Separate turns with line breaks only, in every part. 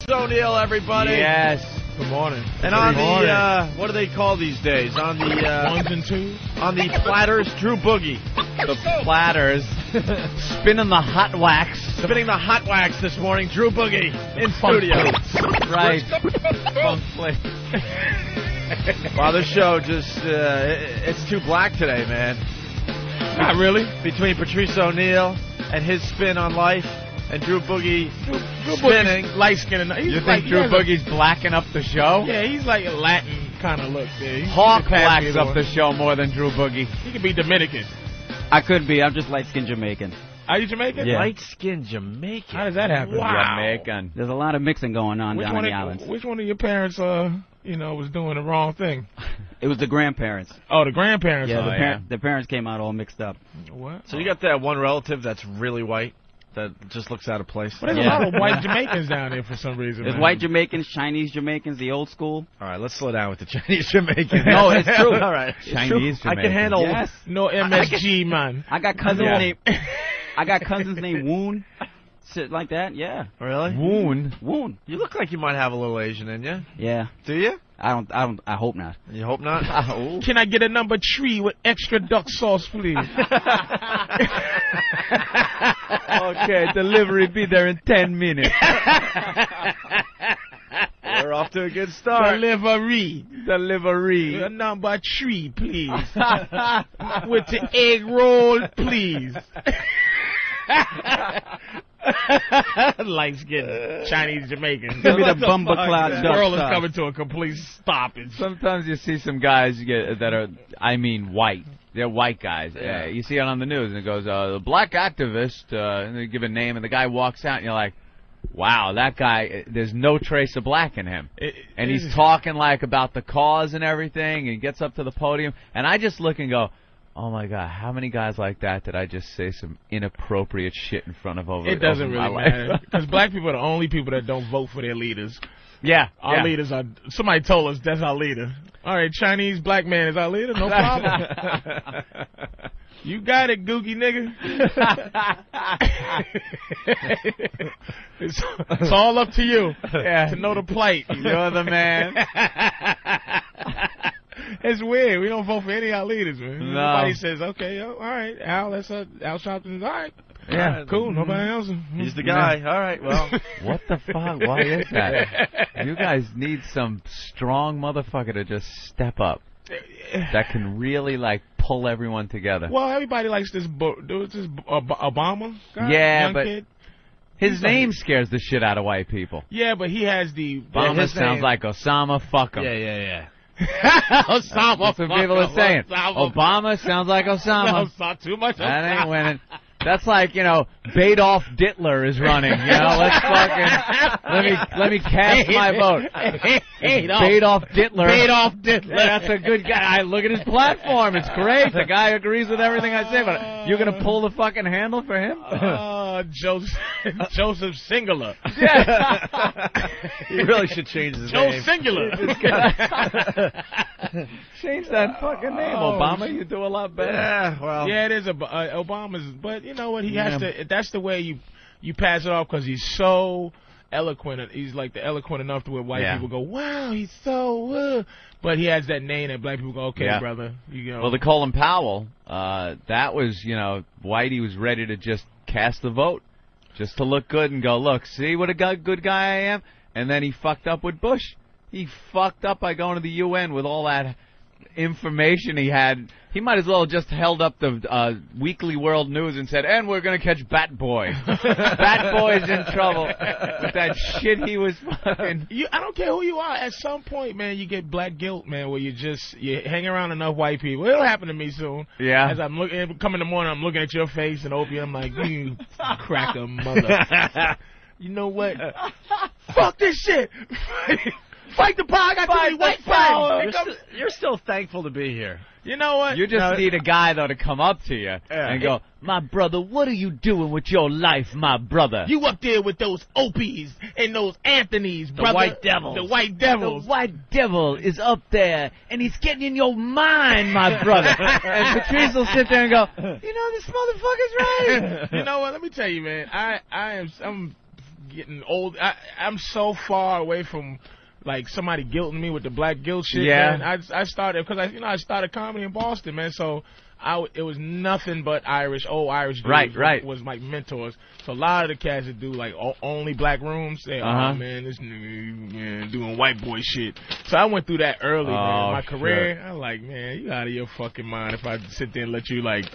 It's O'Neill, everybody.
Yes. Good morning.
And on
Good
the
morning.
uh, what do they call these days? On the
ones
uh,
and twos.
on the platters, Drew Boogie
The platters. Spinning the hot wax.
spinning the hot wax this morning. Drew Boogie in
Funk
studio.
plates. Right. Funk plates.
Wow, this show just uh, it- it's too black today, man.
Not really.
Between Patrice O'Neill and his spin on life, and Drew Boogie spinning.
Light skin and
You
he's
think
like,
Drew
he has
Boogie's blacking up the show?
A, yeah, he's like a Latin kind of look there. He-
Hawk
he could pass
blacks
either
up
one.
the show more than Drew Boogie.
He could be Dominican.
I could be. I'm just light skinned Jamaican.
Are you Jamaican?
Yeah.
Light skinned Jamaican.
How does that happen?
Wow.
Jamaican.
There's a lot of mixing going on
Which
down
one,
in the
of,
islands.
which one of your parents, uh, you know, was doing the wrong thing?
It was the grandparents.
Oh, the grandparents.
Yeah,
oh,
the, par- the parents came out all mixed up.
yeah. What?
So you got that one relative that's really white that just looks out of place.
But there's
Yeah.
a lot of white Jamaicans down there for some reason.
There's
man.
white Jamaicans, Chinese Jamaicans, the old school.
All right, let's slow down with the Chinese Jamaican.
No, it's true.
All right, It's
Chinese
true. I can
Jamaican.
handle.
Yes.
No MSG, man.
I got cousins
Yeah.
named I got cousins named Woon. Shit like that, yeah.
Really?
Woon.
Woon.
You look like you might have a little Asian in you.
Yeah.
Do you?
I don't I don't I hope not.
You hope not.
Can I get a number three with extra duck sauce, please?
okay, delivery be there in 10 minutes.
We're off to a good start.
Delivery.
delivery.
A number three, please. with the egg roll, please. Light skin Chinese Jamaican.
Give me the bumper cloud
The
duck
world is
sauce.
coming to a complete stoppage.
Sometimes you see some guys you get that are, I mean, white. They're white guys. Yeah. you see it on the news, and it goes, uh, the black activist, uh, and they give a name, and the guy walks out, and you're like, wow, that guy, uh, there's no trace of black in him. and he's talking like about the cause and everything and gets up to the podium and I just look and go, "Oh my god, how many guys like that did I just say some inappropriate shit in front of over
It doesn't
over
really
my life?"
matter because black people are the only people that don't vote for their leaders.
yeah.
Our
yeah.
leaders are. Somebody told us that's our leader. All right, Chinese black man is our leader. No problem. you got it, googie nigga. it's, it's all up to you to know the plight. You know?
You're the man.
It's weird. We don't vote for any of our leaders, man.
No.
Nobody says, okay, yo, all right, Al, that's uh, Al Sharpton's all right.
yeah.
Cool. Nobody else.
He's the guy. All right. Well,
What the fuck? Why is that? You guys need some strong motherfucker to just step up that can really like pull everyone together.
Well, everybody likes this Bo- dude, this Ob- Obama guy.
Yeah,
young
but-
kid.
His name scares the shit out of white people.
yeah, but he has the
Obama
his
sounds
name-
like Osama. Fuck him.
yeah, yeah, yeah.
Osama.
That's what people are saying.
Osama.
Obama sounds like Osama.
Osa- too much.
That
Osama.
ain't winning. That's like you know, Adolf Dittler is running. You know, let's fucking let me let me cast my vote. Adolf Dittler.
Adolf Dittler.
That's a good guy. I look at his platform. It's great. The guy agrees with everything I say. But you're gonna pull the fucking handle for him?
Uh, Joseph, Joseph Singular.
He really should change his
Joe
name.
Singular.
Change that fucking name,
Oh,
Obama. You do a lot better.
Yeah. Well.
yeah, it is Ob- uh, Obama's, but you know what? He has
Yeah.
to. That's the way you you pass it off because he's so eloquent. He's like the eloquent enough to where white
Yeah.
people go, "Wow, he's so." Uh. But he has that name that black people go, "Okay,
Yeah.
brother, you know."
Well, the Colin Powell, uh, that was, you know, Whitey was ready to just cast the vote, just to look good and go, look, see what a gu- good guy I am. And then he fucked up with Bush. He fucked up by going to the UN with all that information he had. He might as well have just held up the uh, Weekly World News and said, and we're going to catch Bat Boy. Bat Boy's in trouble with that shit he was fucking.
You, I don't care who you are. At some point, man, you get black guilt, man, where you just you hang around enough white people. It'll happen to me soon.
Yeah.
As I'm looking, come in the morning, I'm looking at your face and Opie. I'm like, you cracker mother. you know what? Fuck this shit. Fight the power. I got too many white
You're,
friends.
st- you're still thankful to be here.
You know what?
You just
No,
need a guy though to come up to you and go, "My brother, what are you doing with your life, my brother?"
You up there with those Opies and those Anthonys, the
white devils.
The white
the
devils.
white devil is up there and he's getting in your mind, my brother. and Patrice will sit there and go, "You know this motherfucker's right."
you know what? Let me tell you, man. I I am I'm getting old. I, I'm so far away from like somebody guilting me with the black guilt shit.
Yeah.
man. I I started because I you know I started comedy in Boston, man. So I w- it was nothing but Irish, old Irish dudes.
Right, right.
Was my mentors. So a lot of the cats that do like o- only black rooms, they
Uh-huh.
oh man, this nigga man doing white boy shit. So I went through that early, man.
Oh,
My career,
shit.
I'm like, man, you out of your fucking mind if I sit there and let you like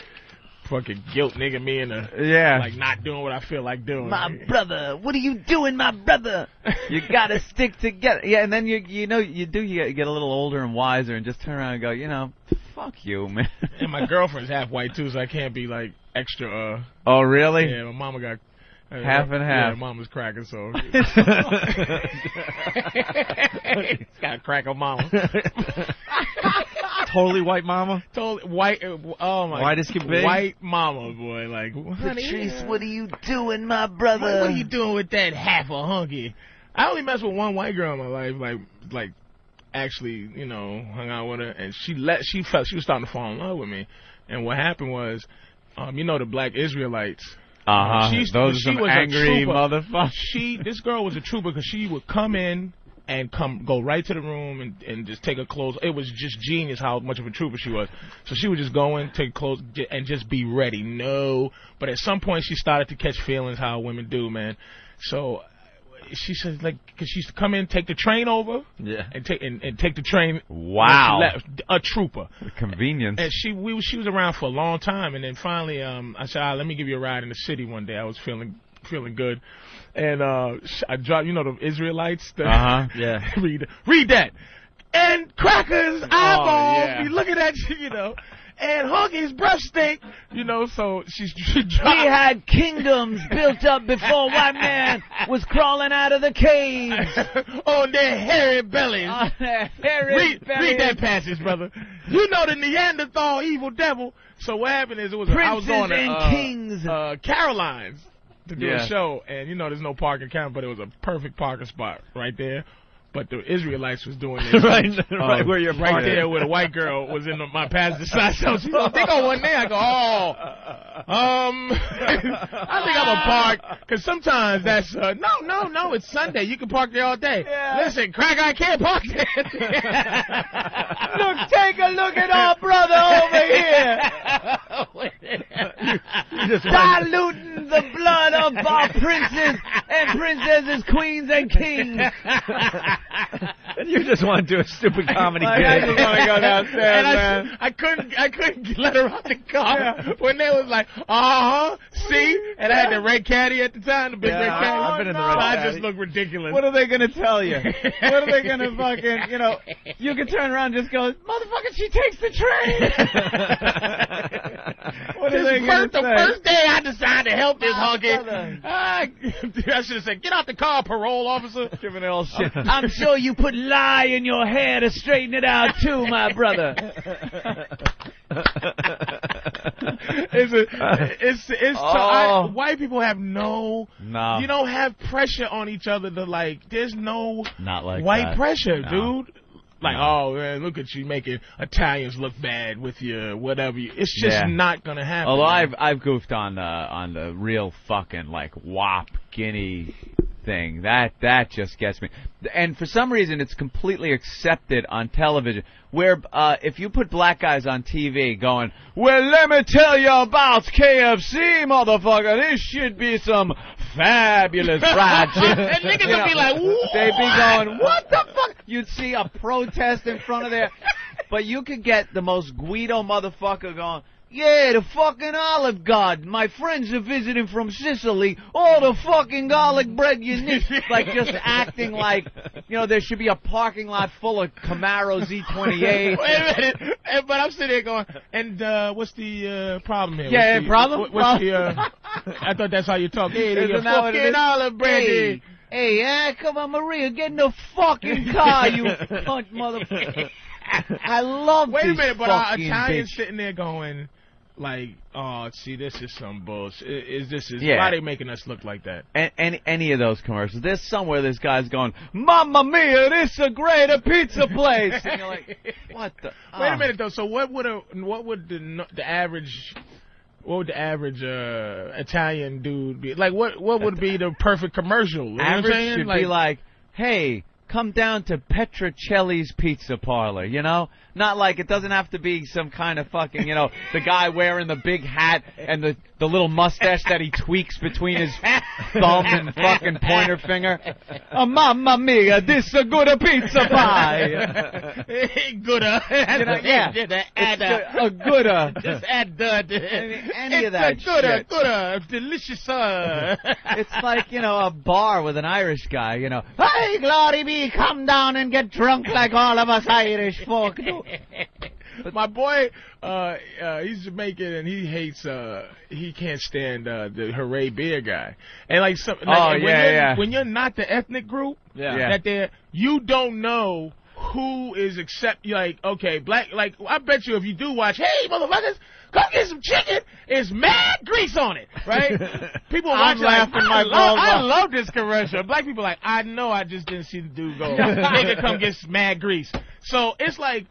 fucking guilt nigga me in the
Yeah.
like not doing what I feel like doing.
My brother, what are you doing, my brother? You gotta stick together.
yeah, and then you you know you do you get, get a little older and wiser and just turn around and go, you know, fuck you, man.
and my girlfriend's half white too, so I can't be like extra. uh
oh, really?
Yeah, my mama got uh,
Half and half.
Yeah, mama's cracking, so got to crack on mama.
totally white mama.
Told white, uh, oh my,
White as can be.
white mama boy, like honey,
Patrice,
uh,
what are you doing, my
what,
brother?
what are you doing with that half a hunky? I only messed with one white girl in my life, like like actually, you know, hung out with her, and she let she felt she was starting to fall in love with me, and what happened was, um, you know, the black Israelites. um,
Uh huh.
She's-
Those are
she
some
was a
angry
trooper.
motherfuckers.
she this girl was a trooper because she would come in and come go right to the room and, and just take her clothes. It was just genius how much of a trooper she was. So she would just go in, take clothes, j- and just be ready. No, but at some point she started to catch feelings how women do, man. So she said like because she used to come in, take the train over,
Yeah.
and take and, and take the train.
Wow.
Left, a trooper.
Convenience.
And she we she was around for a long time, and then finally, um, I said, ah, "Let me give you a ride in the city one day." I was feeling feeling good, and uh, sh- I dropped, you know, the Israelites. The,
Uh huh.
Yeah.
read read that, and
Oh,
crackers
Oh,
eyeballs
yeah.
be looking at you, you know, and Huggy's breath stink, you know. So she's she
We
dropped.
had kingdoms built up before white man was crawling out of the caves.
on their hairy bellies.
On their hairy
read,
bellies.
read that passage, brother. You know the Neanderthal evil devil. So what happened is it was I was
Princes
on a,
and
uh,
kings.
uh, Caroline's to do
Yeah.
a show, and you know there's no parking count, but it was a perfect parking spot right there. But the Israelites was doing this
right, right
Oh.
where you're
right
parked.
there where the white girl was in the, my passenger side. So she goes, they go one day. I go, oh, um, I think I'm a park because sometimes that's uh, no, no, no. It's Sunday. You can park there all day. Listen, crack, I can't park there.
Look, take a look at our brother over here, diluting the blood of our princes and princesses, queens and kings.
You just want to do a stupid comedy
Like, I just wanna go downstairs,
and I,
man.
I couldn't, I couldn't let her out the car when they was like, uh huh, see. And I had the red caddy at the time, the big
Yeah,
red
I-
caddy.
I've been in the
So
red
I
caddy.
just looked ridiculous.
What are they gonna tell you? What are they gonna fucking you know? You can turn around and just go, motherfucker, she takes the train. what are
This
they gonna
first, the
say?
first day I decided to help this
My
hunky,
brother.
I, I should have said, "Get out the car, parole officer."
Giving it all shit.
I'm sure you put lye in your hair to straighten it out too, my brother.
It's a, it's it's so
Oh.
I, white people have no,
No.
you don't have pressure on each other to like. There's no
Not like
white
that.
pressure,
No.
dude. Like,
No.
oh man, look at you making Italians look bad with your whatever. You, it's just
Yeah.
not gonna happen.
Although I've I've goofed on the on the real fucking like WAP Guinea thing. That that just gets me. And for some reason, it's completely accepted on television. Where uh, if you put black guys on TV going, well, let me tell you about KFC, motherfucker. This should be some fabulous fried chicken.
and niggas
You
would be
know,
like, what?
They'd be going, what the fuck? You'd see a protest in front of there. But you could get the most Guido motherfucker going, yeah, the fucking olive god. My friends are visiting from Sicily. All the fucking garlic bread you need. Like just acting like, you know, there should be a parking lot full of Camaro
Wait
Z28.
a minute. And- but I'm sitting there going, and uh, what's the uh, problem here?
Yeah,
what's the,
problem?
what- what's the? Uh, I thought that's how you talk. Hey,
Isn't
you're
that what it
fucking
is?
olive brandy.
Hey, hey, yeah, come on, Maria, get in the fucking car, you cunt motherfucker. I love
Wait a
this
minute, but our
fucking
Italian's
bitch.
sitting there going, like, oh, see, this is some bullshit. Is this is
Yeah.
why they making us look like that?
and, and any of those commercials. There's somewhere this guy's going, "Mamma mia, this is a great pizza place." And you're like, "What the?"
Wait
oh.
a minute though. So what would a what would the n- the average What would the average uh, Italian dude be like? What what would be the perfect commercial? You know what I'm
Average
saying?
should be like, hey, come down to Petrocelli's Pizza Parlor, you know? Not like it doesn't have to be some kind of fucking, you know, the guy wearing the big hat and the, the little mustache that he tweaks between his thumb and fucking pointer finger. Oh, mamma mia, this is a good pizza pie.
good. uh,
yeah.
just
It's
add uh,
a, a good, uh,
just add the
Any- any
It's
of that
a good, uh,
shit.
good, uh, delicious. Uh.
It's like, you know, a bar with an Irish guy, you know. Hey, glory be, come down and get drunk like all of us Irish folk
Oh,
do.
my boy, uh, uh, he's Jamaican and he hates. Uh, he can't stand uh, the hooray beer guy. And like some. Like,
Oh,
when
yeah,
you're,
yeah.
When you're not the ethnic group,
Yeah. Yeah.
that they're you don't know who is accept. Like okay, black. Like I bet you if you do watch, hey motherfuckers. Come get some chicken. It's mad grease on it, right? People watch
I'm
it like,
laughing
I,
my
love,
balls
I
off.
love this commercial. Black people like, I know I just didn't see the dude go. Nigga, come get some mad grease. So it's like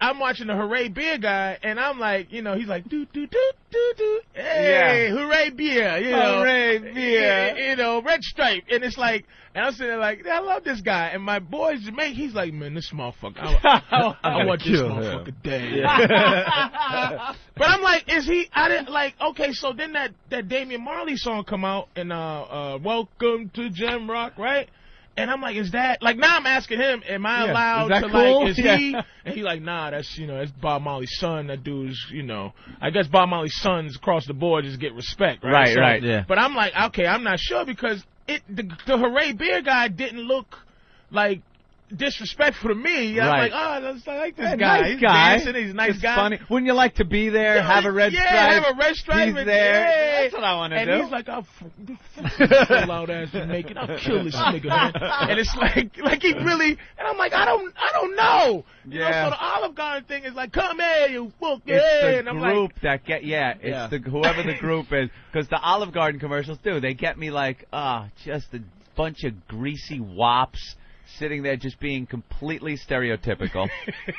I'm watching the hooray beer guy, and I'm like, you know, he's like, do do do do do, hey, hooray beer, you know,
Hooray
beer, you know, red stripe, and it's like, and I'm sitting there like, I love this guy, and my boy's Jamaican, he's like, man, this motherfucker, I, I, I want this motherfucker dead. But I'm like, is he? I didn't like. Okay, so then that that Damian Marley song come out and uh, uh Welcome to Gem Rock, right? And I'm like, is that like now? I'm asking him, am I
Yeah, is
allowed
that
to
cool?
like? Is
Yeah.
he? And he like, nah, that's you know, that's Bob Marley's son. That dude's you know, I guess Bob Marley's sons across the board just get respect, right?
Right,
So-
right, yeah.
But I'm like, okay, I'm not sure because it the, the Hooray Beer guy didn't look like disrespectful to me. I'm like,
Right.
oh, that's- I like this
Hey,
guy.
nice
he's
guy.
dancing. He's a nice
It's
guy.
funny. Wouldn't you like to be there?
Yeah,
have a red
yeah,
stripe.
have a red stripe
He's
and-
there.
yeah.
That's what I want to
And
do.
he's like, I'll so loud ass Jamaican, I'll kill this nigga. Man. And it's like, like he really, and I'm like, I don't, I don't know. You
Yeah.
Know, so the Olive Garden thing is like, come here, you fuck
it's
yeah.
the
And I'm
group
like,
that get yeah. It's
Yeah.
the whoever the group is because the Olive Garden commercials do. They get me like ah, just a bunch of greasy wops sitting there just being completely stereotypical.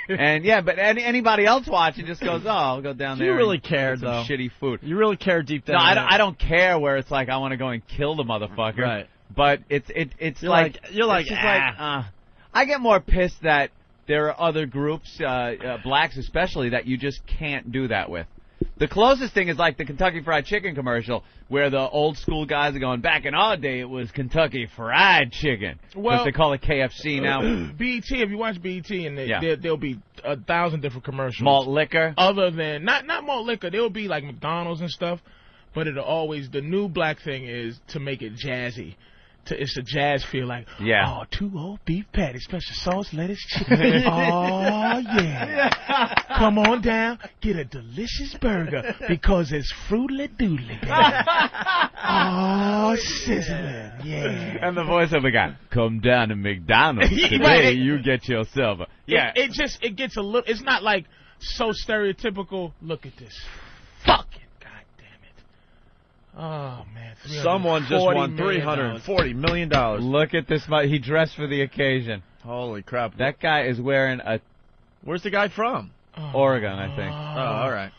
and yeah, but any, anybody else watching just goes oh, I'll go down
You
there.
really
and
care,
get some
though.
shitty food.
You really care deep down.
No, I don't,
there.
I don't care where it's like I want to go and kill the motherfucker.
Right.
But it's it it's
You're
like,
like- you're like,
it's just
"Ah."
like, uh, I get more pissed that there are other groups, uh, uh, blacks especially, that you just can't do that with. The closest thing is like the Kentucky Fried Chicken commercial, where the old school guys are going. Back in our day, it was Kentucky Fried Chicken. 'Cause
Well-
they call it KFC now.
BET. E If you watch BET, and they,
Yeah.
there, there'll be a thousand different commercials.
Malt liquor.
other than not not malt liquor. There will be like McDonald's and stuff, but it'll always the new black thing is to make it jazzy. To, it's a jazz feel like
Yeah.
oh two old beef patties, special sauce, lettuce, chicken. oh yeah. Come on down, get a delicious burger because it's fruitly doodly. baby. oh sizzling, yeah.
And the voice of the guy, come down to McDonald's
Right.
today. You get yourself. A, yeah,
It, it just it gets a little. It's not like so stereotypical. Look at this. Fucking goddamn it. Oh man.
Someone just won
$340
three
million
hundred and
dollars.
forty million dollars.
Look at this. mu- He dressed for the occasion.
Holy crap!
That guy is wearing a.
Where's the guy from?
Oh,
Oregon, I think.
Oh, all right.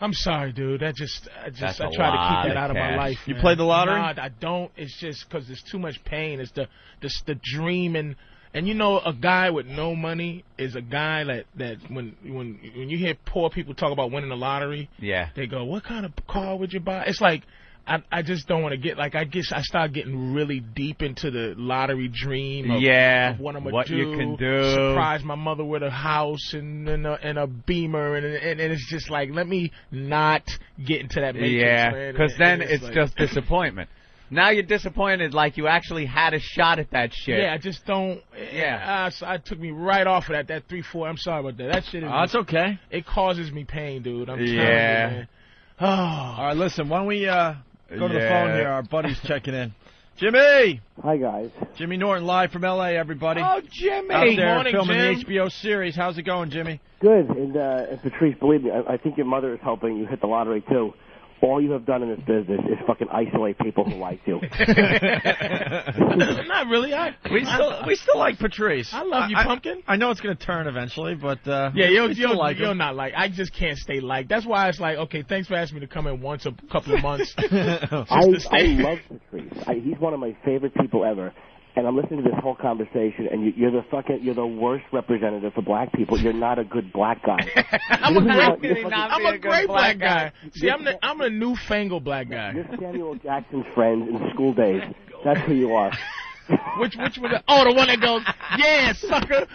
I'm sorry, dude. That just I just
That's
I
a
try
lot
to keep
of
that out of my
cash.
life.
You
man.
played the lottery?
Nah, I don't. It's just because there's too much pain. It's the this the dream and and you know a guy with no money is a guy that that when when when you hear poor people talk about winning the lottery,
Yeah.
they go, "What kind of car would you buy?" It's like I I just don't want to get like I guess I start getting really deep into the lottery dream. Of,
Yeah.
of what I'm gonna
What
do,
you can do.
Surprise my mother with a house and and a, and a Beamer, and, and and it's just like let me not get into that matrix.
yeah.
man.
Because
And-
then
and
it's
like-
just disappointment. Now you're disappointed like you actually had a shot at that shit.
yeah, I just don't.
Yeah.
uh, so I took me right off of that. That three four. I'm sorry about that. That shit is.
Oh, it's okay.
it causes me pain, dude. I'm telling
Yeah.
you, man. Oh,
All right, listen. Why don't we uh, go to the
Yeah.
phone here? Our buddy's checking in. Jimmy,
Hi guys.
Jimmy Norton, live from L.A. Everybody
Oh, Jimmy.
out there
morning,
filming
Jim.
the HBO series. How's it going, Jimmy?
Good. And, uh, and Patrice, believe me, I, I think your mother is helping you hit the lottery too. All you have done in this business is fucking isolate people who like you.
Not really. I
We
I-
still we still like Patrice.
I love you, pumpkin.
I know it's gonna turn eventually, but uh,
Yeah, you'll
we still
you'll,
like
you'll
him.
not like. I just can't stay like. That's why it's like, okay, thanks for asking me to come in once a couple of months.
I,
Just to
I
stay-
love Patrice. I, he's one of my favorite people ever. And I'm listening to this whole conversation, and you, you're the fucking, you're the worst representative for black people. You're not a good black guy.
I'm a
You're
great,
fucking-
I'm a great black guy. See, I'm the, I'm a newfangled black guy.
You're Samuel Jackson's friend in school days. That's who you are.
Which which was oh the one that goes yeah sucker.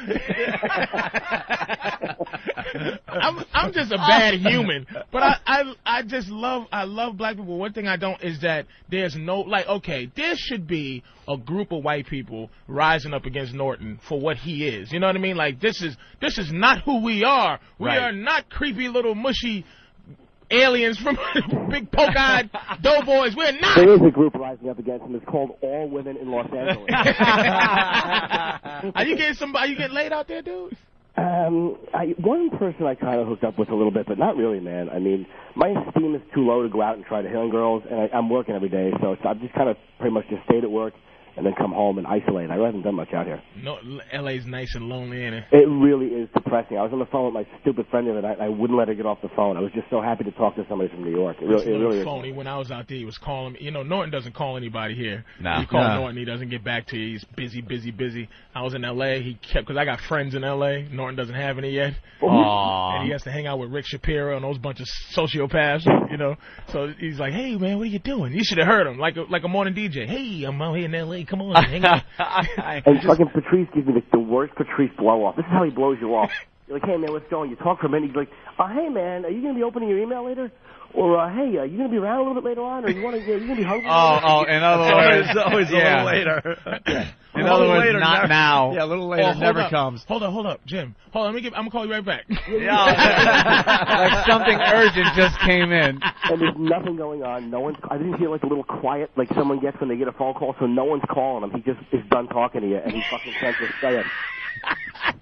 I'm I'm just a bad human, but I, I I just love I love black people. One thing I don't is that there's no like okay there should be a group of white people rising up against Norton for what he is. You know what I mean? Like this is this is not who we are. We
Right.
are not creepy little mushy aliens from big poke eyed doughboys. We're not.
There is a group rising up against him. It's called All Women in Los Angeles.
Are you getting somebody? Are you getting laid out there, dude?
um, I, one person I kind of hooked up with a little bit, but not really, man. I mean, my esteem is too low to go out and try to hit on girls, and I, I'm working every day, so it's, I've just kind of pretty much just stayed at work and then come home and isolate. I really haven't done much out here.
No, LA's nice and lonely, and
It really is depressing. I was on the phone with my stupid friend the other night, and I wouldn't let her get off the phone. I was just so happy to talk to somebody from New York. It really,
it's
it really is.
phony. When I was out there, he was calling me. You know, Norton doesn't call anybody here.
Nah.
You call
Nah.
Norton, he doesn't get back to you. He's busy, busy, busy. I was in LA. He kept because I got friends in LA. Norton doesn't have any yet, and he
Aww.
has to hang out with Rick Shapiro and those bunch of sociopaths. You know, so he's like, "Hey, man, what are you doing? You should have heard him. Like, a, like a morning DJ. Hey, I'm out here in LA. Come on, hang out."
And fucking Patrice gives me the, the worst Patrice blow off. This is how he blows you off. You're like, hey man, what's going? on? You talk for a minute. He's like, uh, hey man, are you gonna be opening your email later? Or uh, hey, uh, you gonna be around a little bit later on? Or you wanna, you gonna be hungry?
Oh, oh, in other words,
It's always, always
yeah.
a little later.
In
A
other
little
words,
later,
not
never-
now.
Yeah, a little
Oh,
later
hold
never
up.
comes.
Hold on, hold up, Jim. Hold on, let me give. I'm gonna call you right back.
Yeah. like something urgent just came in.
And there's nothing going on. No one's. I didn't hear like a little quiet like someone gets when they get a phone call. So no one's calling him. He just is done talking to you, and he fucking sends this saying.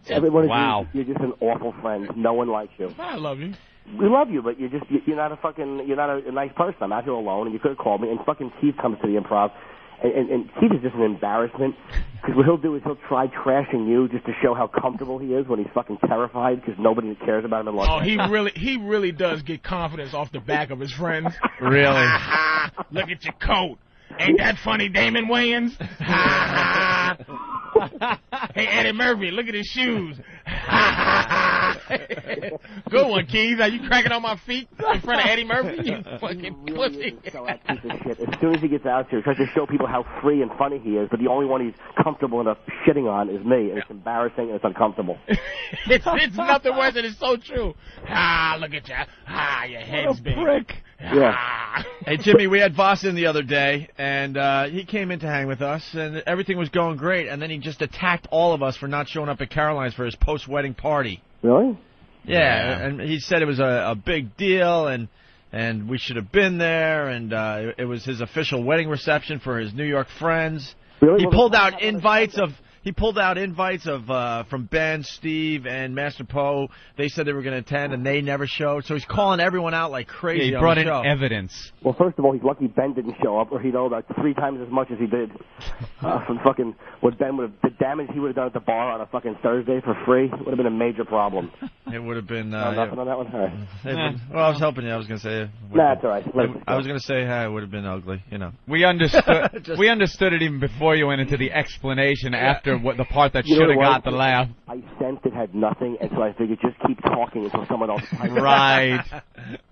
Everyone is
Wow.
you're just an awful friend. No one likes you.
I love you.
We love you, but you're just you're not a fucking you're not a, a nice person. I'm out here alone, and you could have called me. And fucking Keith comes to the improv, and and, and Keith is just an embarrassment because what he'll do is he'll try trashing you just to show how comfortable he is when he's fucking terrified because nobody cares about him in Los
Oh, he really, he really does get confidence off the back of his friends.
Really?
Look at your coat. Ain't that funny, Damon Wayans? hey, Eddie Murphy, look at his shoes. Good one, Keith. Are you cracking on my feet in front of Eddie Murphy? You
He
fucking
really
pussy.
is a sellout piece of shit. As soon as he gets out here, he tries to show people how free and funny he is, but the only one he's comfortable enough shitting on is me, and it's embarrassing and it's uncomfortable.
It's, it's nothing worse, and it's so true. Ah, look at you. Ah, your head's big. Ah.
Hey Jimmy, we had Voss in the other day, and uh, he came in to hang with us, and everything was going great. And then he just attacked all of us for not showing up at Caroline's for his post-wedding party.
Really?
Yeah,
Yeah.
and he said it was a, a big deal, and and we should have been there, and uh, it was his official wedding reception for his New York friends.
Really?
He
Well,
pulled
that's not
out
what I
invites
said.
of he pulled out invites of uh, from Ben, Steve, and Master Poe. They said they were going to attend, and they never showed. So he's calling everyone out like crazy.
He
on
brought
the
in
show.
evidence.
Well, first of all, he's lucky Ben didn't show up, or he'd owe about three times as much as he did uh, from fucking what Ben would have the damage he would have done at the bar on a fucking Thursday for free would have been a major problem.
It would have been.
Uh,
Uh,
nothing on that one. All right.
it would- well, I was helping you. I was going to say. it would
Nah,
have
it's all right.
been-
Let it
I was going to say how it would have been ugly. You know.
We understood. we understood it even before you went into the explanation after what the part that
You know
should have
what?
got the laugh.
I sensed it had nothing, and so I figured just keep talking until someone else.
Right.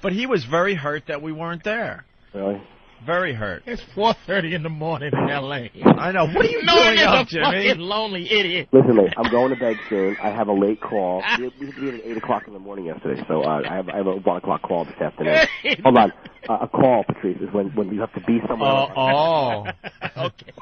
But he was very hurt that we weren't there.
Really?
Very hurt.
It's 4.30 in the morning in L.A.
I know. What are you
No one
doing
is a
up, Jimmy?
fucking lonely idiot.
Listen, mate, I'm going to bed soon. I have a late call. We we had to be at 8 o'clock in the morning yesterday, so uh, I, have, I have a 1 o'clock call this afternoon. Hold on. Uh, a call, Patrice, is when, when you have to be somewhere.
Oh,
else.
oh,
Okay.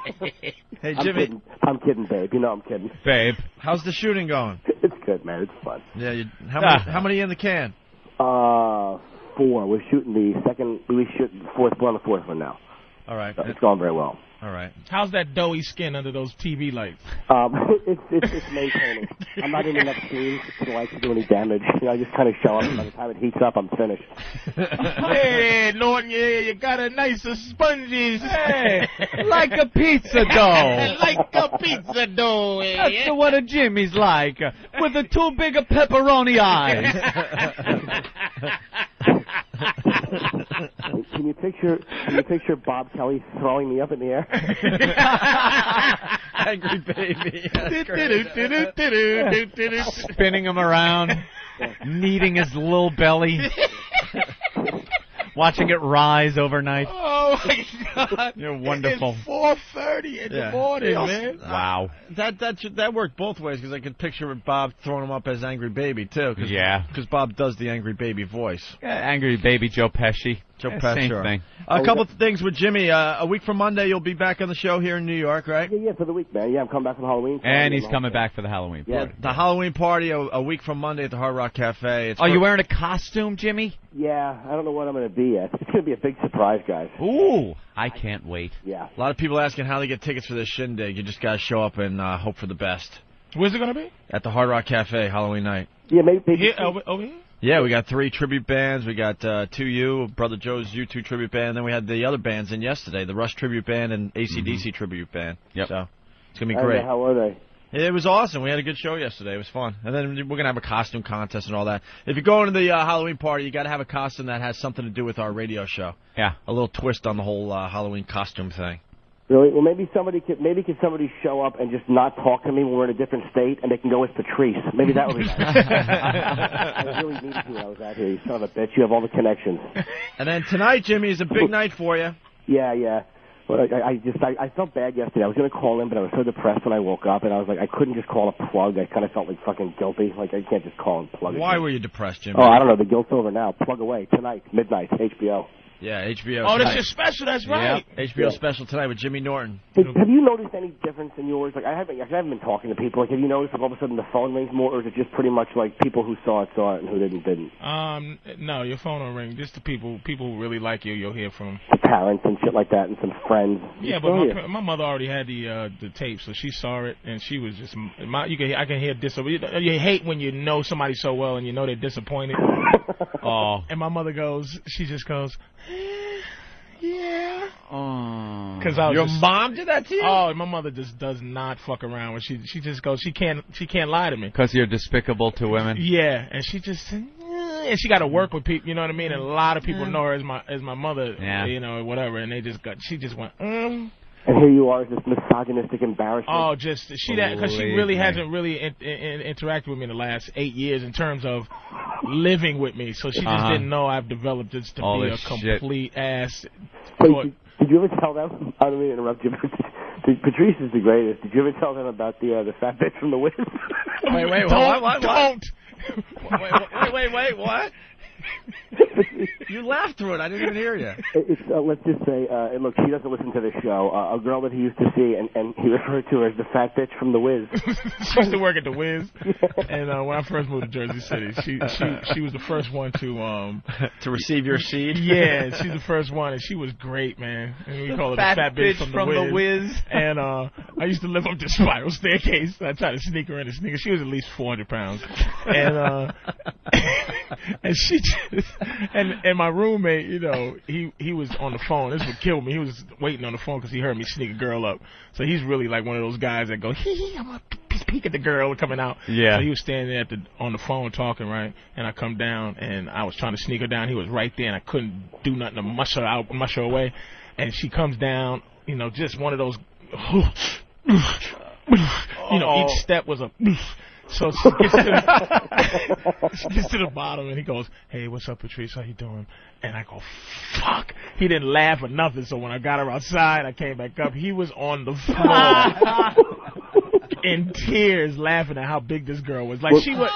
Hey,
I'm
Jimmy,
kidding. I'm kidding, babe. You know I'm kidding.
babe.
how's the shooting going?
It's good, man. It's fun.
Yeah. You, how
Ah.
many? How many in the can?
Uh, four. We're shooting the second. We shoot the fourth. We're on the fourth one now.
All right.
So It's going very well.
All right.
How's that doughy skin under those TV lights?
Um, it's, it's, it's maintaining. I'm not in enough scenes to like to do any damage. You know, I just kind of show up. and By the time it heats up, I'm finished.
hey, Norton, yeah, you got a nice uh, spongy. Hey,
like a pizza dough.
like a pizza dough. eh?
That's the what a Jimmy's like, uh, with the too big a pepperoni eyes.
Can you picture? Can you picture Bob Kelly throwing me up in the air?
Angry baby. That's great.
Do-do-do-do-do-do-do-do.
Spinning him around, kneading his little belly, watching it rise overnight.
Oh my God!
You're wonderful.
It's four thirty in
Yeah.
the morning,
Yeah.
man.
Wow.
That that should- that worked both ways because I could picture Bob throwing him up as angry baby too. Cause,
Yeah.
because Bob does the angry baby voice.
Yeah, Angry baby Joe Pesci.
Joe
Yeah,
Pesci.
Same thing.
Oh,
A couple th- things with Jimmy. Uh, a week from Monday, you'll be back on the show here in New York, right?
Yeah, yeah, for the week, man. Yeah, I'm coming back from Halloween.
And he's coming back for the Halloween
Yeah.
party.
The Halloween party a, a week from Monday at the Hard Rock Cafe. It's
Are Oh, you
for-
wearing a costume, Jimmy?
Yeah, I don't know what I'm going to be yet. It's going to be a big surprise, guys.
Ooh, I can't wait.
Yeah.
A lot of people asking how they get tickets for this shindig. You just gotta show up and uh, hope for the best
Where's it gonna be?
at the Hard Rock Cafe Halloween night.
Yeah, maybe. maybe
Here, over, over here.
Yeah, we got three tribute bands. We got uh, Two U, Brother Joe's U2 tribute band. Then we had the other bands in yesterday, the Rush tribute band and ACDC tribute band.
Mm-hmm. Yep.
So it's gonna be
I don't know,
great.
How are they?
It was awesome. We had a good show yesterday. It was fun. And then we're going to have a costume contest and all that. If you're going to the uh, Halloween party, you got to have a costume that has something to do with our radio show.
Yeah.
A little twist on the whole uh, Halloween costume thing.
Really? Well, maybe somebody could maybe could somebody show up and just not talk to me when we're in a different state, and they can go with Patrice. Maybe that would be nice. I really needed you. when I was out here. You son of a bitch. You have all the connections.
And then tonight, Jimmy, is a big night for you.
Yeah, yeah. Well, I, I just I, I felt bad yesterday. I was gonna call in, but I was so depressed when I woke up, and I was like, I couldn't just call a plug. I kind of felt like fucking guilty. Like I can't just call and plug.
Why
it.
were you depressed, Jimmy?
Oh, I don't know. The guilt's over now. Plug away tonight, midnight, HBO.
Yeah, HBO.
Oh, that's
tonight.
your special. That's
Yeah,
right.
HBO special tonight with Jimmy Norton.
Hey, have you noticed any difference in yours? Like I haven't, I haven't been talking to people. Like have you noticed like all of a sudden the phone rings more, or is it just pretty much like people who saw it saw it and who didn't didn't?
Um, no, your phone will ring. Just the people, people who really like you, you'll hear from.
The parents and shit like that, and some friends.
Yeah, but my, pa- my mother already had the uh, the tape, so she saw it, and she was just my. You can hear- I can hear dis. You, you hate when you know somebody so well, and you know they're disappointed. Uh,
Oh.
And my mother goes, she just goes, "Eh, yeah,
oh.
because I was
Your
just-
mom did that to you?
Oh, my mother just does not fuck around. When she she just goes, she can't she can't lie to me.
'Cause you're despicable to women.
Yeah, and she just said, "Eh," and she got to work with people. You know what I mean? And a lot of people know her as my as my mother.
Yeah.
You know, whatever. And they just got she just went. Mm.
Hmm? And here you are, this misogynistic embarrassment.
Oh, just she that because she
Believe
really
me.
hasn't really in, in, in- interacted with me in the last eight years in terms of living with me. So she just
Uh-huh.
didn't know I've developed this to
All
be a
this shit.
complete ass.
Wait, did, did you ever tell them? I don't mean to interrupt you, but did, Patrice is the greatest. Did you ever tell them about the uh, the fat bitch from the Wiz?
Wait, wait,
don't,
what, what, what?
don't.
wait, wait, wait, wait, what? you laughed through it. I didn't even hear you.
It- It's, uh, let's just say, uh, and look, he doesn't listen to the show. Uh, a girl that he used to see, and, and he referred to her as the fat bitch from The Wiz.
she used to work at the Wiz, and uh, when I first moved to Jersey City, she she she was the first one to um
to receive your seed?
yeah she's the first one, and she was great man. And we call her the fat bitch, from, the, Wiz. And uh, I used to live up the spiral staircase. I tried to sneak her in a sneaker. She was at least 400 pounds, and uh, and she just, and and my roommate, you know, he he was on the phone. This would kill me. He was waiting on the phone because he heard me sneak a girl up. So he's really like one of those guys that go hee hee. I'm gonna p- peek at the girl coming out.
Yeah.
So he was standing there at the on the phone talking right, and I come down and I was trying to sneak her down. He was right there, and I couldn't do nothing to mush her out, mush her away. And she comes down, you know, just one of those. You know, each step was a. So she gets, to the, she gets to the bottom and he goes, "Hey, what's up, Patrice? How you doing?" And I go, "Fuck!" He didn't laugh or nothing. So when I got her outside, I came back up. He was on the floor in tears, laughing at how big this girl was. Like she was,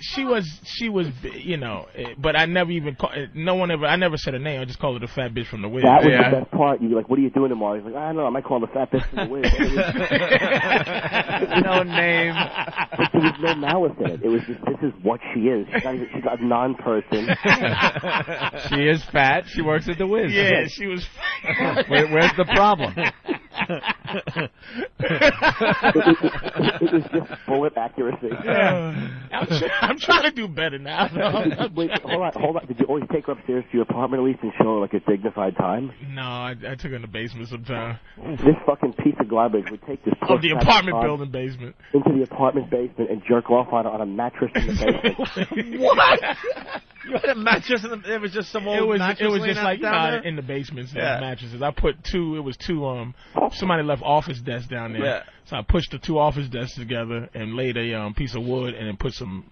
she was, she was, you know. eh, But I never even call. eh, No one ever. I never said her name. I just called her the fat bitch from the Wiz.
That was
Yeah.
the best part. You were like, what are you doing tomorrow? He's like, I don't know. I might call him the fat bitch from The Wiz. It was,
no name.
there was no malice in it. It was just, this is what she is. She's, not even, she's a non-person.
She is fat. She works at the Wiz.
Yeah, she was.
Where, where's the problem?
it was just bullet accuracy.
I'm, try- I'm trying to do better now. I'm
Wait,
trying-
hold on, hold on. Did you always take her upstairs to your apartment at least and show her like a dignified time?
No, I, I took it in the basement sometime.
This fucking piece of garbage would take this
Oh,
poor
the
fat
apartment
broad
building basement.
into the apartment basement and jerk off on her on a mattress in the basement.
What? you had a mattress in the, it was just some old
It was
mattress
it was
laying
just
out
like
down
nah,
there?
in the basements
Yeah.
and mattresses. I put two. It was two. Um, somebody left office desks down there,
Yeah.
so I pushed the two office desks together and laid a um piece of wood and then put some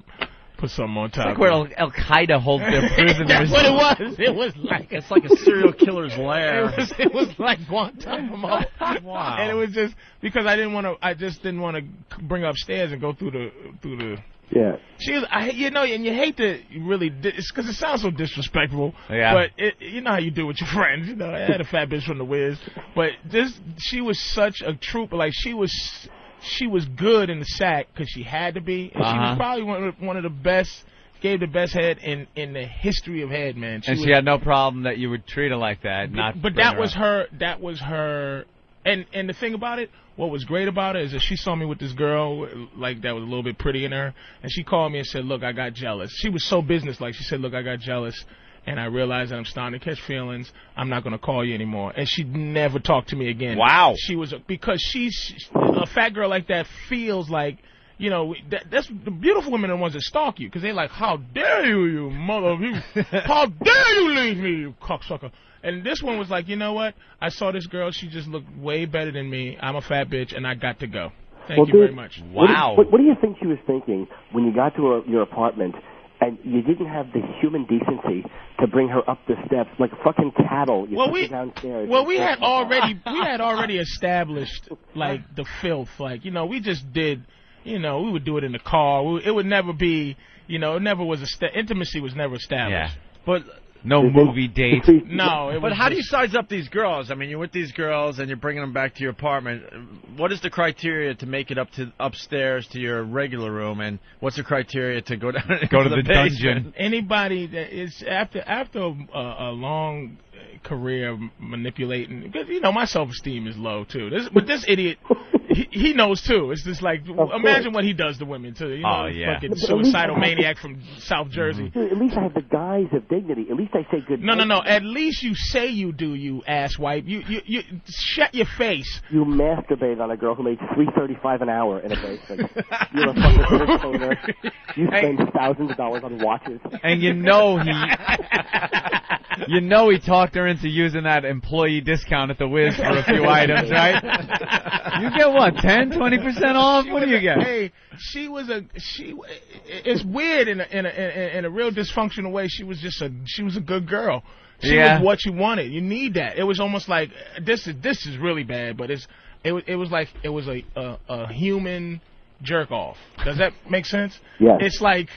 put some on top.
Like where Al Al Qaeda holds their prisoners.
That's what it was. It was like a
It's like a serial killer's lair.
It was, it was like Guantanamo.
Wow.
And it was just because I didn't want to. I just didn't want to bring her upstairs and go through the through the.
yeah.
She was, I, you know, and you hate to really, di- it's because it sounds so disrespectful.
Yeah.
But it, you know how you do with your friends. You know, I had a fat bitch from the Wiz, but this, she was such a trooper. Like she was, she was good in the sack because she had to be. And She
Uh-huh.
was probably one of the, one of the best. Gave the best head in in the history of head, man.
and
was,
she had no problem that you would treat her like that. Not.
but
bring
that
her
was
up.
her. That was her. And and the thing about it, what was great about it is that she saw me with this girl like that was a little bit pretty in her, and she called me and said, "Look, I got jealous." She was so business like. She said, "Look, I got jealous." And I realized that I'm starting to catch feelings. I'm not going to call you anymore. And she never talked to me again.
Wow.
She was because she's a fat girl like that feels like, you know, that, that's the beautiful women are the ones that stalk you because they're like, how dare you, you mother, of- you, how dare you leave me, you cocksucker. And this one was like, you know what? I saw this girl. She just looked way better than me. I'm a fat bitch, and I got to go. Thank
Well,
you
dude,
very much.
What do you-
Wow.
What, what do you think she was thinking when you got to her, your apartment and you didn't have the human decency to bring her up the steps like fucking cattle? You
Well,
took her
we
downstairs.
well we had already we had already established like the filth, like you know we just did, you know we would do it in the car. We, it would never be, you know, it never was a sta- intimacy was never
Yeah.
established.
But
No movie date.
No, it
but
was
how do you
just-
size up these girls? I mean, you're with these girls and you're bringing them back to your apartment. What is the criteria to make it up to upstairs to your regular room, and what's the criteria to go down
Go to
the,
the
basement?
dungeon.
anybody that is after after uh, a, a long career of manipulating because you know my self esteem is low too. This, but this idiot, he, he knows too. It's just like
course.
imagine what he does to women too. You know,
Oh, yeah. Mm-hmm.
fucking suicidal maniac from South Jersey.
Dude, at least I have the guise of dignity. At least I say good.
No, no,
night.
no. At least you say you do, you ass wipe. You, you, you shut your face.
You masturbate on a girl who made three thirty-five an hour in a basement. You're a fucking entertainer. You spend thousands of dollars on watches.
and you know he you know he talked her into using that employee discount at the Wiz for a few items, right? You get what, 10, 20 percent off? What do you get?
Hey, she was a she. It's weird in a in a in a, in a real dysfunctional way. She was just a she was a good girl. She
Yeah.
was what you wanted. You need that. It was almost like this is this is really bad, but it's it was it was like it was a a, a human jerk off. Does that make sense?
Yes.
It's like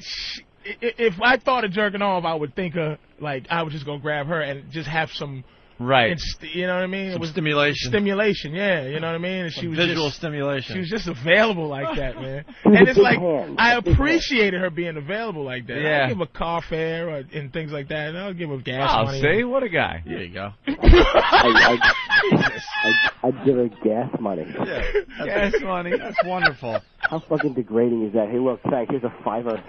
sh- i- i- if I thought of jerking off, I would think of like I was just gonna grab her and just have some.
Right.
inst- you know what I mean? it
Some
was
stimulation.
Stimulation, yeah. You know what I mean? And she was
Visual
just,
stimulation.
she was just available like that, man.
was
and
a
it's
big
like
hand.
I
A big hand.
appreciated her being available like that.
Yeah.
I'll give a car fare or, and things like that. And I'll give her gas
Oh,
money.
see, what a guy.
There you go.
I, I, I, I'd give her gas money.
Yes, money.
That's wonderful.
How fucking degrading is that? Hey, look, thanks. Here's a fiver.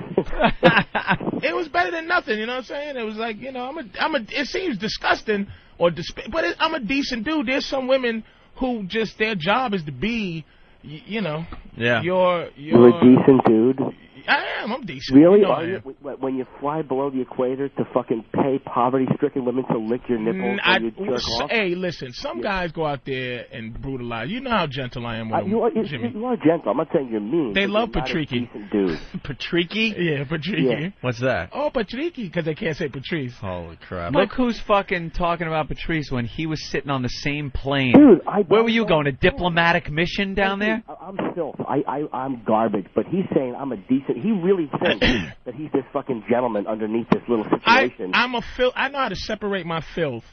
It was better than nothing. You know what I'm saying? It was like you know I'm a I'm a. It seems disgusting or disp- but it, I'm a decent dude. There's some women who just their job is to be. y- You know,
Yeah.
your your.
You're a decent dude.
I am. I'm decent.
Really?
You know
Are
I
you,
am.
when- when you fly below the equator to fucking pay poverty-stricken women to lick your
Mm,
nipples and Oh, you
I,
jerk
so-
off?
hey, listen. Some guys go out there and brutalize. You know how gentle I am with
I,
them,
you, are, you,
Jimmy.
you are gentle. I'm not saying you're mean.
They
but
love
you're not a
Patricky.
decent dude.
Patricki?
Yeah, Patricky.
Yeah.
What's that?
Oh, Patricky, because they can't say Patrice.
Holy crap.
Look who's fucking talking about Patrice when he was sitting on the same plane.
Dude, I.
Where were you going? A diplomatic mission down there?
I- I'm filth. I, I I'm garbage. But he's saying I'm a decent. He really thinks that he's this fucking gentleman underneath this little
I,
situation.
I'm a filth. I know how to separate my filth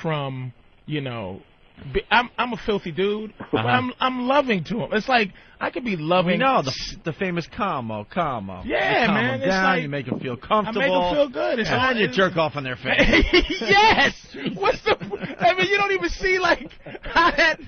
from, you know, be, I'm I'm a filthy dude, but I'm I'm loving to him. It's like I could be
We
loving.
know the the famous combo, combo.
Yeah,
you calm
man,
Them
it's
down,
like-
you make them feel
I
comfortable.
make them feel good. It's
and
all
then you
it's-
jerk off on their face.
yes. What's the? I mean, you don't even see like how that.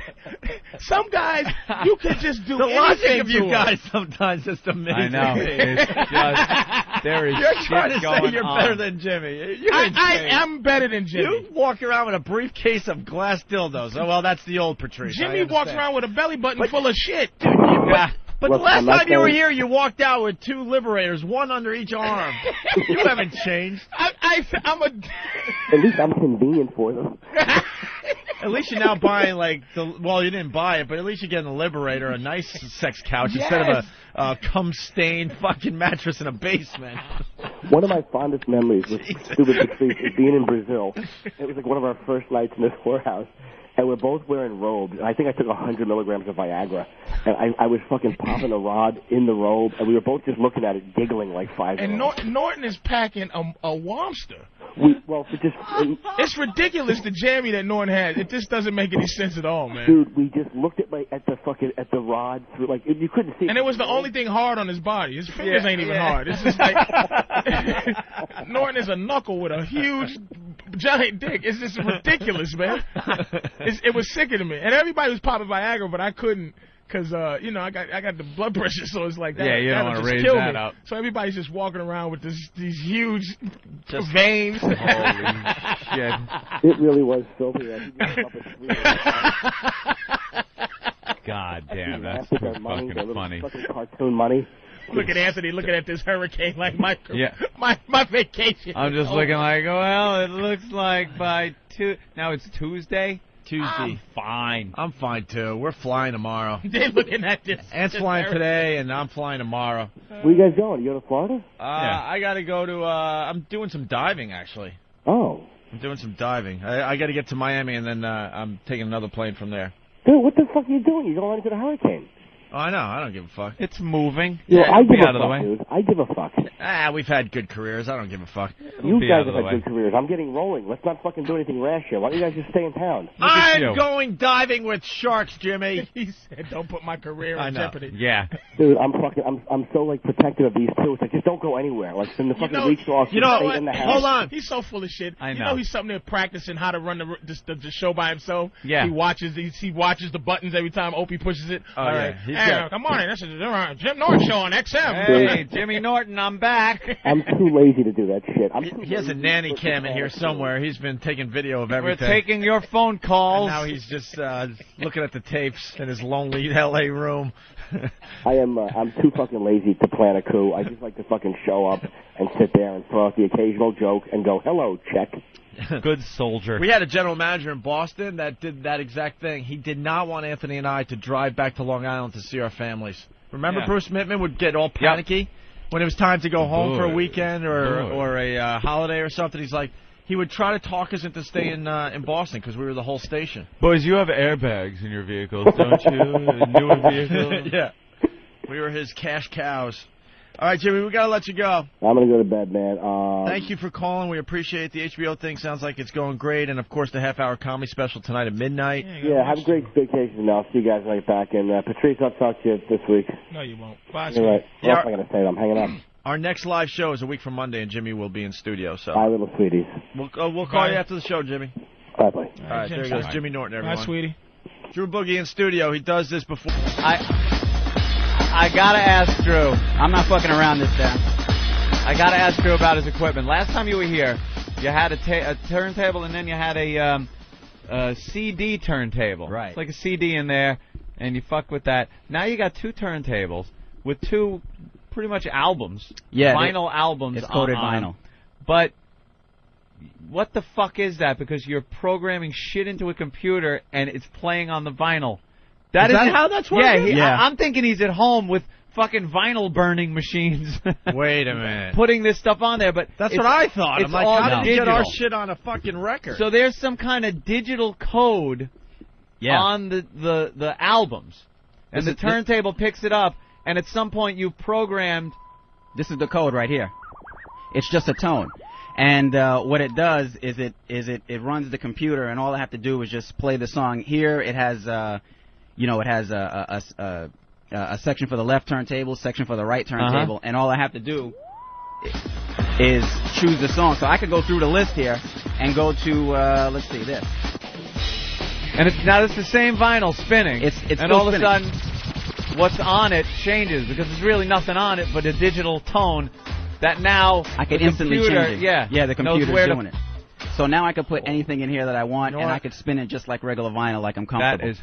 Some guys you could just do
The
anything
logic of
to
you
'em.
guys sometimes is amazing.
I know. It's just there is
You're
shit
trying to say
going
you're
on.
better than Jimmy. You're
I,
insane.
I am better than Jimmy.
You walk around with a briefcase of glass dildos. Oh well, that's the old Patrice. I
Jimmy
understand.
walks around with a belly button full of shit.
Yeah.
But
Look,
the last
I'm not
time you were
saying-
here, you walked out with two liberators, one under each arm. you haven't changed.
I, I, I'm a.
At least I'm convenient for them.
At least you're now buying like the well, you didn't buy it, but at least you're getting a liberator, a nice sex couch instead of a uh, cum stained fucking mattress in a basement.
One of my fondest memories with stupid Patrice is being in Brazil. It was like one of our first nights in this whorehouse, and we're both wearing robes. And I think I took 100 milligrams of Viagra, and I, I was fucking popping a rod in the robe, and we were both just looking at it, giggling like five.
And
year olds.
Nor- Norton is packing a, a Wamster.
we, well, for just
It's ridiculous the jammy that Norton has. It just doesn't make any sense at all, man.
dude, we just looked at my at the fucking at the rod through like you couldn't see.
And it was the only thing hard on his body. His fingers ain't even hard. It's just like Norton is a knuckle with a huge, giant dick. It's just ridiculous, man. It's, it was sickening me, and everybody was popping Viagra, but I couldn't. Cause uh, you know I got I got the blood pressure, so it's like that.
Yeah, you don't
that'll
wanna
just
raise
kill
that
me.
up.
So everybody's just walking around with this, these huge veins.
Holy
It really was filthy. I think we were up at three in the
shit! God
morning,
damn, that's
after
too
their money, their
fucking
little
funny.
Fucking cartoon money.
Look at Anthony looking at this hurricane like my
Yeah.
my my vacation.
I'm just
Oh,
looking like, well, it looks like by two. Now it's Tuesday.
Tuesday.
I'm fine.
I'm fine too. We're flying tomorrow.
They looking at this.
Ant's
this
flying
hurricane.
today, and I'm flying tomorrow.
Where you guys going? You going to Florida?
Uh, I got to go to. Uh, I'm doing some diving actually.
Oh,
I'm doing some diving. I, I got to get to Miami, and then uh, I'm taking another plane from there.
dude, what the fuck are you doing? You're going into the hurricane.
Oh, I know. I don't give a fuck.
It's moving.
You know,
Yeah,
I give
it'll be
a
out of the
fuck,
way.
dude. I give a fuck.
Ah, we've had good careers. I don't give a fuck.
You
be
guys
out
have
of the
had
way.
good careers. I'm getting rolling. Let's not fucking do anything rash here. Why don't you guys just stay in town?
at
I'm
you.
going diving with sharks, Jimmy.
He said, "Don't put my career
I
in
know.
jeopardy."
Yeah.
Dude, I'm fucking. I'm I'm so like protective of these two. It's like just don't go anywhere. Like send the fucking
know-
weeks off.
you
just
know
stay
what?
in the house.
Hold on.
He's so full of shit.
I
You
know.
know he's something there practicing how to run the, the, the, the show by himself.
Yeah.
He watches these. He watches the buttons every time Opie pushes it.
Oh,
All
yeah.
right.
He's
Hey,
got-
good morning. This is the Jim Norton show on XM.
Hey, Jimmy Norton, I'm back.
I'm too lazy to do that shit. I'm too
He, he has a
lazy
nanny
for
cam in
all
here
this.
somewhere. He's been taking video of
We're
everything.
taking your phone calls.
and now he's just uh, looking at the tapes in his lonely L.A. room.
I am. Uh, I'm too fucking lazy to plan a coup. I just like to fucking show up and sit there and throw out the occasional joke and go, "Hello, check."
Good soldier.
we had a general manager in Boston that did that exact thing. He did not want Anthony and I to drive back to Long Island to see our families. Remember,
Yeah. Oh,
Bruce Mittman would get all panicky when it was time to go home for a
Boy. Oh,
weekend or
Boy.
or a uh, holiday or something. He's like, he would try to talk us into staying uh, in Boston because we were the whole station.
Boys, you have airbags in your vehicles, don't you? A newer vehicle.
yeah. We were his cash cows. All right, Jimmy, we got to let you go.
I'm gonna go to bed, man. Um,
Thank you for calling. We appreciate the HBO thing. Sounds like it's going great. And, of course, the half hour comedy special tonight at midnight.
Yeah, have a great vacation. I'll see you guys right back. And uh, Patrice, I'll talk to you this week.
No, you won't. Bye.
All right. What
Yeah.
else am I gonna say? I'm hanging up.
Our next live show is a week from Monday, and Jimmy will be in studio. So
Bye, little sweeties.
we'll, uh, we'll call you
Bye.
after the show, Jimmy.
Bye, bye.
All right, there
Jimmy.
he goes. Jimmy Norton,
Bye,
everyone.
sweetie.
Drew Boogie in studio. He does this before.
I I gotta ask Drew. I'm not fucking around this time.
I gotta ask you about his equipment. Last time you were here, you had a, ta- a turntable and then you had a, um, a CD turntable.
Right.
It's like a CD in there, and you fuck with that. Now you got two turntables with two pretty much albums.
Yeah, they-
Vinyl albums.
it's coated
on-
vinyl.
But what the fuck is that? Because you're programming shit into a computer and it's playing on the vinyl. That
Is that
isn't-
how that's
Yeah,
working?
he,
Yeah.
I, I'm thinking he's at home with fucking vinyl burning machines.
Wait a minute.
putting this stuff on there, but
That's
it's-
what I thought.
It's
I'm like,
all
how did you get our
digital.
shit on a fucking record?
So there's some kind of digital code
Yeah.
on the, the, the albums, and
This
the
is-
turntable picks it up, and at some point you programmed.
This is the code right here. It's just a tone. And uh, what it does is it is it it runs the computer, and all I have to do is just play the song. Here it has, uh, you know, it has a a- a s- a, a section for the left turntable, section for the right
Uh-huh.
turntable, and all I have to do i- is choose the song. So I could go through the list here and go to uh, let's see this.
And it's now it's the same vinyl spinning.
It's- it's
and
still
all of a
spinning.
sudden, what's on it changes because there's really nothing on it but a digital tone that now
I can
the
instantly
computer,
change it.
Yeah,
yeah, the
knows
computer's
where to-
doing it. So now I can put anything in here that I want,
You know
and
what?
I could spin it just like regular vinyl, like I'm
That
comfortable.
is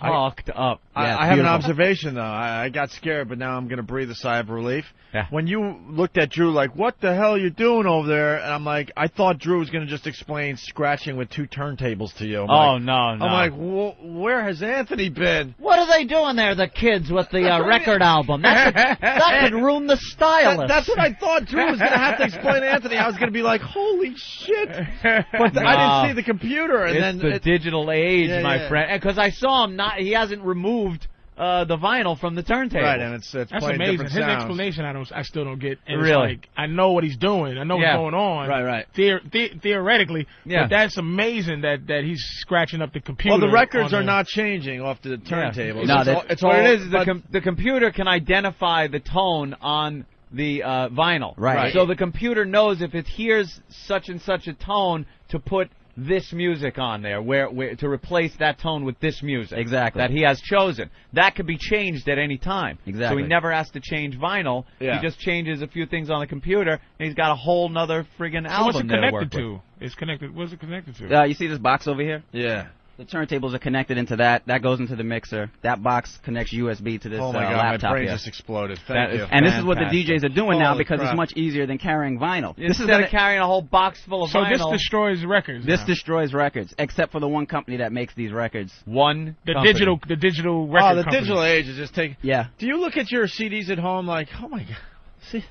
fucked up.
I,
Yeah, it's
I have an
beautiful.
observation though. I, I got scared, but now I'm gonna breathe a sigh of relief.
Yeah.
When you looked at Drew like, "What the hell are you doing over there?" and I'm like, I thought Drew was gonna just explain scratching with two turntables to you. I'm
Oh
like,
no, no.
I'm like, "Wh- where has Anthony been?
What are they doing there, the kids, with the uh, record album? That could, that could ruin the
That,
stylist.
that's what I thought Drew was gonna have to explain to Anthony. I was gonna be like, "Holy shit!" But I
Nah.
didn't see the computer, and
it's
then
the
it-
digital age,
Yeah,
my
yeah.
friend. Because I saw him not. He hasn't removed uh, the vinyl from the turntable.
right, and it's it's
That's
playing
amazing.
different
His
sounds.
explanation, I don't, I still don't get. And it's
Really?
like, I know what he's doing. I know
Yeah.
what's going on.
Right, right.
Theor- the- theoretically,
Yeah.
but that's amazing that that he's scratching up the computer.
Well, the records
on
are
the-
not changing off the turntables.
No,
it's,
that-
all, it's
what
all-
it is is the,
but-
com- the computer can identify the tone on the uh, vinyl.
Right.
So the computer knows if it hears such and such a tone to put this music on there, where, where to replace that tone with this music.
Exactly.
That he has chosen. That could be changed at any time. So
Exactly.
he never has to change vinyl.
Yeah.
He just changes a few things on the computer, and he's got a whole nother friggin'
So what's
album
it
there to work
connected
with.
to? It's connected. What's it connected to?
Uh, you see this box over here?
yeah.
The turntables are connected into that. That goes into the mixer. That box connects USB to this
Oh my
uh,
god,
laptop
my brain
here.
just exploded.
That
Thank
is
you.
and this is what the
fantastic.
DJs are doing now
Holy
because
crap.
it's much easier than carrying vinyl. this is
Instead
an-
of carrying a whole box full of
so
vinyl,
this destroys records.
this
now.
destroys records, except for the one company that makes these records.
one
the
company.
digital the digital
Oh,
record.
the
company.
digital age is just taking.
Yeah.
Do you look at your CDs at home like, oh my god, C-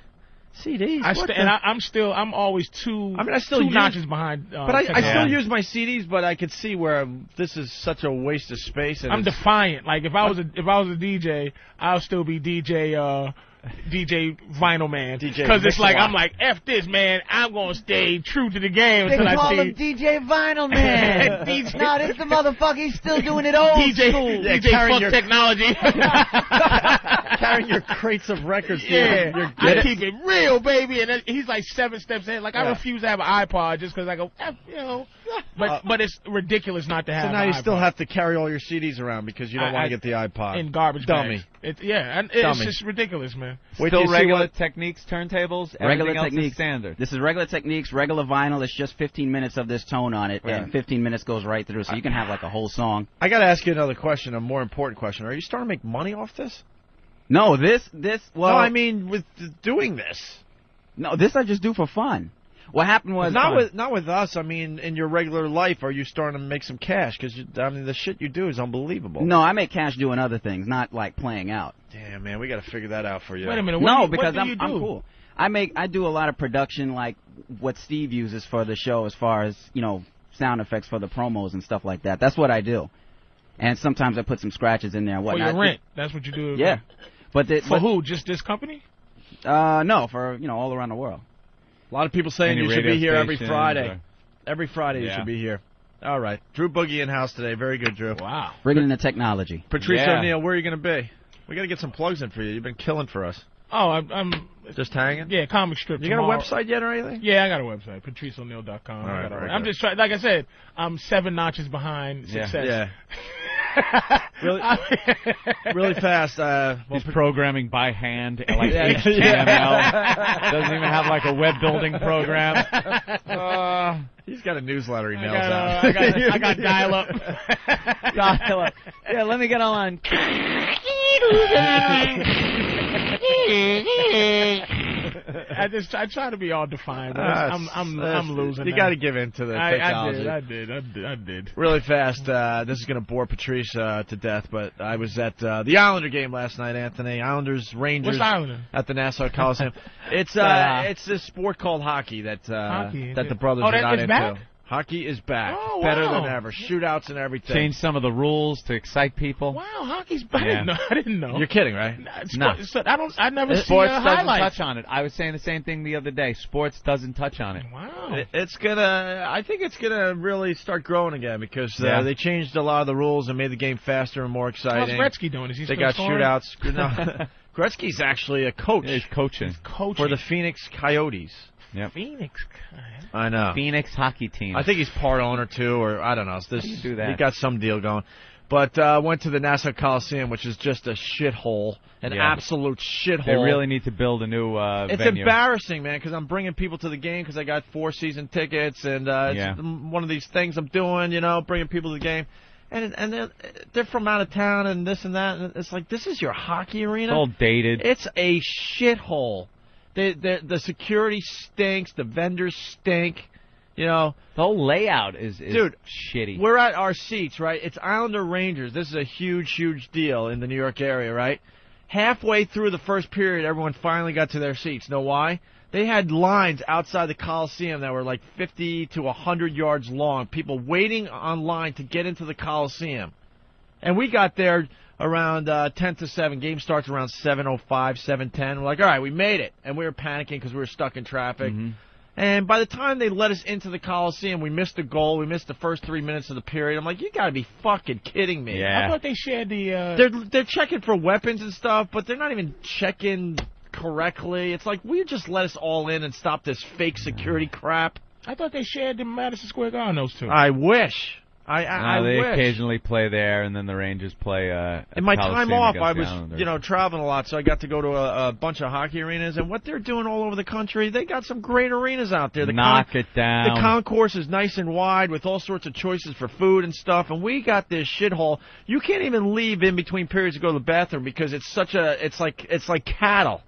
CDs?
I
What
st-
the-
and I, I'm still I'm always two.
I mean, I still
two
use-
notches behind. Uh,
but I, I still
technology.
use my CDs, but I could see where this is such a waste of space. And
I'm
it's-
defiant. Like if I was a if I was a DJ, I'll still be DJ uh DJ Vinyl Man.
DJ
Because it's like
Mix-a-Lot.
I'm like F this man. I'm gonna stay true to the game
They
until I
call
see
him DJ Vinyl Man.
DJ.
Nah, this the motherfucker. He's still doing it old
DJ
school.
Yeah,
DJ
carry
Fuck
your-
Technology.
carrying your crates of records. to
Yeah,
Your, your
I
get-
keep it real, baby. And then he's like seven steps in. Like I
Yeah.
refuse to have an iPod just because I go, F, you know. But
Uh,
but it's ridiculous not to have.
so now
an
you still
iPod.
have to carry all your CDs around because you don't
I-
want
I-
to get the iPod.
in garbage
dummy.
bags. It, yeah, and it's
Dummy.
just ridiculous, man.
Wait till you
Still
see
regular
what-
techniques, turntables,
Regular
everything else is
techniques.
standard.
This is regular techniques, regular vinyl. It's just 15 minutes of this tone on it,
Yeah.
and 15 minutes goes right through, so you can have like a whole song.
I got to ask you another question, a more important question. Are you starting to make money off this?
No, this, this, well,
no, I mean with th- doing this.
no, this I just do for fun. What happened was
not with not with us. I mean, in your regular life, are you starting to make some cash? Because I mean, the shit you do is unbelievable.
No, I make cash doing other things, not like playing out.
Damn, man, we got to figure that out for you.
Wait a minute. What
no,
do you,
because
what do
I'm,
you do?
I'm cool. I make I do a lot of production, like what Steve uses for the show, as far as you know, sound effects for the promos and stuff like that. That's what I do. And sometimes I put some scratches in there. And
For
whatnot.
your rent. That's what you do.
Yeah. But, the,
For who? Just this company?
but uh, no, for you know all around the world.
A lot of people saying
Any
you should be
radio
here every
stations
Friday.
or-
Every Friday you
Yeah.
should be here. All right, Drew Boogie in house today. Very good, Drew.
Wow.
Bringing in the technology.
Patrice
Yeah.
O'Neill, where are you going to be? We got to get some plugs in for you. You've been killing for us.
Oh, I'm. I'm
Just hanging.
yeah, comic strip.
You got a
tomorrow.
website yet or anything?
Yeah, I got a website, patriceo'neill.com.
All right,
I got a-
very
I'm
good.
just trying. Like I said, I'm seven notches behind
Yeah.
success.
Yeah. really, really fast. Uh, well,
He's programming by hand, like
Yeah.
HTML. Doesn't even have like a web building program. Uh,
he's got a newsletter he
I
mails
got, uh,
out.
I got, I got dial up.
dial up. Yeah, let me get on.
I just I try to be all defined. But
Ah,
I'm I'm
that's-
I'm losing.
You
now.
got to give in to the
I, I
technology.
did. I did. I did. I did.
Really fast. Uh, this is going to bore Patrice uh, to death, but I was at uh, the Islander game last night, Anthony. Islanders Rangers
What's Islander?
at the Nassau Coliseum. it's uh,
Uh,
it's this sport called hockey that uh,
Hockey,
that
yeah.
the brothers
Oh,
are
that
not
is
into.
back?
Hockey is back,
Oh,
better
wow.
than ever. Shootouts and everything.
Change some of the rules to excite people.
Wow, hockey's bad.
Yeah.
No, I didn't know.
You're kidding, right?
Nah,
Nah.
sport- so I don't. I never see
Sports
uh,
doesn't
highlights.
touch on it. I was saying the same thing the other day. Sports doesn't touch on it.
Wow.
It- It's gonna. I think it's gonna really start growing again because uh,
Yeah.
they changed a lot of the rules and made the game faster and more
How's
exciting.
Gretzky doing? Is he
They
still
got
scoring?
shootouts. No. Gretzky's actually a coach
It's coaching.
Coaching.
for the Phoenix Coyotes.
Yep.
Phoenix. God.
I know.
Phoenix hockey team.
I think he's part owner too, or I don't know. It's this,
do you do that?
He got some deal going. But uh, went to the Nassau Coliseum, which is just a shithole, an
Yeah.
absolute shithole.
they really need to build a new uh,
It's
venue.
embarrassing, man, because I'm bringing people to the game because I got four season tickets, and uh,
Yeah.
it's m- one of these things I'm doing, you know, bringing people to the game. And and they're, they're from out of town and this and that. And it's like this is your hockey
It's
arena.
all dated.
It's a shithole. The, the the security stinks. The vendors stink. You know,
the whole layout is, is
Dude,
shitty.
we're at our seats, right? It's Islander Rangers. This is a huge, huge deal in the New York area, right? Halfway through the first period, everyone finally got to their seats. Know why? They had lines outside the Coliseum that were like 50 to 100 yards long. People waiting on line to get into the Coliseum, and we got there around uh, 10 to 7. Game starts around 7:05, 7:10. We're like, all right, we made it, and we were panicking because we were stuck in traffic. And by the time they let us into the Coliseum, we missed the goal. We missed the first three minutes of the period. I'm like, you got to be fucking kidding me.
I
yeah.
thought they shared the. Uh,
They're, they're checking for weapons and stuff, but they're not even checking correctly. It's like, we just let us all in and stop this fake security crap? Uh,
I thought they shared the Madison Square Garden. Those two.
I wish. I, I,
No,
I
Uh, they
wish.
occasionally play there, and then the Rangers play. Uh, at
In my
Coliseum
time off,
against
I
the
was,
Islanders.
you know, traveling a lot, so I got to go to a, a bunch of hockey arenas. And what they're doing all over the country, they got some great arenas out there. The
knock
con-
it down.
The concourse is nice and wide with all sorts of choices for food and stuff, and we got this shithole. You can't even leave in between periods to go to the bathroom because it's such a it's like it's like cattle.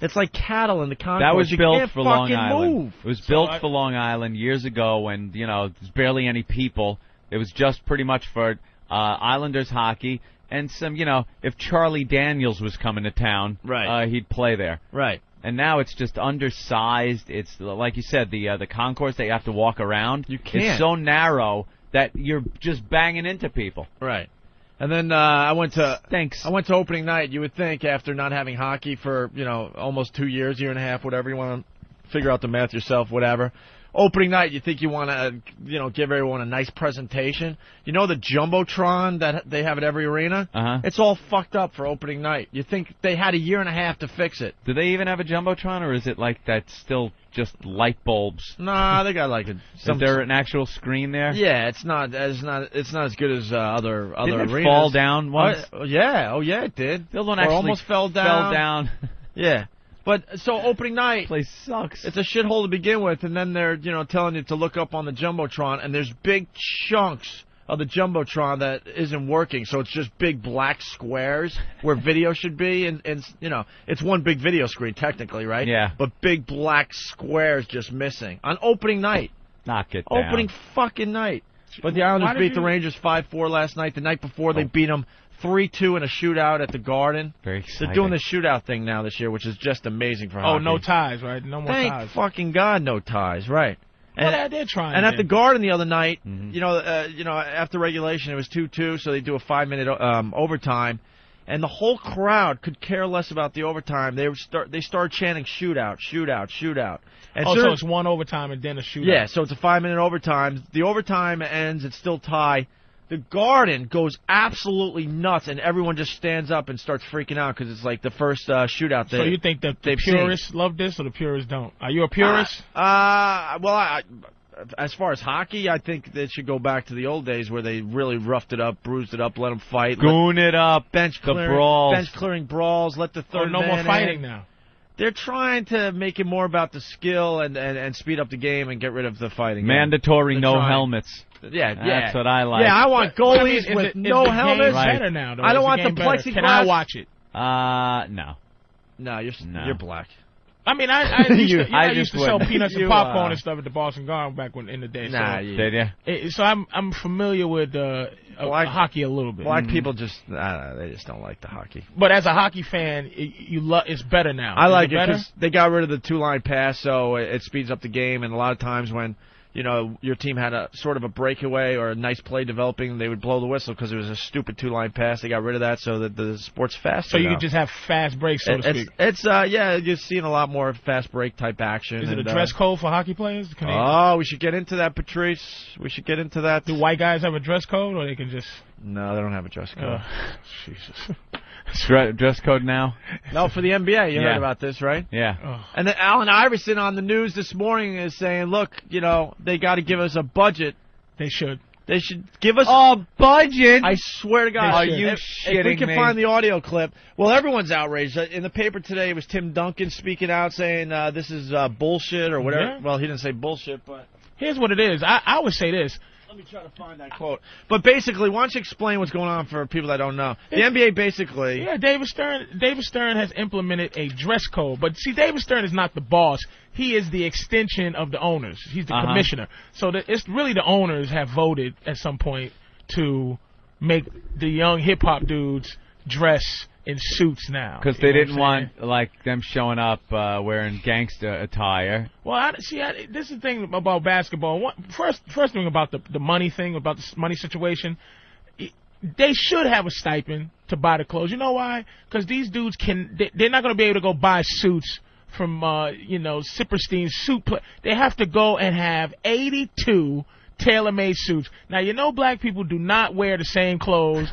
It's like cattle in the concourse.
that was
you
built
can't
for
fucking
Long Island.
move.
It was built
I-
for Long Island years ago when you know there's barely any people. It was just pretty much for uh, Islanders hockey and some. You know, if Charlie Daniels was coming to town,
Right.
uh, he'd play there.
Right.
And now it's just undersized. It's like you said, the uh, the concourse that you have to walk around.
You can't.
It's so narrow that you're just banging into people.
Right. And then uh, I went to
Thanks.
I went to opening night. You would think after not having hockey for you know almost two years, year and a half, whatever you want to figure out the math yourself, whatever. Opening night, you think you want to you know give everyone a nice presentation. You know the jumbotron that they have at every arena.
Uh-huh.
It's all fucked up for opening night. You think they had a year and a half to fix it?
Do they even have a jumbotron, or is it like that still just light bulbs?
Nah, they got like a, some.
is there an actual screen there?
yeah, it's not as not it's not as good as uh, other other
Didn't it
arenas.
fall down once?
Oh, yeah, oh yeah, it did.
Still don't
Or
actually
almost fell
Fell
down.
down.
Yeah. But so opening night,
Place sucks.
it's a shithole to begin with, and then they're you know telling you to look up on the jumbotron, and there's big chunks of the jumbotron that isn't working, so it's just big black squares where video should be, and and you know it's one big video screen technically, right?
Yeah.
But big black squares just missing on opening night,
Knock it down.
opening fucking night. But the Islanders
Why did
beat the
you-
Rangers five four last night. The night before they
Oh.
beat them three two in a shootout at the Garden.
Very
They're
exciting.
doing the shootout thing now this year, which is just amazing for
oh,
hockey.
no ties, right? No more
Thank
ties.
fucking God, no ties, right?
Well,
And,
they're, they're trying.
and at
then.
the Garden the other night,
Mhm.
you know, uh, you know, after regulation it was two two, so they do a five minute um, overtime, and the whole crowd could care less about the overtime. They would start they start chanting shootout, shootout, shootout. And
oh,
soon
so it's
as-
one overtime and then a shootout.
yeah, so it's a five minute overtime. The overtime ends, it's still tie. The garden goes absolutely nuts, and everyone just stands up and starts freaking out because it's like the first uh, shootout.
So
that-
you think that the
they've seen.
purists love this or the purists don't? Are you a purist?
Uh, uh, well, I, as far as hockey, I think that should go back to the old days where they really roughed it up, bruised it up, let them fight. let-
Goon it up.
bench
the
clearing,
brawls.
bench clearing brawls. Let the
or
third
Oh, no more
man
fighting
in.
now?
They're trying to make it more about the skill and, and, and speed up the game and get rid of the fighting.
Mandatory
They're
no
trying.
helmets.
Yeah,
That's
yeah.
what I like.
Yeah, I want goalies
I mean, is
with
it- is
no
the game
helmets.
Right.
Better now, though?
I don't
Is the
want
game
the
better? Can I
plexiglass-
watch it?
Uh, no.
No, you're s
No.
you're black.
I mean, I, I used
You-
to, you know,
I
I used
just
to sell
wouldn't.
peanuts
You,
and popcorn
uh,
and stuff at the Boston Garden back when in the day.
Nah,
so,
you-
Did ya?
it- so I'm I'm familiar with uh, uh,
Black-
hockey a little bit.
Mm.
Black people just uh, they just don't like the hockey.
But as a hockey fan, it, you lo- it's better now.
I
Is
like it
better?
because they got rid of the two line pass, so it, it speeds up the game. And a lot of times when you know your team had a sort of a breakaway or a nice play developing, they would blow the whistle because it was a stupid two line pass. They got rid of that so that the sport's faster.
so you
now.
can just have fast breaks, so
It-
to
it's
speak.
it's uh yeah you're seeing a lot more fast break type action.
Is it a
and,
dress
uh,
code for hockey players? Can they,
Oh, we should get into that, Patrice. We should get into that.
do white guys have a dress code, or they can just
No, they don't have a dress code.
Uh, Jesus.
Dre- Dress code now?
no, for the NBA, you
Yeah.
heard about this, right?
Yeah.
Oh.
And then Allen Iverson on the news this morning is saying, look, you know, they got to give us a budget.
They should.
They should give us.
A budget?
I swear to God.
Are you
if, if we
shitting
can
me?
find the audio clip, well, everyone's outraged. Uh, In the paper today, it was Tim Duncan speaking out saying uh, this is uh, bullshit or whatever.
Yeah.
Well, he didn't say bullshit, but
Here's what it is. I, I would say this.
let me try to find that quote. But basically, why don't you explain what's going on for people that don't know? The NBA basically.
Yeah, David Stern. David Stern has implemented a dress code, but see, David Stern is not the boss. He is the extension of the owners. He's the
Uh-huh.
commissioner. So the, it's really the owners have voted at some point to make the young hip hop dudes dress in suits now
Because
You
they
know what I'm
didn't
saying?
want like them showing up uh, wearing gangster attire.
Well, I, see, I, this is the thing about basketball. One, first, first thing about the the money thing, about the s- money situation. i- They should have a stipend to buy the clothes. You know why? Because these dudes can. They, they're not going to be able to go buy suits from uh, you know Zipperstein's suit. Pla- they have to go and have eighty two tailor-made suits. Now you know black people do not wear the same clothes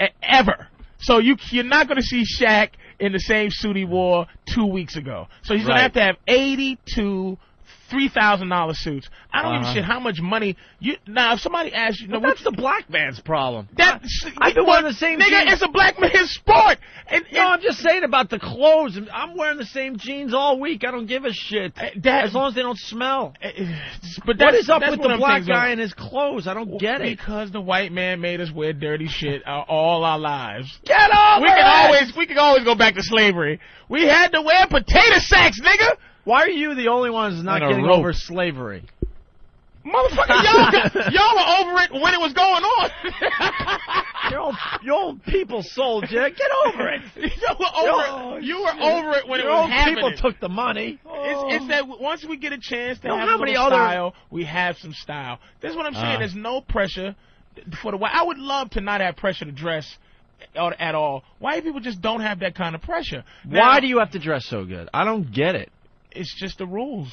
e- ever. So you you're not going to see Shaq in the same suit he wore two weeks ago. So he's going
Right.
to have to have 82 three thousand dollar suits. I don't give
Uh-huh.
a shit how much money you. Now if somebody asks you, no,
Well, that's the black man's problem.
that's
I've been wearing the same
nigga.
jeans.
It's a black man's sport. And,
No, I'm just saying about the clothes. I'm wearing the same jeans all week. I don't give a shit.
and Uh, that, Uh,
As long as they don't smell.
but
What
that's,
is up
that's
with
one
the
of them
black
things,
guy
though.
and his clothes? I don't get it.
Because the white man made us wear dirty shit our, all our lives.
Get off!
We can always we can always go back to slavery. We had to wear potato sacks, nigga.
Why are you the only ones not
And a
getting
rope.
over slavery?
Motherfucker, y'all y'all were over it when it was going on.
You're old, you're old people, soldier. Get over it. Oh,
y'all were over it. You were over it when it
Your
was
old
happening.
people took the money.
It's, it's that w- once we get a chance to
No,
have
how
a
many
little
other-
style, we have some style. That's what I'm saying.
Uh.
Uh-huh.
There's no pressure th- for the white. I would love to not have pressure to dress at at all. White people just don't have that kind of pressure.
Why do you have to dress so good? I don't get it.
It's just the rules.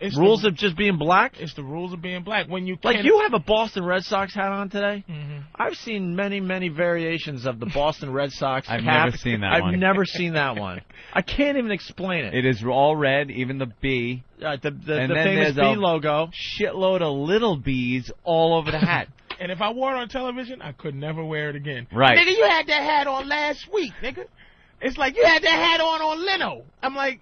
It's
Rules
the,
of just being black?
It's the rules of being black. When you
Like
can-
you have a Boston Red Sox hat on today.
Mhm.
I've seen many, many variations of the Boston Red Sox
I've
cap.
never seen that
I've
one.
never seen that one. I can't even explain it.
It is all red, even the B.
Uh, the the,
And
the
then
famous
there's
B
a-
logo.
Shitload of little bees all over the hat.
and if I wore it on television, I could never wear it again.
Right.
Nigga, you had that hat on last week, nigga. It's like you had that hat on on Leno. I'm like,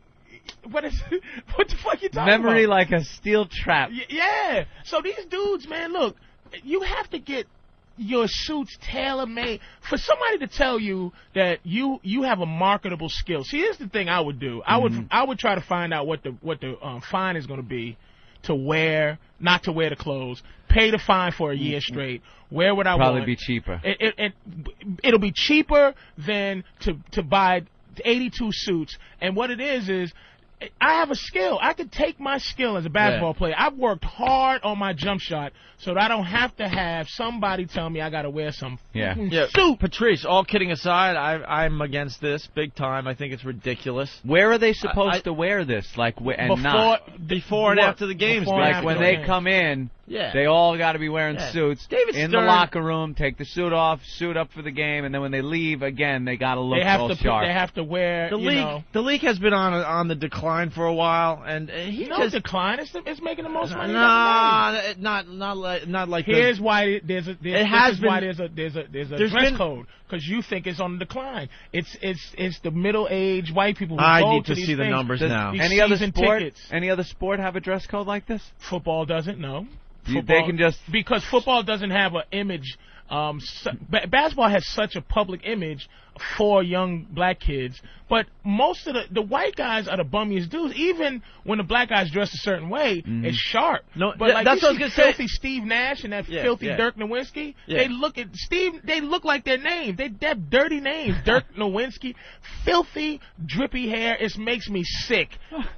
what is? What the fuck you talking about?
Memory like a steel trap.
Y- Yeah. So these dudes, man, look, you have to get your suits tailor made for somebody to tell you that you you have a marketable skill. See, here's the thing I would do. I
Mm-hmm.
would I would try to find out what the what the um, fine is going to be to wear, not to wear the clothes, pay the fine for a year straight. Where would I
Mm-hmm. Probably
want-
be cheaper.
it, it, it it'll be cheaper than to to buy 82 suits. And what it is is I have a skill. I could take my skill as a basketball player. I've worked hard on my jump shot so that I don't have to have somebody tell me I got to wear some
Yeah.
fucking
Yeah.
suit.
Patrice, all kidding aside, I, I'm against this big time. I think it's ridiculous.
Where are they supposed
I-
to wear this? Like wh- and
Before
not
Before and
What?
after the games,
Before and
like
after
when
the
they
games.
come in.
Yeah.
They all got to be wearing
Yeah.
suits
David
in the
Stern-
locker room. Take the suit off, suit up for the game, and then when they leave again, they got to look
They have
all
to put,
sharp.
they have to wear
the
you
league,
know.
the league has been on on the decline for a while, and uh, he
No
just
decline. It's, the, it's making the most
nah,
money.
nah, Uh, not not like not like the-
Here's why it- there's a there's,
It has
this is why
been-
there's a there's a there's a
There's
dress
been-
code because you think it's on the decline. It's it's it's the middle aged white people. Who
I
go
need to
these
see the
things.
numbers
Does
now.
These
any other
season
sport?
tickets.
Any other sport have a dress code like this?
Football doesn't know.
You-
Football,
they can just-
because football doesn't have an image. Um, su- ba- basketball has such a public image for young black kids, but most of the the white guys are the bummiest dudes. Even when the black guys dress a certain way, it's sharp.
Mm-hmm. No,
but
yeah,
like
that's
you
what I
see
was gonna say.
filthy Steve Nash and that
Yeah,
filthy
yeah.
Dirk Nowinski.
Yeah.
They look at Steve. They look like their names. They they have dirty names. Dirk Nowinski, filthy, drippy hair. It makes me sick.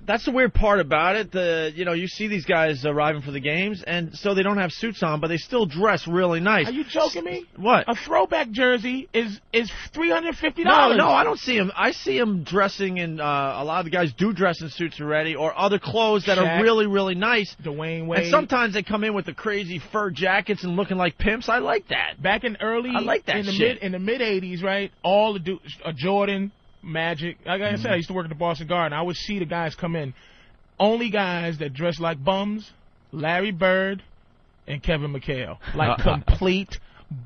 That's the weird part about it. The you know you see these guys arriving for the games, and so they don't have suits on, but they still dress really nice.
Are you joking me?
What?
A throwback jersey is is $300 hundred fifty
No,
dollars.
no, I don't see him. I see him dressing in. Uh, a lot of the guys do dress in suits already, or other clothes that
Shaq.
are really, really nice.
Dwayne Wade.
And sometimes they come in with the crazy fur jackets and looking like pimps. I like that.
back in early
I like that
in the
shit.
mid in the mid eighties, right? All the dudes, uh, Jordan, Magic. Like I
Mm-hmm.
said, I used to work at the Boston Garden. I would see the guys come in. Only guys that dress like bums: Larry Bird and Kevin McHale. Like complete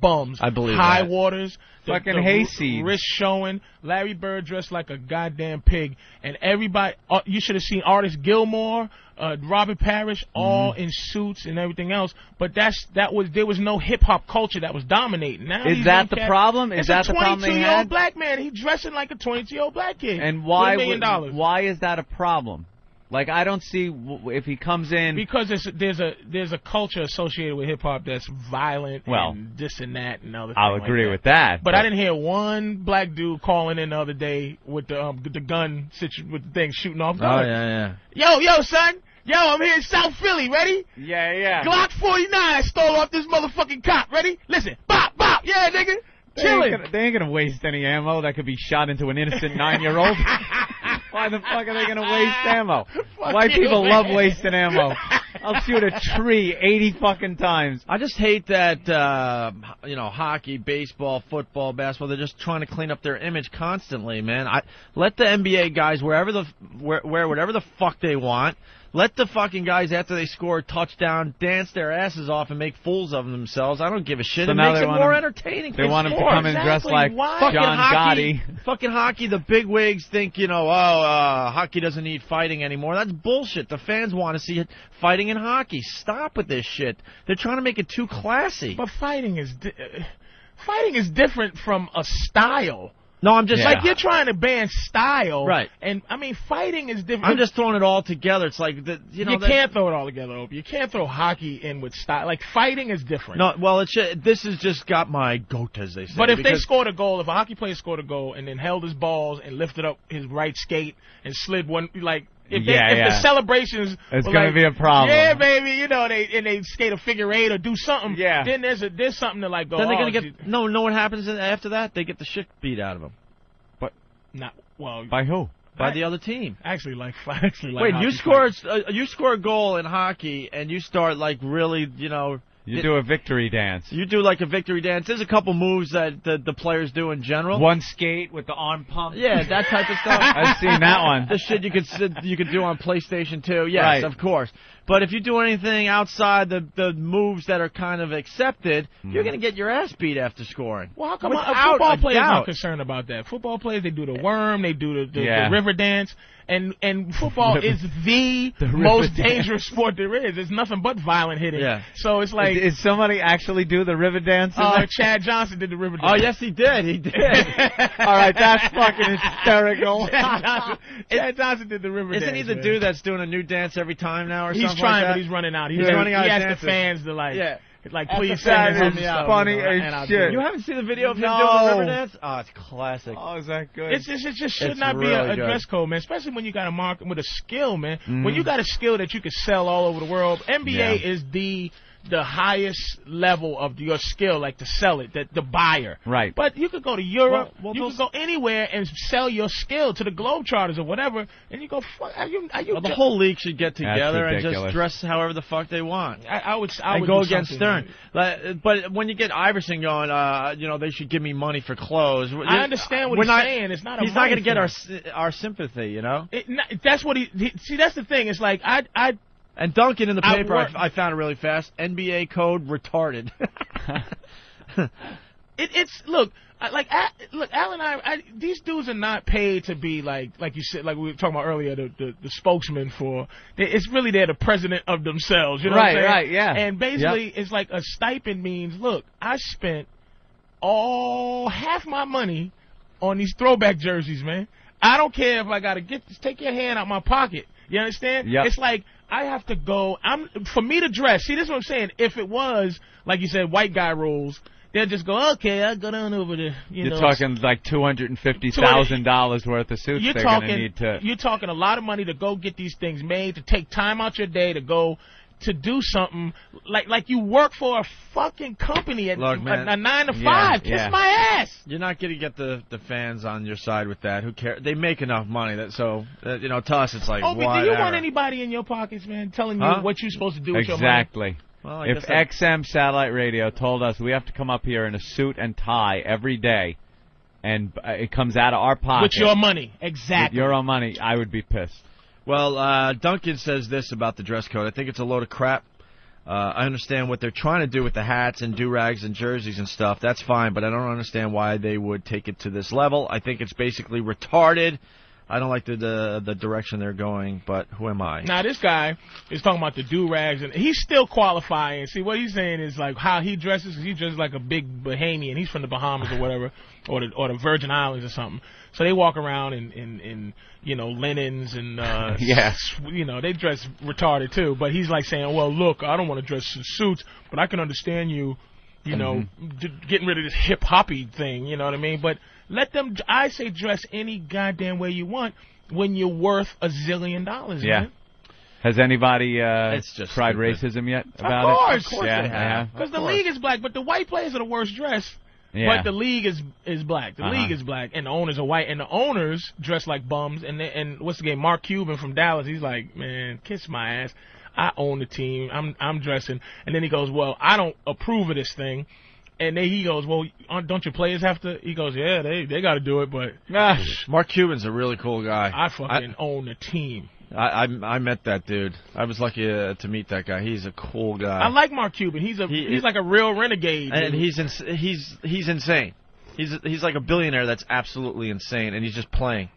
bums.
I believe
high
that.
waters, the-
Fucking
the
hayseeds.
wrist showing. Larry Bird dressed like a goddamn pig, and everybody. Uh, you should have seen artists Gilmore, uh, Robert Parrish,
Mm-hmm.
all in suits and everything else. But that's that was there was no hip hop culture that was dominating. Now
Is
these
that
young
the
cats-
problem? Is
It's
that
a
the problem they
22 year
had?
old black man. He's dressing like a 22 year old black kid.
And
with
why
a million
would,
dollars?
why is that a problem? Like I don't see w- if he comes in.
Because there's there's a there's a culture associated with hip hop that's violent
Well,
and this and that and other.
I'll
thing like
agree
that.
with that.
But I didn't hear one black dude calling in the other day with the um, the gun situ- with the thing shooting off.
Oh
guns.
yeah,
Yo, yo, son. Yo, I'm here in South Philly. Ready?
Yeah, yeah.
Glock 49 stole off this motherfucking cop. Ready? Listen. Bop, bop. Yeah, nigga.
They ain't,
Chilling.
gonna, they ain't gonna waste any ammo that could be shot into an innocent nine-year-old. Why the fuck are they gonna waste ammo?
Fuck
White
you,
people
man.
love wasting ammo. I'll shoot a tree eighty fucking times.
I just hate that uh, you know hockey, baseball, football, basketball. They're just trying to clean up their image constantly, man. I let the NBA guys wherever the wear, wear whatever the fuck they want. Let the fucking guys after they score a touchdown dance their asses off and make fools of themselves. I don't give a shit.
So
it
now
makes
they
it
want
more
them-
entertaining.
They
for
want him to
sports.
come in dressed
Exactly.
like
Why?
John
Fucking hockey,
Gotti.
fucking hockey. The big wigs think you know. Oh, uh, hockey doesn't need fighting anymore. That's bullshit. The fans want to see it fighting in hockey. Stop with this shit. They're trying to make it too classy.
But fighting is di- uh, fighting is different from a style.
No, I'm just
Like you're trying to ban style,
Right.
And I mean, fighting is different.
I'm just throwing it all together. It's like the
you,
you know that-
can't throw it all together. Ope. You can't throw hockey in with style. Like fighting is different.
No, well, it's just, this has just got my goat as they say.
But if they
because-
scored a goal, if a hockey player scored a goal and then held his balls and lifted up his right skate and slid one, like if, they,
Yeah,
if
yeah.
the celebrations,
It's
were
gonna
like,
be a problem.
Yeah, baby, you know they and they skate a figure eight or do something.
Yeah.
Then there's a there's something to like go.
then they're
oh,
gonna get
gee,
no. Know what happens after that? They get the shit beat out of them
not well.
By who?
by the other team.
Actually, like I actually like.
Wait,
hockey
you
fights.
score uh, you score a goal in hockey and you start like really you know
You do a victory dance.
you do like a victory dance. There's a couple moves that the, the players do in general.
One skate with the arm pump.
Yeah, that type of stuff.
I've seen that one.
the shit you could sit, you could do on PlayStation 2. Yes,
Right.
of course. But if you do anything outside the the moves that are kind of accepted, you're
Hmm.
gonna get your ass beat after scoring.
Well, how come
Without
a
a
football players
doubt.
not concerned about that? Football players they do the worm, they do the, the, the
Yeah.
river dance, and and football
River-
is the,
The river
most
dance.
dangerous sport there is. It's nothing but violent hitting.
Yeah.
So it's like
Did somebody actually do the river dance? in
uh,
there?
Chad Johnson did the river dance.
Oh yes, he did. He did.
All right, that's fucking hysterical.
Chad Johnson, Chad Johnson did the river
Isn't
dance.
he the
man.
dude that's doing a new dance every time now, or
He's
something
trying,
like that?
but he's running out. He's
He's running out
He
of
asked
dances.
the fans to like,
Yeah.
like
That's
please
the
send
fact,
us help
it's
me out.
funny
you know,
as
and I'll
shit.
do
You
it.
haven't seen the video of him
No.
doing the river dance? Oh, it's classic.
Oh, is that good?
It's just, it just should
It's
not be
really
a, a
good. Mm.
dress code, man. Especially when you got a mark with a skill, man. When you got a skill that you can sell all over the world, NBA is the the highest level of your skill, like to sell it, that the buyer.
Right.
But you could go to Europe,
Well- well,
you
those-
could go anywhere and sell your skill to the Globetrotters or whatever, and you go, fuck, are you, are you
Well, the
ju-
whole league should get together and just
ridiculous.
dress however the fuck they want.
I, I would, I
I
would
go
do
against
something, man.
Stern. Like, But when you get Iverson going, uh, you know they should give me money for clothes.
I understand what
We're
he's
not-
saying. It's not a
He's not
money
going to get
thing.
our sy- our sympathy, you know.
It, not, that's what he, he. See, that's the thing. It's like I, I
And Duncan in the
I
paper,
work-
I, I found it really fast. NBA code retarded.
it, it's look I- like I, look Alan and I, I these dudes are not paid to be like like you said like we were talking about earlier the the, the spokesman for they, it's really they're the president of themselves you know
Right,
what I'm
right,
saying?
yeah.
and basically it's like a stipend means look I spent all half my money on these throwback jerseys man I don't care if I gotta get take your hand out my pocket you understand
Yep.
it's like I have to go. I'm for me to dress. See, this is what I'm saying. If it was like you said, white guy rules, they'll just go, okay, I'll go down over to you
You're
know.
talking like two hundred and fifty thousand dollars worth of suits
You're
they're
talking.
gonna need to.
You're talking a lot of money to go get these things made, to take time out your day to go to do something like like you work for a fucking company at
Look,
a-
man.
a, nine to
Yeah,
five. Kiss
yeah.
my ass.
You're not going to get the, the fans on your side with that. Who care? They make enough money that so uh, you know to us it's like
Opie, do
whatever.
you want anybody in your pockets, man, telling you
Huh?
what you're supposed to do with your money?
Exactly.
Well, I
if
guess that-
XM Satellite Radio told us we have to come up here in a suit and tie every day, and uh, it comes out of our pocket
With your money.
with
Exactly.
your own money, I would be pissed.
Well, uh, Duncan says this about the dress code. I think it's a load of crap. Uh, I understand what they're trying to do with the hats and do rags and jerseys and stuff. That's fine, but I don't understand why they would take it to this level. I think it's basically retarded. I don't like the the, the direction they're going, but who am I?
Now this guy is talking about the do rags, and he's still qualifying. See what he's saying is like how he dresses. 'cause He dresses like a big Bahamian. He's from the Bahamas or whatever, or the or the Virgin Islands or something. So they walk around in in, in you know linens and uh,
Yeah.
s- you know they dress retarded too. But he's like saying, well, look, I don't want to dress in suits, but I can understand you. You know, d- getting rid of this hip hoppy thing. You know what I mean? But let them. I say dress any goddamn way you want when you're worth a zillion dollars.
Yeah.
man.
Has anybody uh,
It's just
tried
stupid.
racism yet about it?
course, of course
yeah,
they
yeah,
have.
Because the
course.
league is black, but the white players are the worst dressed.
yeah.
But the league is is black. The
Uh-huh.
league is black, and the owners are white, and the owners dress like bums. And they, and what's the game? Mark Cuban from Dallas. He's like, man, kiss my ass. I own the team. I'm I'm dressing. And then he goes, well, I don't approve of this thing. And then he goes, well, aren't- don't your players have to? He goes, yeah, they they got to do it, but
Ah,
Mark Cuban's a really cool guy.
I fucking own the team.
I, I I met that dude. I was lucky uh, to meet that guy. He's a cool guy.
I like Mark Cuban. He's a
He
he's
is-
like a real renegade.
and
dude.
he's ins- he's he's insane. He's he's like a billionaire that's absolutely insane, and he's just playing.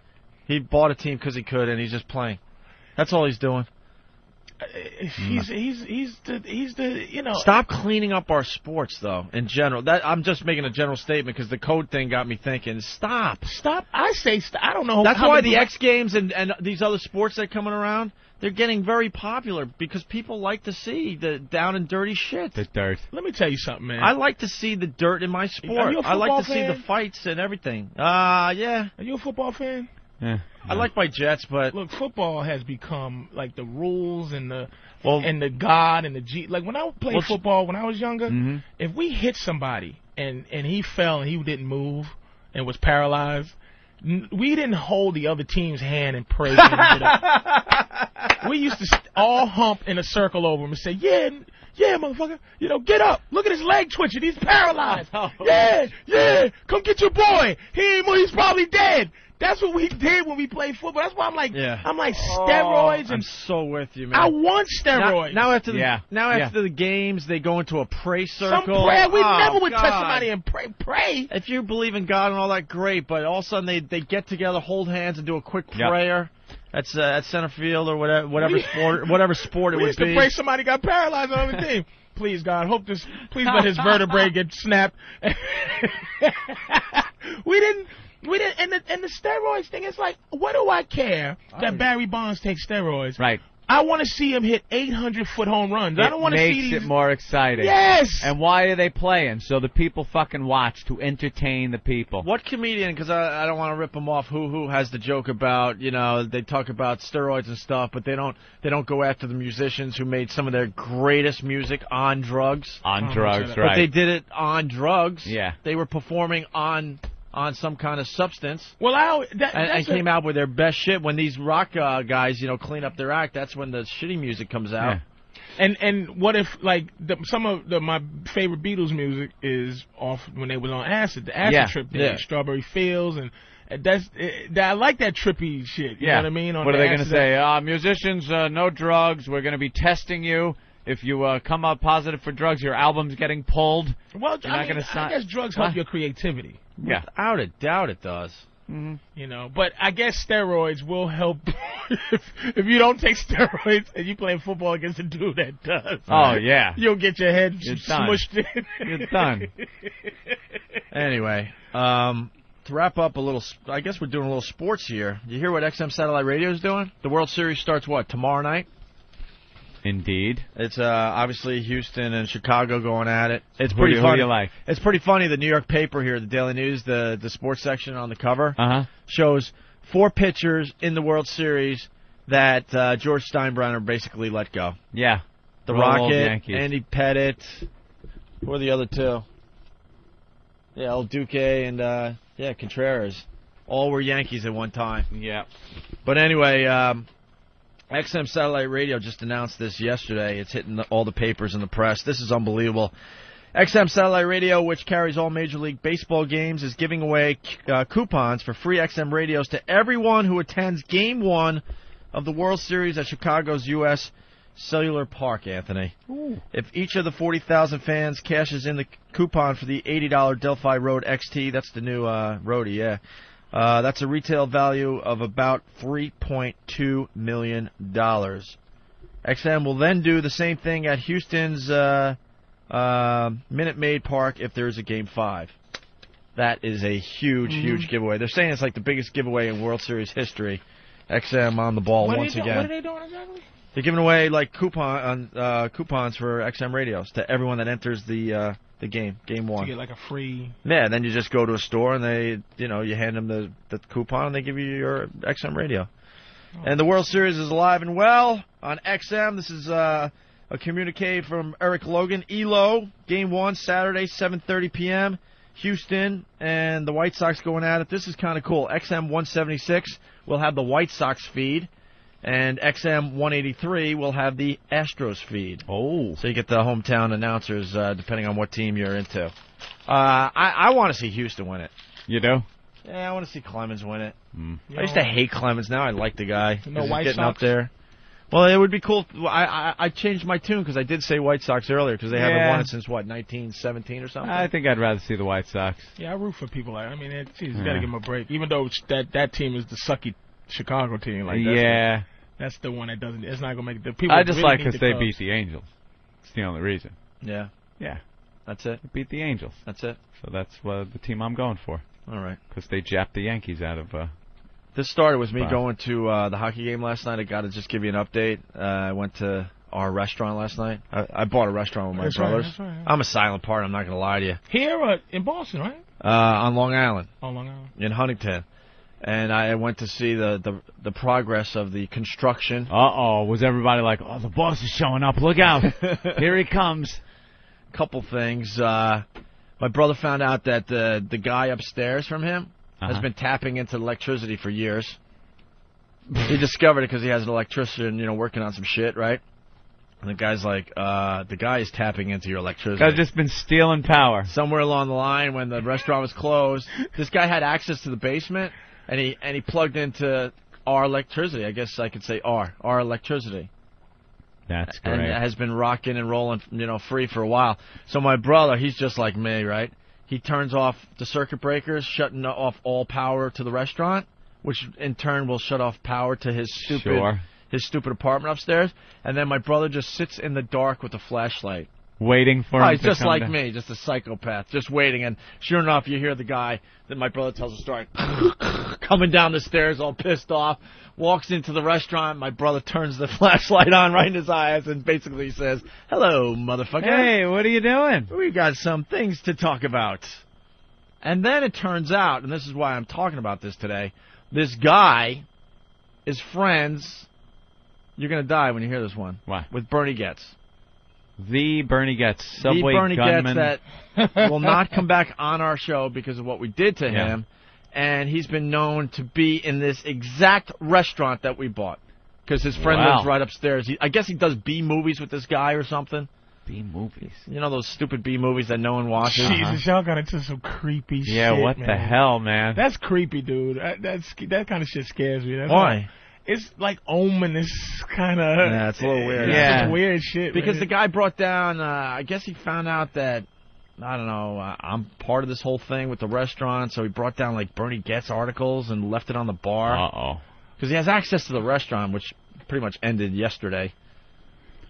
He bought a team because he could, and he's just playing. That's all he's doing.
he's he's he's the he's the you know
Stop cleaning up our sports, though. In general, that I'm just making a general statement because the code thing got me thinking. Stop.
Stop! I say st- I don't know.
That's
how
why
to
the
do-
X Games and, and these other sports that are coming around, they're getting very popular because people like to see the down and dirty shit.
the dirt.
Let me tell you something, man.
I like to see the dirt in my
Are
sport.
you a
I like
football
to see the
fan?
fights and everything. Ah, yeah.
Uh, Are you a football fan?
Yeah.
I like my Jets, but
Look, football has become like the rules and the
well,
and the God and the G. Like when I played
Well,
football when I was younger,
Mhm.
if we hit somebody and and he fell and he didn't move and was paralyzed. n- We didn't hold the other team's hand and pray. for him to get up. we used to st- all hump in a circle over him and say, "Yeah, n- yeah, motherfucker, you know, get up. Look at his leg twitching. He's paralyzed.
Oh,
Yeah, yeah, come get your boy. He ain't mo- he's probably dead." That's what we did when we played football. That's why I'm like,
Yeah. Oh,
I'm like steroids
I'm
and
so with you, man.
I want
now,
steroids.
now after the,
Yeah.
now
Yeah.
after the games, they go into a pray
some
circle.
prayer. We
Oh,
never would touch
God.
somebody and pray. Pray.
If you believe in God and all that, great. But all of a sudden, they, they get together, hold hands, and do a quick
Yep.
prayer. That's uh, at center field or whatever whatever
We-
sport whatever sport it
We
would
used to
be.
pray somebody got paralyzed on the other team. Please God, hope this. Please let his vertebrae get snapped. we didn't. We didn't. And the, and the steroids thing is like, what do I care that Barry Bonds takes steroids?
Right.
I want to see him hit 800 foot home runs. I don't want to
makes
see
it
these.
more exciting.
yes.
And why are they playing? So the people fucking watch to entertain the people.
What comedian? Because I, I don't want to rip him off. Who who has the joke about you know they talk about steroids and stuff, but they don't they don't go after the musicians who made some of their greatest music on drugs.
On
Oh,
drugs,
shit.
right?
But they did it on drugs.
Yeah.
They were performing on on some kind of substance
well, I al- that,
and, and
that's a-
came out with their best shit. When these rock uh, guys, you know, clean up their act, that's when the shitty music comes out.
Yeah.
And and what if like the, some of the, my favorite Beatles music is off when they was on acid, the acid
Yeah,
trip, thing,
yeah.
Strawberry Fields, and, and that's it, that I like that trippy shit. You
yeah.
know what I mean? On
what are
the
they gonna
acid-
say? Uh, musicians, uh, no drugs. We're going to be testing you. If you uh, come up positive for drugs, your album's getting pulled.
Well,
You're
I,
not
mean,
gonna sign-
I guess drugs help
Huh?
your creativity.
Yeah.
Without a doubt, it does.
You know, but I guess steroids will help if, if you don't take steroids and you play football against a dude that does.
Oh yeah.
You'll get your head
You're done.
smushed in.
You're done.
Anyway, um, to wrap up a little, s- I guess we're doing a little sports here. You hear what XM Satellite Radio is doing? The World Series starts what tomorrow night.
Indeed.
It's uh, obviously Houston and Chicago going at it. It's
Who do
pretty
you, who do
funny.
you like?
It's pretty funny. The New York paper here, the Daily News, the the sports section on the cover
Uh huh.
shows four pitchers in the World Series that uh, George Steinbrenner basically let go.
Yeah.
The
Roll old
Rocket,
Yankees.
Andy Pettit, who are the other two? Yeah, El Duque and uh, yeah Contreras, all were Yankees at one time.
Yeah.
But anyway, um, XM Satellite Radio just announced this yesterday. It's hitting the, all the papers and the press. This is unbelievable. XM Satellite Radio, which carries all Major League Baseball games, is giving away uh, coupons for free XM radios to everyone who attends Game One of the World Series at Chicago's U.S. Cellular Park. Anthony, if each of the forty thousand fans cashes in the coupon for the eighty-dollar Delphi Road XT, that's the new uh, roadie, yeah. Uh, that's a retail value of about $3.2 million. XM will then do the same thing at Houston's uh, uh, Minute Maid Park if there is a Game 5. That is a huge,
Mm-hmm.
huge giveaway. They're saying it's like the biggest giveaway in World Series history. XM on the ball
What are,
once
they doing,
again.
what are they doing exactly?
They're giving away like coupon uh, coupons for XM radios to everyone that enters the uh, the game, game
To
one.
get like a free.
Yeah, then you just go to a store and they, you know, you hand them the, the coupon and they give you your XM radio. And the World Series is alive and well on XM. This is uh, a communique from Eric Logan. ELO, Game 1, Saturday, 7.30 p.m. Houston and the White Sox going at it. This is kind of cool. XM 176 will have the White Sox feed, and XM 183 will have the Astros feed.
Oh.
So you get the hometown announcers, uh, depending on what team you're into. Uh, I, I want to see Houston win it.
You do?
Yeah, I want to see Clemens win it.
You
I used
know,
to hate Clemens. Now I like the guy. 'cause
No
he's
Hmm. White
getting up
Sox?
there. Well, it would be cool. Well, I I, I changed my tune because I did say White Sox earlier because they haven't
Yeah.
won it since what 1917 or something.
I think I'd rather see the White Sox.
Yeah, I root for people like. I mean, it, geez, you gotta
Yeah.
give them a break. Even though it's- that that team is the sucky Chicago team, like that's
yeah.
the, that's the one that doesn't. It's not gonna make the people.
I just
really
like
need
'cause
the
they
Cubs.
beat the Angels. It's the only reason.
yeah,
Yeah.
that's it.
They beat the Angels.
That's it.
So that's uh, the team I'm going for.
All right.
'Cause they japped the Yankees out of. Uh,
This started with me
Bye.
going to uh, the hockey game last night. I got to just give you an update. Uh, I went to our restaurant last night. I, I bought a restaurant with my
That's right,
brothers.
that's right.
I'm a silent part. I'm not going to lie to you.
here uh, in Boston, right?
Uh, on Long Island
Oh, Long Island.
in Huntington, and I went to see the the, the progress of the construction.
uh oh, was everybody like, oh, the boss is showing up. Look out. Here he comes.
couple things. Uh, my brother found out that the the guy upstairs from him has
Uh-huh.
been tapping into electricity for years. he discovered it because he has an electrician, you know, working on some shit, right? And the guy's like, uh, the guy is tapping into your electricity.
Guy's just been stealing power.
Somewhere along the line, when the restaurant was closed, this guy had access to the basement, and he and he plugged into our electricity. I guess I could say our our electricity
That's great.
and has been rocking and rolling, you know, free for a while. So my brother, he's just like me, right? He turns off the circuit breakers, shutting off all power to the restaurant, which in turn will shut off power to his stupid
Sure.
his stupid apartment upstairs. And then my brother just sits in the dark with a flashlight.
Waiting for
Oh,
him
he's
to
just
come
like
down.
me, just a psychopath, just waiting. And sure enough, you hear the guy that my brother tells a story coming down the stairs, all pissed off. Walks into the restaurant. My brother turns the flashlight on right in his eyes and basically says, "Hello, motherfucker.
Hey, what are you doing?
We got some things to talk about." And then it turns out, and this is why I'm talking about this today. This guy is friends. You're gonna die when you hear this one.
Why?
With Bernie Getz.
The Bernie Getz, Subway
the Bernie
gunman.
Getz that will not come back on our show because of what we did to
Yeah.
him, and he's been known to be in this exact restaurant that we bought because his friend
Wow.
lives right upstairs. He, I guess he does B movies with this guy or something.
B movies.
You know those stupid B movies that no one watches.
Jesus, y'all got into some creepy shit.
Uh-huh. Yeah, what the
man.
hell, man?
That's creepy, dude. That, that's that kind of shit scares me. That's
Why?
it's like ominous kind of.
Yeah, it's a little weird.
It's
Yeah.
just weird shit.
Because the
man.
guy brought down. Uh, I guess he found out that. I don't know. Uh, I'm part of this whole thing with the restaurant, so he brought down like Bernie Getz articles and left it on the bar.
Uh oh.
because he has access to the restaurant, which pretty much ended yesterday.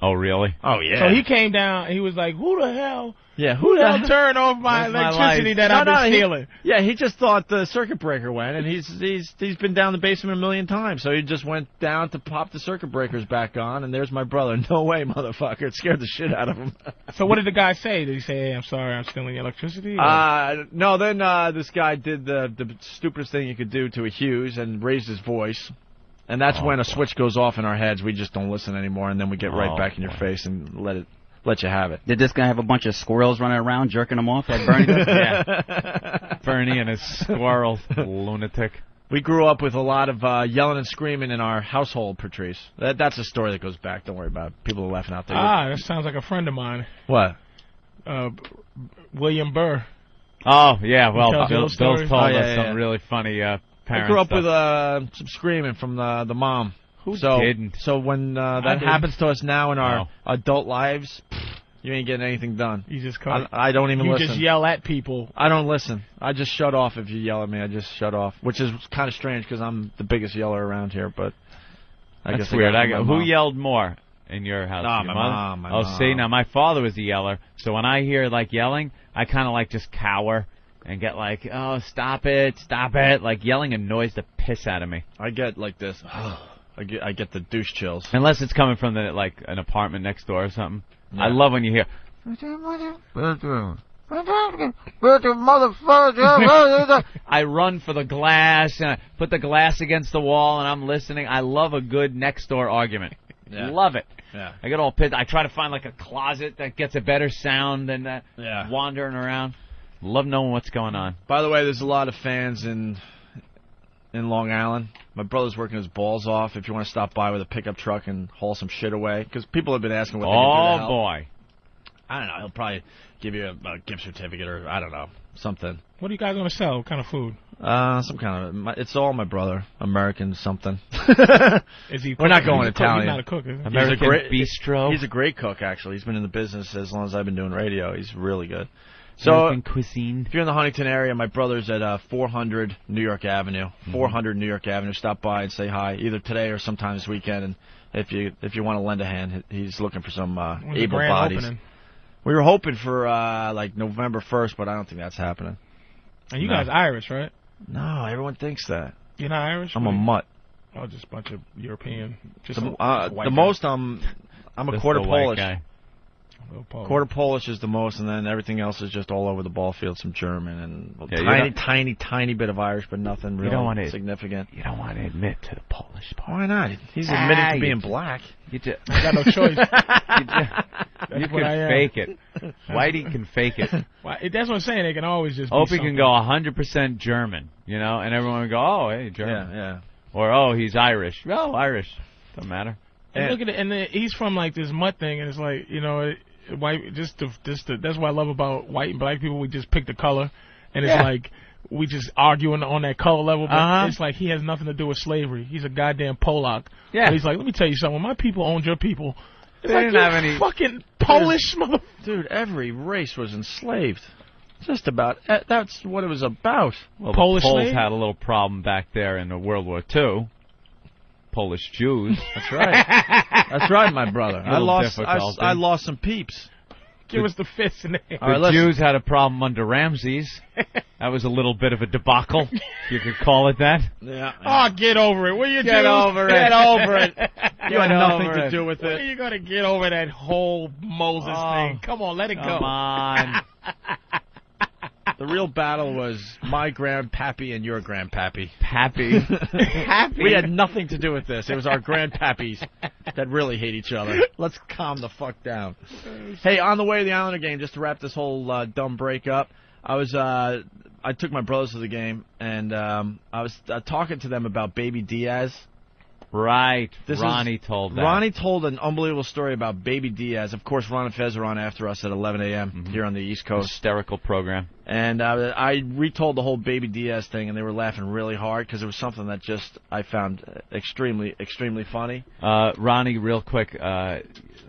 Oh, really?
Oh yeah.
So he came down and he was like, "Who the hell?
yeah.
Who the
hell
hell turned off my
That's my
electricity
life.
that
No,
I've been
no, he-
stealing?"
Yeah, he just thought the circuit breaker went, and he's he's he's been down the basement a million times. So he just went down to pop the circuit breakers back on, and there's my brother. No way, motherfucker! It scared the shit out of him.
So what did the guy say? Did he say, "Hey, I'm sorry, I'm stealing your electricity"? Or-
Uh, no, then uh, this guy did the the stupidest thing you could do to a Hughes and raised his voice. And that's
Oh,
when
boy.
a switch goes off in our heads. We just don't listen anymore, and then we get right
Oh,
back in your face and let it let you have it.
Did this guy have a bunch of squirrels running around jerking him off like Bernie? does?
Bernie and his squirrel lunatic.
We grew up with a lot of uh, yelling and screaming in our household, Patrice. That, that's a story that goes back. Don't worry about it. People are laughing out there.
Ah, that sounds like a friend of mine,
What?
uh, William Burr.
Oh yeah, well,
tells
Bill,
those
Bill's
stories.
told
Oh, yeah,
us
yeah,
some
yeah.
really funny uh,
I
parents.
grew up
stuff.
with uh, some screaming from the the mom.
Who
so,
didn't?
So when uh,
I
that
didn't.
happens to us now in our
Oh.
adult lives, pfft, you ain't getting anything done.
You just come.
I, I don't even
you
listen.
just yell at people.
I don't listen. I just shut off if you yell at me. I just shut off, which is kind of strange because I'm the biggest yeller around here. But I
That's
guess
weird.
I
I
got
got,
it from my
who
mom.
yelled more in your house?
Nah,
your
my
mother?
mom, my
oh,
mom.
see, now my father was a yeller, so when I hear like yelling, I kind of like just cower and get like, oh, stop it, stop it. Like yelling annoys the piss out of me.
I get like this. I get I get the douche chills.
Unless it's coming from the like an apartment next door or something.
Yeah.
I love when you hear.
Oh,
I run for the glass and I put the glass against the wall and I'm listening. I love a good next door argument.
Yeah.
Love it.
Yeah.
I get all pissed. I try to find like a closet that gets a better sound than that
Yeah.
wandering around. Love knowing what's going on.
By the way, there's a lot of fans in in Long Island. My brother's working his balls off. If you want to stop by with a pickup truck and haul some shit away, because people have been asking what they can do to
Oh
help.
boy.
I don't know. He'll probably give you a, a gift certificate or I don't know something.
What are you guys gonna sell? What kind of food?
Uh, some kind of. my- It's all my brother, American something.
Is he?
We're not
cooking?
going
He's a cook.
Italian.
He's not a cook. Is he?
He's a
American
great-
bistro.
He's a great cook, actually. He's been in the business as long as I've been doing radio. He's really good. So
American cuisine.
if you're in the Huntington area, my brother's at uh, 400 New York Avenue.
Mm-hmm.
400 New York Avenue. Stop by and say hi, either today or sometime this weekend. And if you if you want to lend a hand, he- he's looking for some uh,
When's the
able
grand
bodies.
opening?
We were hoping for uh, like November 1st, but I don't think that's happening.
And you
No.
guys Irish, right?
No, everyone thinks that.
You're not Irish.
I'm a
What are you-
mutt.
Oh, just a bunch of European. Just
The,
a-
uh,
just a white
the
guy.
most I'm I'm a
Just
quarter
the white
Polish.
guy.
Little Paul.
Quarter Polish is the most, and then everything else is just all over the ball field. Some German and a
Yeah, you
tiny,
don't-
tiny, tiny bit of Irish, but nothing really
don't want it.
significant.
You don't want to admit to the Polish part.
Why not? He's admitting
Ah,
to
you-
being black.
You just,
I got no choice.
you, just, you
That's what I
can
am.
fake it. Whitey can fake it.
Why- that's what I'm saying. They can always just. be
Opie
something.
can go 100% German, you know, and everyone would go, oh, hey, German.
Yeah, yeah.
Or, oh, he's Irish. Oh, Irish. Doesn't matter.
And look at it, and then he's from like this mutt thing, and it's like you know, it, it white just the, just the, that's what I love about white and black people. We just pick the color, and
Yeah.
it's like we just arguing on that color level. But
Uh-huh.
it's like he has nothing to do with slavery. He's a goddamn Polak.
Yeah.
But he's like, let me tell you something. My people owned your people. It's
They
like,
didn't
you
have any-
fucking Polish mother.
Dude, every race was enslaved. Just about. eh, That's what it was about.
Well,
Polish
the Poles
slave?
had a little problem back there in the World War II. Polish Jews.
That's right. that's right, my brother. I
Little
lost. I,
difficulty.
I lost some peeps.
Give us the fist in there.
All right,
the
listen.
Jews had a problem under Ramses. That was a little bit of a debacle, if you could call it that.
Yeah.
Oh, get over it. What you
Get
Jews?
over it.
Get over it.
you had
get
nothing
over
to
it.
do with
When are
it.
you gonna get over that whole Moses
Oh,
thing? Come on, let it
Come
go.
on.
The real battle was my grandpappy and your grandpappy.
Happy. Happy.
We had nothing to do with this. It was our grandpappies that really hate each other. Let's calm the fuck down. Hey, on the way to the Islander game, just to wrap this whole uh, dumb break up, I was uh, I took my brothers to the game, and um, I was uh, talking to them about Baby Diaz.
Right.
This is-
Ronnie told that.
Ronnie told an unbelievable story about Baby Diaz. Of course, Ron and Fez are on after us at 11 a.m. here on the East Coast.
Mm-hmm. Hysterical program.
And uh, I retold the whole Baby Diaz thing, and they were laughing really hard because it was something that just I found extremely, extremely funny.
Uh, Ronnie, real quick, uh,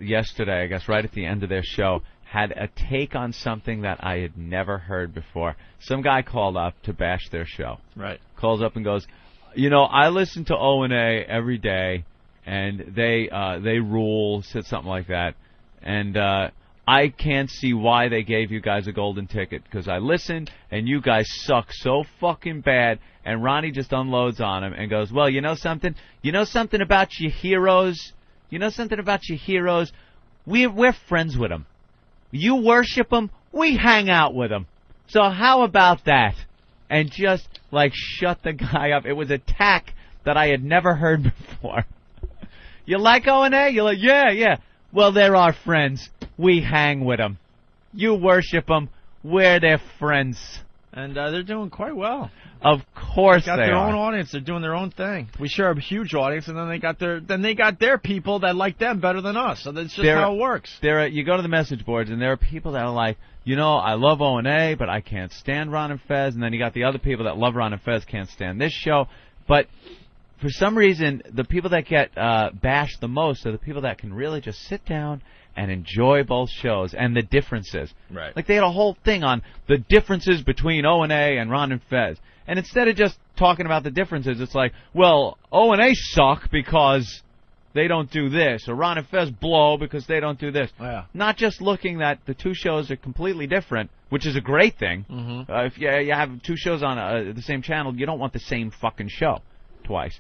yesterday, I guess right at the end of their show, had a take on something that I had never heard before. Some guy called up to bash their show.
Right.
Calls up and goes, you know, I listen to O and A every day, and they uh, they rule. Said something like that, and uh, I can't see why they gave you guys a golden ticket because I listened, and you guys suck so fucking bad. And Ronnie just unloads on him and goes, well, you know something, you know something about your heroes, you know something about your heroes. We're we're friends with them. You worship them, we hang out with them. So how about that? And just like shut the guy up. It was attack that I had never heard before. you like O and A? You're like, yeah, yeah. Well, they're our friends. We hang with them. You worship them. We're their friends.
And uh, they're doing quite well.
Of course
Got
they
their
are.
own audience. They're doing their own thing. We share a huge audience, and then they got their then they got their people that like them better than us. So that's just
They're-
how it works.
there are, you go to the message boards and there are people that are like, you know, I love O and A, but I can't stand Ron and Fez. And then you got the other people that love Ron and Fez can't stand this show. But for some reason, the people that get uh, bashed the most are the people that can really just sit down and enjoy both shows and the differences.
Right.
Like they had a whole thing on the differences between O and A and Ron and Fez. And instead of just talking about the differences, it's like, well, O and A suck because they don't do this, or Ron and Fez blow because they don't do this.
Yeah.
Not just looking that the two shows are completely different, which is a great thing.
Mhm.
Uh, if you, you have two shows on uh, the same channel, you don't want the same fucking show twice.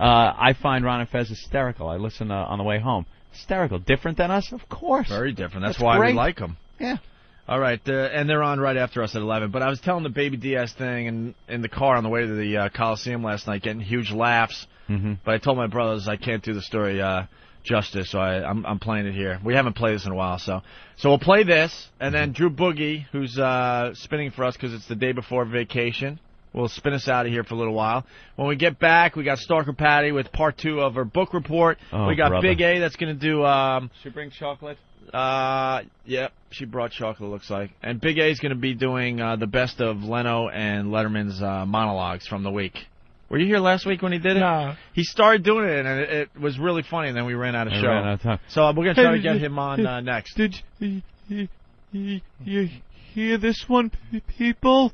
Uh, I find Ron and Fez hysterical. I listen uh, on the way home. Hysterical, different than us, of course.
Very different. That's,
That's
why
great.
we like them.
Yeah.
All right, uh, and they're on right after us at eleven. But I was telling the Baby Diaz thing in in the car on the way to the uh, Coliseum last night, getting huge laughs.
Mhm.
But I told my brothers I can't do the story uh, justice, so I, I'm I'm playing it here. We haven't played this in a while, so so we'll play this, and then
Mm-hmm.
Drew Boogie, who's uh, spinning for us because it's the day before vacation, will spin us out of here for a little while. When we get back, we got Stalker Patty with part two of her book report.
Oh,
we got
brother.
Big A that's going to do. Um,
She bring chocolate.
uh, yep, she brought chocolate. Looks like, and Big A's going to be doing uh, the best of Leno and Letterman's uh, monologues from the week. Were you here last week when he did it?
Nah.
He started doing it, and it, it was really funny. And then we ran out of
I
show.
ran out of time.
So uh, we're gonna try to get him on uh, next.
Did you, you, you, you hear this one, p- people?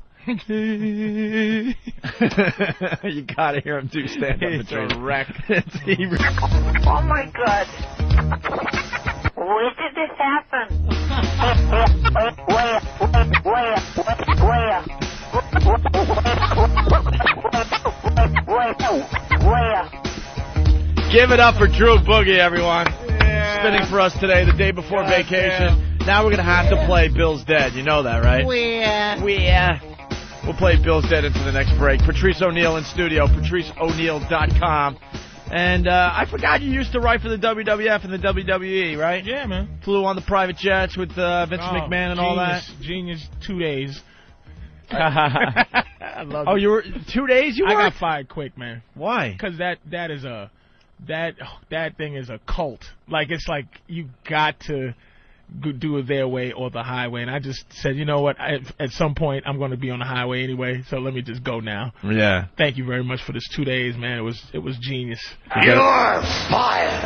you gotta hear him do stand up.
He's a
wreck. he really
Oh my god. Where did this happen? where, where, where, where, where, where, where,
Give it up for Drew Boogie, everyone. Spinning for us today, the day before vacation. Now we're going to have to play Bill's Dead. You know that, right? We're. We're. We'll play Bill's Dead into the next break. Patrice O'Neill in studio, patriceo'neill.com. And uh, I forgot you used to write for the WWF and the WWE, right?
Yeah, man.
Flew on the private jets with uh, Vince
Oh,
McMahon and all that.
genius, Genius. Two days. I love.
Oh,
it.
you were two days. You
I
worked?
got fired quick, man.
Why?
Cause that that is a that that thing is a cult. Like it's like you got to go- do it their way or the highway. And I just said, you know what? I, at some point, I'm going to be on the highway anyway. So let me just go now.
Yeah.
Thank you very much for this two days, man. It was it was genius.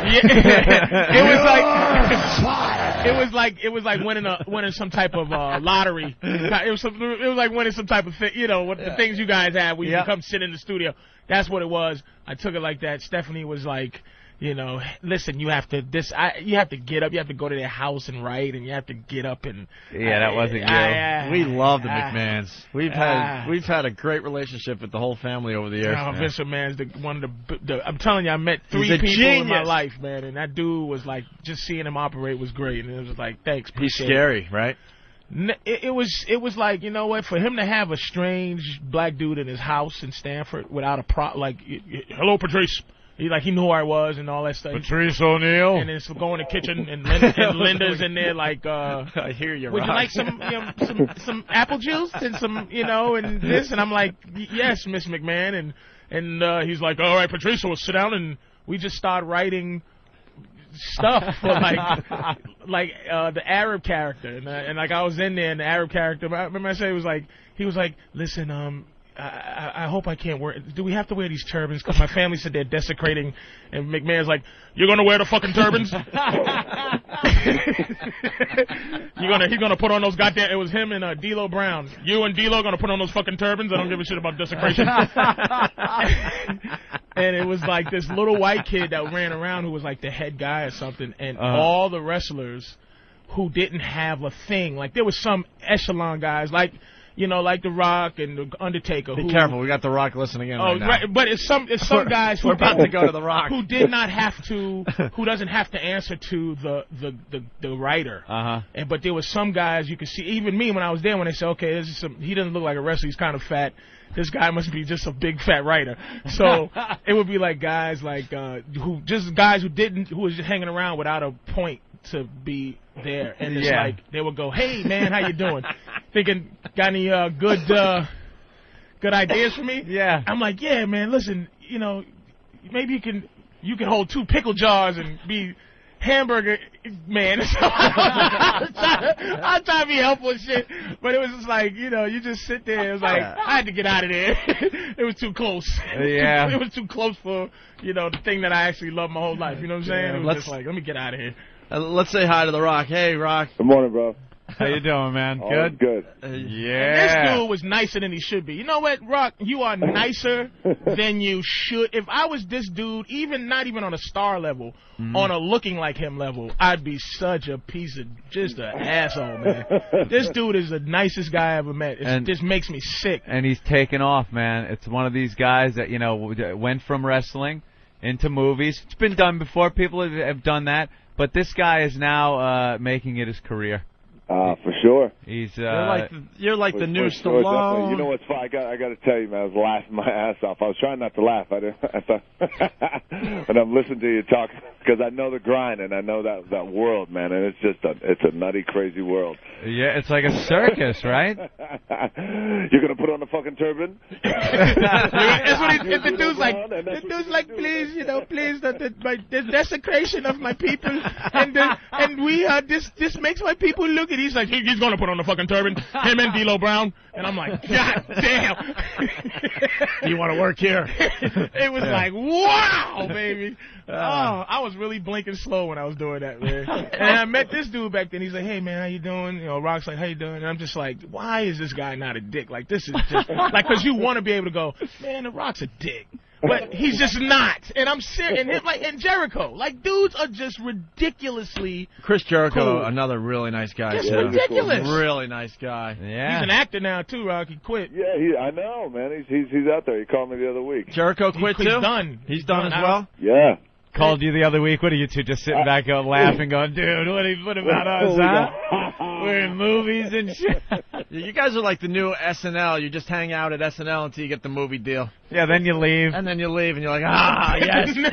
it was like it was like it was like winning a winning some type of uh, lottery. It was some, it was like winning some type of thing, you know, what the things you guys had when you
Yeah.
come sit in the studio. That's what it was. I took it like that. Stephanie was like, you know, listen, you have to this. I you have to get up. You have to go to their house and write, and you have to get up and.
Yeah, that wasn't you.
I- I-
We love the
I-
McMahons. We've
Ah.
had we've had a great relationship with the whole family over the years.
Oh, Vince McMahon's the, one of the, the. I'm telling you, I met three
He's a
people in my
genius.
life, man, and that dude was like, just seeing him operate was great, and it was like, thanks.
He's
appreciate it.
scary, right?
N- It, it was, it was like, you know what? For him to have a strange black dude in his house in Stanford without a pro, like, y- y- hello, Patrice. He like he knew who I was and all that stuff.
Patrice O'Neill.
And then so go in the kitchen and, Lin- and Linda's in there like, uh,
I hear you.
would you
Rob.
like some you know, some some apple juice and some you know and this and I'm like "Y- yes Miss McMahon and and uh, he's like all right Patricia we'll sit down and we just start writing stuff for like like uh, the Arab character and, uh, and like I was in there and the Arab character I remember I said it was like he was like listen um. I, I- I hope I can't wear. Do we have to wear these turbans? Because my family said they're desecrating. And McMahon's like, "You're gonna wear the fucking turbans." you gonna he's gonna put on those goddamn. It was him and uh, D'Lo Brown. You and D'Lo gonna put on those fucking turbans. I don't give a shit about desecration. and it was like this little white kid that ran around who was like the head guy or something, and
Uh-huh.
all the wrestlers who didn't have a thing. Like there was some echelon guys like. you know, like The Rock and The Undertaker.
Be
who,
careful, we got The Rock listening in
Oh,
right now.
right, but it's some it's some
We're-
guys who
we're about to go to The Rock.
who did not have to who doesn't have to answer to the the the, the writer.
Uh-huh.
Uh huh.
And but there were some guys you could see, even me when I was there, when they said, okay, this is some, he doesn't look like a wrestler, he's kind of fat. This guy must be just a big fat writer. So it would be like guys like uh, who just guys who didn't who was just hanging around without a point to be there, and it's
Yeah.
like they would go, hey man, how you doing? Thinking got any uh, good uh, good ideas for me?
Yeah.
I'm like, yeah, man. Listen, you know, maybe you can you can hold two pickle jars and be hamburger man. So I was trying to- I was trying to be helpful and shit, but it was just like, you know, you just sit there. It was like I had to get out of there. it was too close.
Yeah.
it was too close for you know the thing that I actually loved my whole life. You know what I'm saying?
Yeah,
it was
let's-
just like, let me get out of here.
Uh, let's say hi to The Rock. Hey, Rock. Uh,
Good morning, bro.
How you doing, man?
All
Good.
Good.
This
Yeah.
dude was nicer than he should be. You know what, Rock? You are nicer than you should. If I was this dude, even not even on a star level, on a looking like him level, I'd be such a piece of just an asshole, man. this dude is the nicest guy I ever met. It's,
And-
this makes me sick.
And he's taken off, man. It's one of these guys that you know w- that went from wrestling into movies. It's been done before. People have, have done that, but this guy is now uh, making it his career.
Uh, for sure.
He's uh,
You're like the, you're like
For-
the new
for sure,
Stallone.
definitely. You know what's funny? I got, I got to tell you, man, I was laughing my ass off. I was trying not to laugh. I didn't. I thought, and I'm listening to you talk because I know the grind and I know that that world, man. And it's just a it's a nutty, crazy world.
yeah, it's like a circus, right?
You're gonna put on the fucking turban.
that's what he,
You
if the
do
dude's
the
like,
round, and
the
that's what
dude's
you
like,
do.
please, you know, please, the, the, my, the desecration of my people, and the, and we uh, this this makes my people look at. He's like, he- he's gonna put on the fucking turban, him and D'Lo Brown, and I'm like, god damn.
you want to work here?
it was like, wow, baby. Oh, I was really blinking slow when I was doing that, man. and I met this dude back then. He's like, hey, man, how you doing? You know, Rock's like, how you doing? And I'm just like, why is this guy not a dick? Like, this is just, like, because you want to be able to go, man, the Rock's a dick. But he's just not. And I'm serious. And, him, like, and Jericho, like, dudes are just ridiculously,
Chris Jericho,
Cool.
another really nice guy.
just
too.
ridiculous.
Really nice guy.
Yeah.
He's an actor now, too, Rock. He quit.
Yeah, he, I know, man. He's he's he's out there. He called me the other week.
Jericho quit
he's
too.
done.
He's done
I
as
don't-
well.
Yeah.
Called you the other week. What are you two just sitting back and laughing, going, dude? What, are- what about us, huh? We're in movies and shit.
You guys are like the new SNL. You just hang out at SNL until you get the movie deal,
yeah. Then you leave.
and then you leave, and you're like, ah, yes, freedom.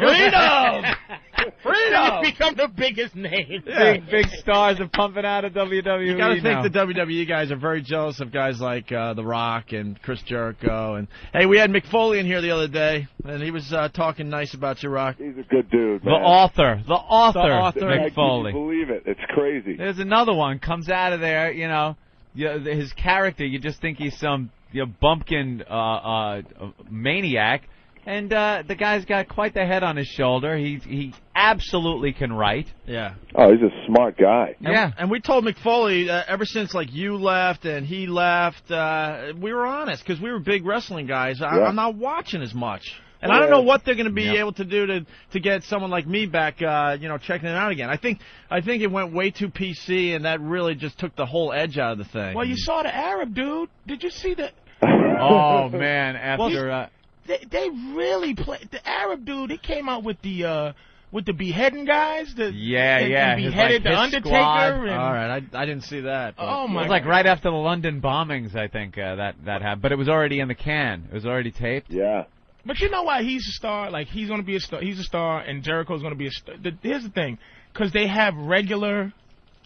Freedom! Freedom! He's become the biggest name.
Big big stars are pumping out of WWE.
You gotta
now.
think the WWE guys are very jealous of guys like uh, The Rock and Chris Jericho. And hey, we had McFoley in here the other day, and he was uh, talking nice about you, Rock.
He's a good dudude,
The
man.
author, the author,
author.
I
Mick
can't
Foley.
believe it. It's crazy.
There's another one comes out of there. You know, you, his character. You just think he's some you know, bumpkin uh, uh, maniac, and uh, the guy's got quite the head on his shoulder. He he absolutely can write.
Yeah.
Oh, he's a smart guy.
And, And we told McFoley uh, ever since like you left and he left, uh, we were honest because we were big wrestling guys. I,
Yeah.
I'm not watching as much. And I don't know what they're going to be
Yeah.
able to do to to get someone like me back, uh, you know, checking it out again. I think I think it went way too PC, and that really just took the whole edge out of the thing.
Well, you saw the Arab dude. Did you see the?
Oh man, after uh,
They, they really played the Arab dude. He came out with the uh with the beheading guys. The
yeah
they,
yeah,
They
his,
beheaded
like,
the
his
Undertaker
squad.
and.
all right, I, I didn't see that. but-
Oh
It
my!
was like right after the London bombings, I think uh, that that happened. But it was already in the can. It was already taped.
Yeah.
But you know why he's a star? Like he's gonna be a star. He's a star, and Jericho's gonna be a star. The, here's the thing, because they have regular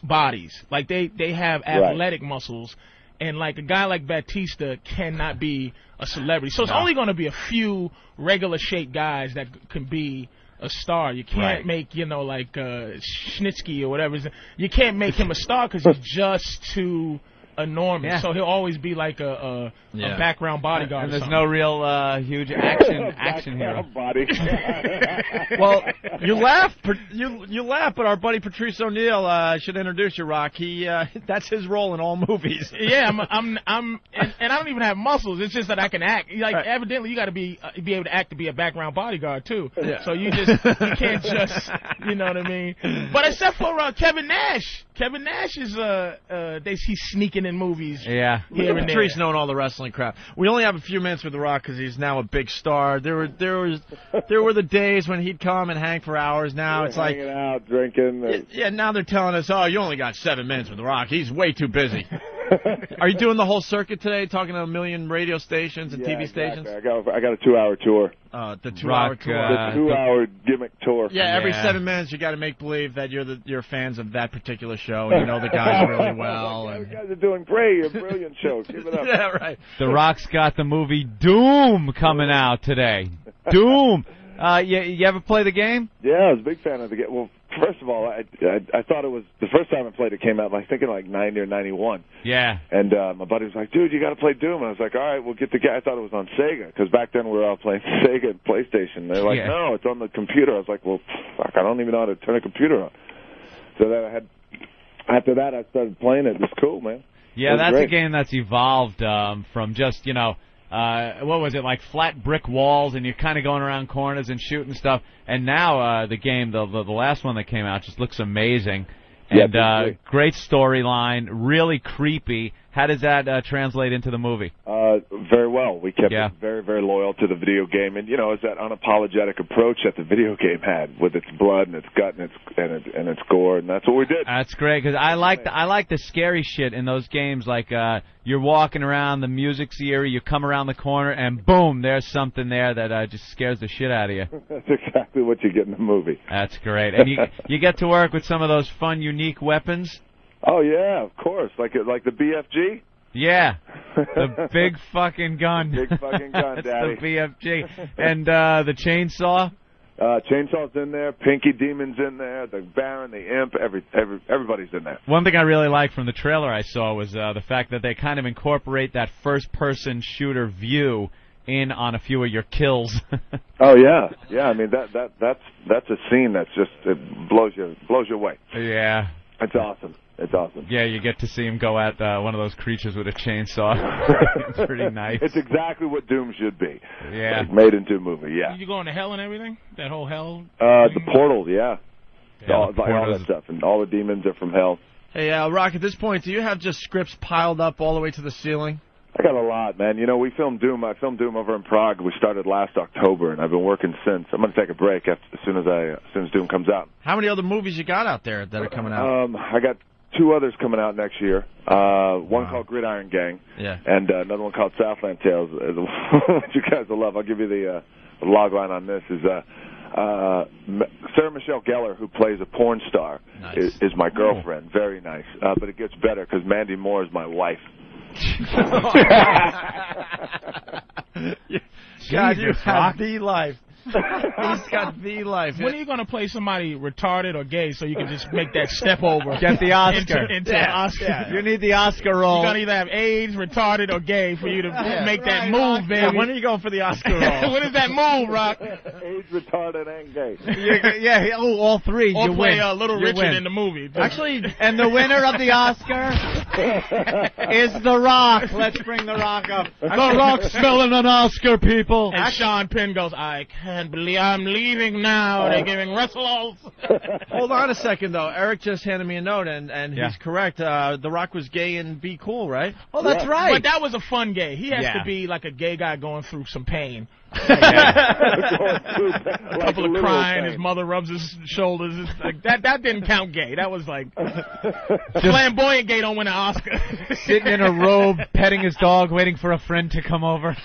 bodies. Like they they have athletic muscles, and like a guy like Batista cannot be a celebrity. So it's only gonna be a few regular shaped guys that c- can be. A star. You can't
Right.
make you know like uh, Schnitzky or whatever. his- You can't make him a star because he's just too enormous.
Yeah.
So he'll always be like a, a,
Yeah.
a background bodyguard.
And
or
there's
something.
no real uh, huge action action hero.
Body.
well, You laugh, Pat- you you laugh, but our buddy Patrice O'Neill uh, should introduce you, Rock. He uh, that's his role in all movies.
yeah, I'm, I'm, I'm, and, and I don't even have muscles. It's just that I can act. Like evidently, you got to be uh, be able to act to be a background bodyguard too.
Yeah.
So you just you can't just, you know what I mean. But except for uh, Kevin Nash, Kevin Nash is uh, uh they he's sneaking in movies.
Yeah.
Look
Here
at
and
Patrice
there.
knowing all the wrestling crap. We only have a few minutes with The Rock because he's now a big star. There were there was there were the days when he'd come and hang for hours. Now it's like
hanging out, drinking. uh, and-
yeah, now they're telling us, oh, you only got seven minutes with The Rock. He's way too busy. Are you doing the whole circuit today, talking to a million radio stations and
Yeah,
TV
exactly.
stations?
I got I got a two hour tour.
Uh, the two-hour
Rock,
tour.
uh,
The two hour gimmick tour.
Yeah, every
Yeah.
seven minutes you got to make believe that you're the you're fans of that particular show and you know the guys really well.
You
and,
guys are doing great. You're a brilliant show. Give it up.
yeah, right.
The Rock's got the movie Doom coming out today. Doom. Uh, you, you ever play the game?
Yeah, I was a big fan of the game. Well, first of all, I, I I thought it was the first time I played it came out like thinking like ninety or ninety one,
Yeah.
and uh, my buddy was like, "Dude, you got to play Doom." And I was like, "All right, we'll get the game." I thought it was on Sega because back then we were all playing Sega and PlayStation. They're like,
Yeah.
"No, it's on the computer." I was like, "Well, fuck, I don't even know how to turn a computer on." So then I had after that I started playing it. It was cool, man.
Yeah,
That's
that's a
great.
game that's evolved um, from just you know uh, what was it like flat brick walls, and you're kind of going around corners and shooting stuff. And now uh, the game, the, the the last one that came out, just looks amazing.
Yeah,
And uh,
basically.
great storyline, really creepy. How does that uh, translate into the movie?
Uh, very well. We kept
Yeah.
it very, very loyal to the video game, and you know, it's that unapologetic approach that the video game had with its blood and its gut and its and its, and its gore, and that's what we did.
That's great because I like the, I like the scary shit in those games. Like uh, you're walking around, the music's eerie. You come around the corner, and boom, there's something there that uh, just scares the shit out of you.
That's exactly what you get in the movie.
That's great, and you you get to work with some of those fun, unique weapons.
Oh yeah, of course, like it, like the BFG.
Yeah, the big fucking gun.
Big fucking gun,
That's
Daddy.
the BFG and uh, the chainsaw.
Uh, chainsaws in there, Pinky Demon's in there, the Baron, the Imp, every, every everybody's in there.
One thing I really liked from the trailer I saw was uh, the fact that they kind of incorporate that first-person shooter view in on a few of your kills.
Oh yeah, yeah. I mean that that that's that's a scene that's just it blows you blows you away.
yeah,
It's awesome. It's awesome.
yeah, you get to see him go at uh, one of those creatures with a chainsaw. it's pretty nice.
It's exactly what Doom should be.
Yeah.
Like, made into a movie. Yeah.
You going to hell and everything? That whole hell.
Uh, the
thing?
portal, yeah.
Yeah,
all,
the
like, all
portals-
that stuff, and all the demons are from hell.
Hey, uh, Rock. At this point, do you have just scripts piled up all the way to the ceiling?
I got a lot, man. You know, we filmed Doom. I filmed Doom over in Prague. We started last October, and I've been working since. I'm gonna take a break after, as soon as I as soon as Doom comes out.
How many other movies you got out there that are coming out?
Um, I got two others coming out next year. Uh, one called Gridiron Gang,
Yeah.
and uh, another one called Southland Tales. uh, the one you guys will love. I'll give you the, uh, the log line on this is. Uh, uh, M- Sarah Michelle Gellar, who plays a porn star,
Nice.
is, is my girlfriend. Very nice, uh, but it gets better because Mandy Moore is my wife.
God, you
Jesus,
have
Rock.
the life. He's got the life.
When are you going to play somebody retarded or gay so you can just make that step over?
Get the Oscar.
Into, into
Yeah,
Oscar.
yeah.
You need the Oscar role.
You're going to either have AIDS, retarded, or gay for you to make that move,
Yeah,
baby.
when are you going for the Oscar role?
what is that move, Rock?
Age retarded and gay.
yeah, yeah, oh, all three.
Or
you
play
win.
Uh, Little
you
Richard
win.
in the movie.
Actually,
And the winner of the Oscar is The Rock. Let's bring The Rock up. The Rock's filling an Oscar, people.
and Sean Penn goes, I can't believe I'm leaving now. They're giving wrestles.
hold on a second though. Eric just handed me a note, and and
Yeah.
he's correct. Uh, the Rock was gay and be cool, right?
Oh, that's
But
right.
that was a fun gay. He has
Yeah.
to be like a gay guy going through some pain.
a
couple of crying. His mother rubs his shoulders. It's like, that that didn't count gay. That was like flamboyant gay don't win an Oscar.
Sitting in a robe, petting his dog, waiting for a friend to come over.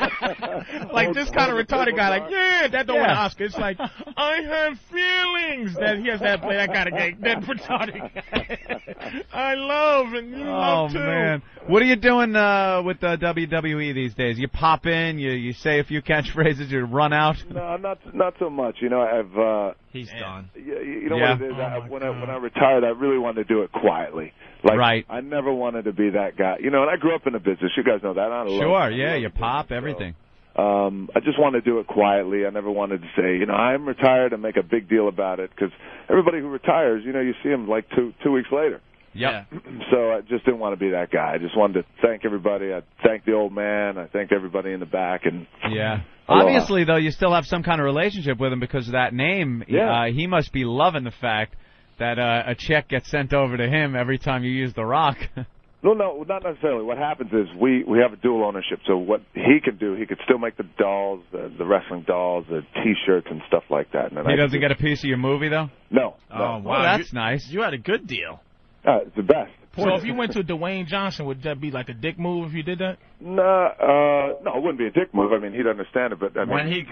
like this kind of retarded guy. Like yeah, that don't win an
Yeah.
Oscar. It's like I have feelings. That he has that play that kind of gay. That retarded guy. I love and you
Oh
love too.
man, what are you doing uh, with uh, WWE these days? You pop in, you you say a few catchphrases, you run out.
No, not not so much. You know, I've uh,
He's done.
you, you know
Yeah.
what it is.
Oh,
I,
my
when I
God.
when I retired, I really wanted to do it quietly. Like
Right.
I never wanted to be that guy. You know, and I grew up in the business. You guys know that. I love,
Sure,
I
yeah,
love
you
the business,
pop
so
everything.
Um, I just want to do it quietly. I never wanted to say, you know, I'm retired and make a big deal about it because everybody who retires, you know, you see them like two two weeks later.
Yep.
So I just didn't want to be that guy. I just wanted to thank everybody. I thanked the old man. I thanked everybody in the back and
Yeah.
Aloha.
Obviously, though, you still have some kind of relationship with him because of that name.
Yeah.
Uh, he must be loving the fact that uh, a check gets sent over to him every time you use The Rock.
No, no, not necessarily. What happens is we we have a dual ownership. So what he can do, he could still make the dolls, the, the wrestling dolls, the T-shirts and stuff like that. And then
he
I
doesn't get a piece of your movie, though?
No,
Oh,
no,
wow.
Well, that's
you,
nice.
You had a good deal.
uh, it's the best.
So if you went to Dwayne Johnson, would that be like a dick move if you did that?
No, uh, no, it wouldn't be a dick move. I mean, he'd understand it, but I mean,
When he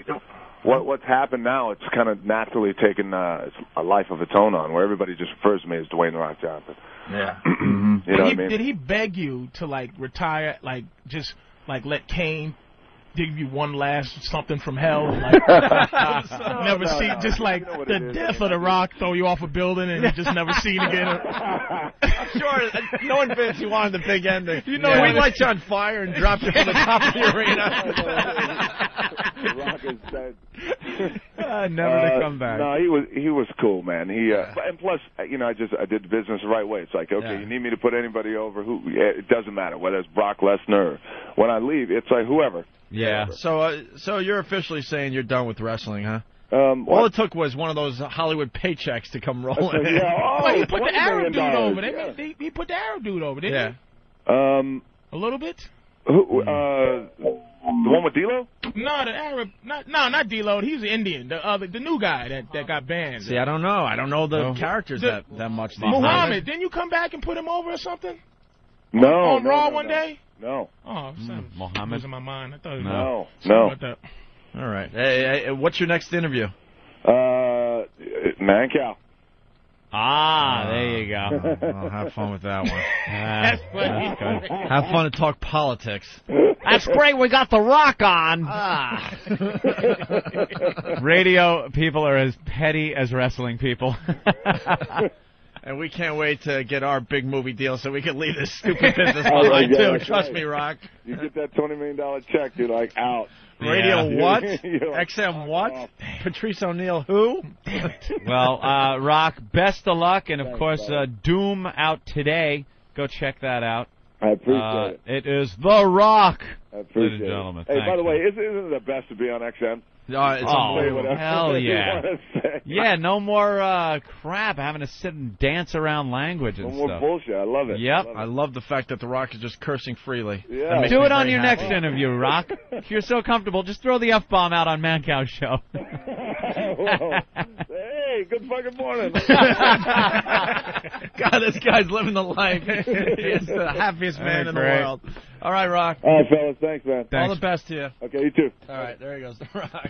what what's happened now? It's kind of naturally taken uh, a life of its own on, where everybody just refers to me as Dwayne The Rock Johnson.
Yeah.
You know
did,
what I
he,
mean?
did he beg you to like retire, like just like let Kane give you one last something from hell, and, like never see, just like
know what it
the
is.
death of the Rock, throw you off a building and you just never seen again?
Sure, no one thinks you wanted the big ending. You know,
Yeah.
we light you on fire and dropped you from the top of the arena.
The Rock is dead.
Uh, never
Uh,
to come back.
No, he was he was cool, man. He uh, and plus, you know, I just I did the business the right way. It's like, okay,
Yeah.
you need me to put anybody over who? yeah, It doesn't matter whether it's Brock Lesnar. Or, when I leave, it's like whoever.
Yeah.
so, uh, so you're officially saying you're done with wrestling, huh?
Um,
All
what?
it took was one of those Hollywood paychecks to come
So,
rolling. in.
yeah, oh,
But he put the
$20
Arab
million
dude
dollars,
over. They,
yeah.
they, he put the Arab dude over, didn't
Yeah.
Um,
he? A little bit?
who? Uh, the one with D'Lo?
No, the Arab, not no, not D-Load. He's Indian. The other, the new guy that that got banned.
See, I don't know. I don't know the characters
The-
that that much. these
Muhammad, didn't you come back and put him over or something
No.
on
no,
Raw
no,
one
no.
day?
No,
Oh,
Mm,
I'm
Muhammad.
losing my mind. I thought it was
no,
something
no.
about that.
days. All right. Hey, hey, what's your next interview?
Uh, man, cow.
Ah, there you go.
Well, have fun with that one.
Ah,
funny.
that's good.
Have fun to talk politics.
That's great. We got The Rock on.
Ah.
Radio people are as petty as wrestling people.
And we can't wait to get our big movie deal so we can leave this stupid business
Oh,
behind
yeah,
too.
that's
Trust
right.
me, Rock.
You get that twenty million dollar check, you're like out.
Radio
Yeah.
what?
You're like,
XM
fuck
what?
off.
Patrice O'Neill who?
well, uh, Rock, best of luck, and of course, uh, Doom out today. Go check that out.
I appreciate
Uh,
it.
it is The Rock.
I appreciate
Ladies and gentlemen,
it. Hey, by
thanks,
the way,
man.
isn't, isn't it the best to be on XM?
Uh, it's
Oh,
Say
unbelievable.
whatever
hell
you
yeah.
wanna say.
Yeah, no more uh, crap having to sit and dance around language
No
and
more
stuff.
bullshit. I love it.
Yep.
I love the fact that The Rock is just cursing freely.
Yeah.
That makes
Do
me
it on
very
your
happy.
next interview, Rock. If you're so comfortable, just throw the F bomb out on Mancow Show.
Well, hey, good fucking morning.
God, this guy's living the life. He's the happiest man in
Great.
the world. All right, Rock.
All right, fellas. Thanks, man.
All
Thanks.
the best to you.
Okay, you too.
All right, there he goes, The Rock.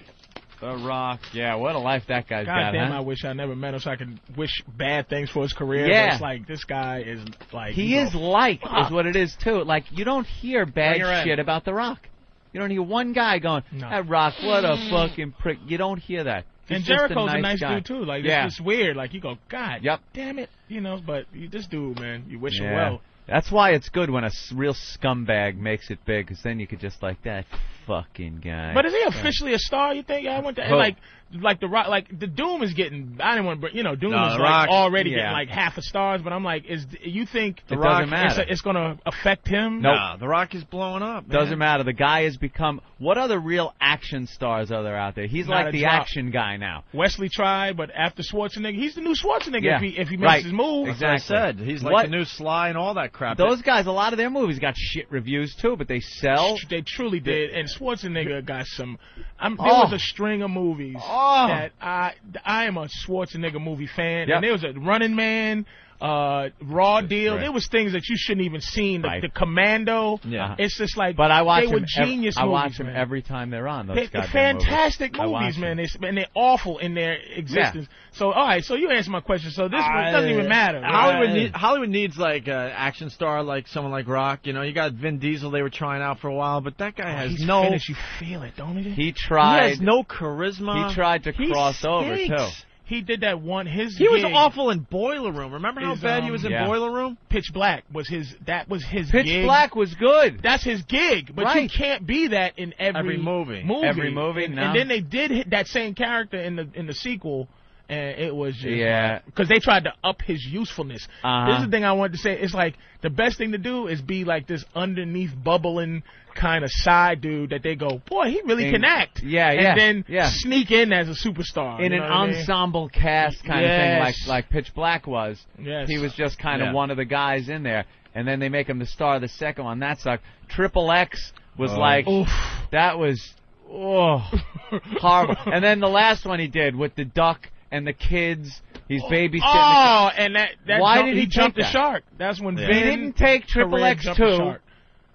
The Rock. Yeah, what a life that guy's got,
Goddamn,
huh?
I wish I never met him so I could wish bad things for his career.
Yeah.
But It's like this guy is like Ah.
He
he's
is
a-
like is what it is too. Like you don't hear
Bring her
bad
in.
shit about The Rock. You don't hear one guy going,
No.
"That Rock, what a fucking prick." You don't hear that. He's
and
just
Jericho's a nice,
guy.
dude too. Like
Yeah.
it's just weird. Like you go, God,
Yep.
damn it, you know. But you, this dude, man, you wish him
Yeah.
well.
That's why it's good when a s- real scumbag makes it big, because then you could just like that fucking guy.
But is he officially a star? You think? I went to
Who?
like like the rock, like the Doom is getting. I didn't want to bring you know Doom
No,
is
The
like
Rock,
already
yeah.
getting like half a stars. But I'm like, is you think
The
the
Rock-
rock it's,
matter.
it's gonna affect him?
Nope.
Nah, The Rock is blowing up. Man.
Doesn't matter. The guy has become. What other real action stars are there out there? He's
Not
like
a
the
drop.
action guy now.
Wesley tried, but after Schwarzenegger, he's the new Schwarzenegger
Yeah.
if he if he makes
Right.
his move.
That's what I
Exactly.
said. He's like
What-
the new Sly and all that crap.
Those guys, a lot of their movies got shit reviews too, but they sell.
Tr- They truly did, and Schwarzenegger got some. I'm, there
Oh.
was a string of movies
Oh.
that I I am a Schwarzenegger movie fan,
Yep.
and there was a Running Man, uh, Raw Deal.
Right.
There was things that you shouldn't even seen. The,
Right.
the Commando.
Yeah.
It's just like,
But I watch
they were
them. ev-
genius
I
movies,
watch them
man.
every time they're on. Those
They- They're
goddamn movies.
fantastic
I
movies,
watch
man.
them.
It's, and they're awful in their existence. So, all right. So you answer my question. So this one doesn't even matter.
Hollywood,
right?
need, Hollywood needs like an action star, like someone like Rock. You know, you got Vin Diesel. They were trying out for a while, but that guy has
He's
no.
finished. You feel it, don't it?
He
He
tried.
has no charisma.
he tried to
He
cross over
stinks.
too.
He did that one. His
He was
gig
awful in Boiler Room. Remember how
is,
bad he
um,
was in
yeah.
Boiler Room?
Pitch Black was his. That was his.
Pitch
gig.
Black was good.
That's his gig, but you
Right.
can't be that in every,
Every movie.
Every movie,
And,
no.
and then they did hit that same character in the in the sequel, and it was just
Yeah.
because they tried to up his usefulness.
Uh-huh.
This is the thing I wanted to say. It's like the best thing to do is be like this underneath bubbling kind of side dude that they go, boy, he really
And-
can act.
yeah,
and
yeah,
then
yeah.
sneak in as a superstar
in
Uh-huh. you
an
know what I mean?
ensemble cast kind of
Yes.
thing, like like Pitch Black was.
Yes.
He was just kind of
Yeah.
one of the guys in there, and then they make him the star of the second one. That sucked. Triple X was like
Oh. Oof.
that was oh horrible. and then the last one he did with the duck and the kids, he's babysitting. the kids.
Oh, and that, that
Why
jump-
did
he,
he
jump
take
the
that?
shark? That's when
Yeah.
Ben
He didn't take Triple
Perez
X
jumped the
two,
shark.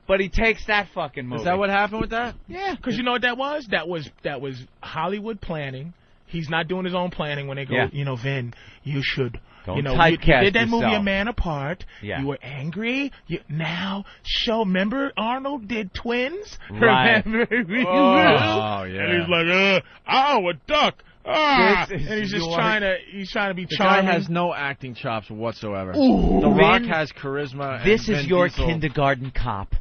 but he takes that fucking movie.
Is that what happened with that?
Yeah.
Because you know what that was? That was that was Hollywood planning. He's not doing his own planning when they go,
Yeah.
you know, Vin, you should.
Don't
you know, you, you
typecast
did that movie
yourself.
A Man Apart.
Yeah.
You were angry. You now show. Remember Arnold did Twins.
Right.
Remember? we
Oh,
will?
yeah.
And he's like, uh, oh, a duck. Ah.
This is
and he's just
your-
trying to. He's trying to be
The guy
charming.
has no acting chops whatsoever. the Rock has charisma. and
This is
Vin
your
Diesel-
kindergarten cop.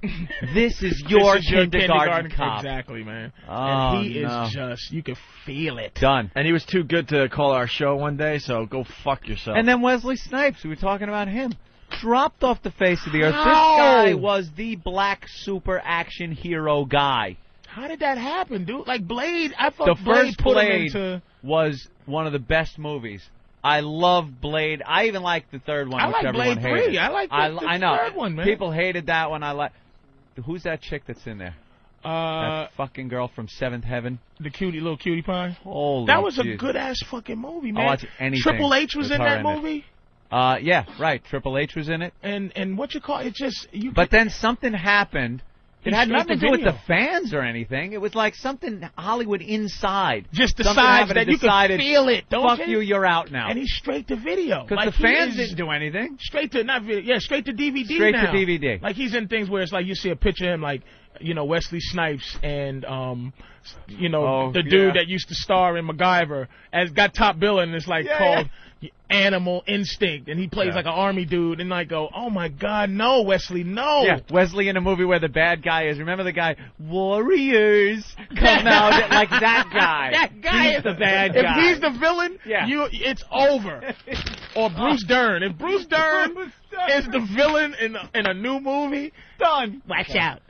this
This
is your,
is
kindergarten, cop.
Exactly, man.
Oh,
and he
no.
is just. You can feel it.
Done.
And he was too good to call our show one day, so go fuck yourself.
And then Wesley Snipes, we were talking about him, dropped off the face of the earth.
How?
This guy was the black super action hero guy.
How did that happen, dude? Like Blade, I thought
The
Blade
first
put him
Blade
into.
was one of the best movies. I love Blade. I even like the third one,
I
which
like
everyone
Blade
hated.
three. I like the-
I,
the
I know.
third one, man.
People hated that one. I like. Who's that chick that's in there?
Uh,
that fucking girl from Seventh Heaven.
the cutie little cutie pie.
Holy
That was a
Jesus.
good ass fucking movie, man.
watch anything
Triple H was
with
in
her
that
in it.
movie,
Uh, yeah, right. Triple H was in it.
and and what you call it? Just you.
But then something happened. It
He
had
showed
nothing
the
to do with
video.
the fans or anything. It was like something Hollywood inside.
just
Something
decides
happened
that
and
you
decided,
can feel it. Don't
Fuck you, you're out now.
And he's straight to video.
Because
Like,
the fans
he is
didn't do anything.
straight to not video. Yeah, straight to DVD.
Straight to
now.
DVD.
Like he's in things where it's like you see a picture of him like. You know Wesley Snipes and um, you know
Oh,
the
yeah.
dude that used to star in MacGyver as got top billing. It's like called Animal Instinct, and he plays like an army dude. And I go, oh my god, no Wesley, no.
Yeah, Wesley in a movie where the bad guy is. Remember the guy, Warriors come out like that guy.
That guy
He's
is
the bad
if
guy.
he's the villain,
Yeah.
you it's over. or Bruce Dern. If Bruce Dern is the villain in a, in a new movie, done. Watch out.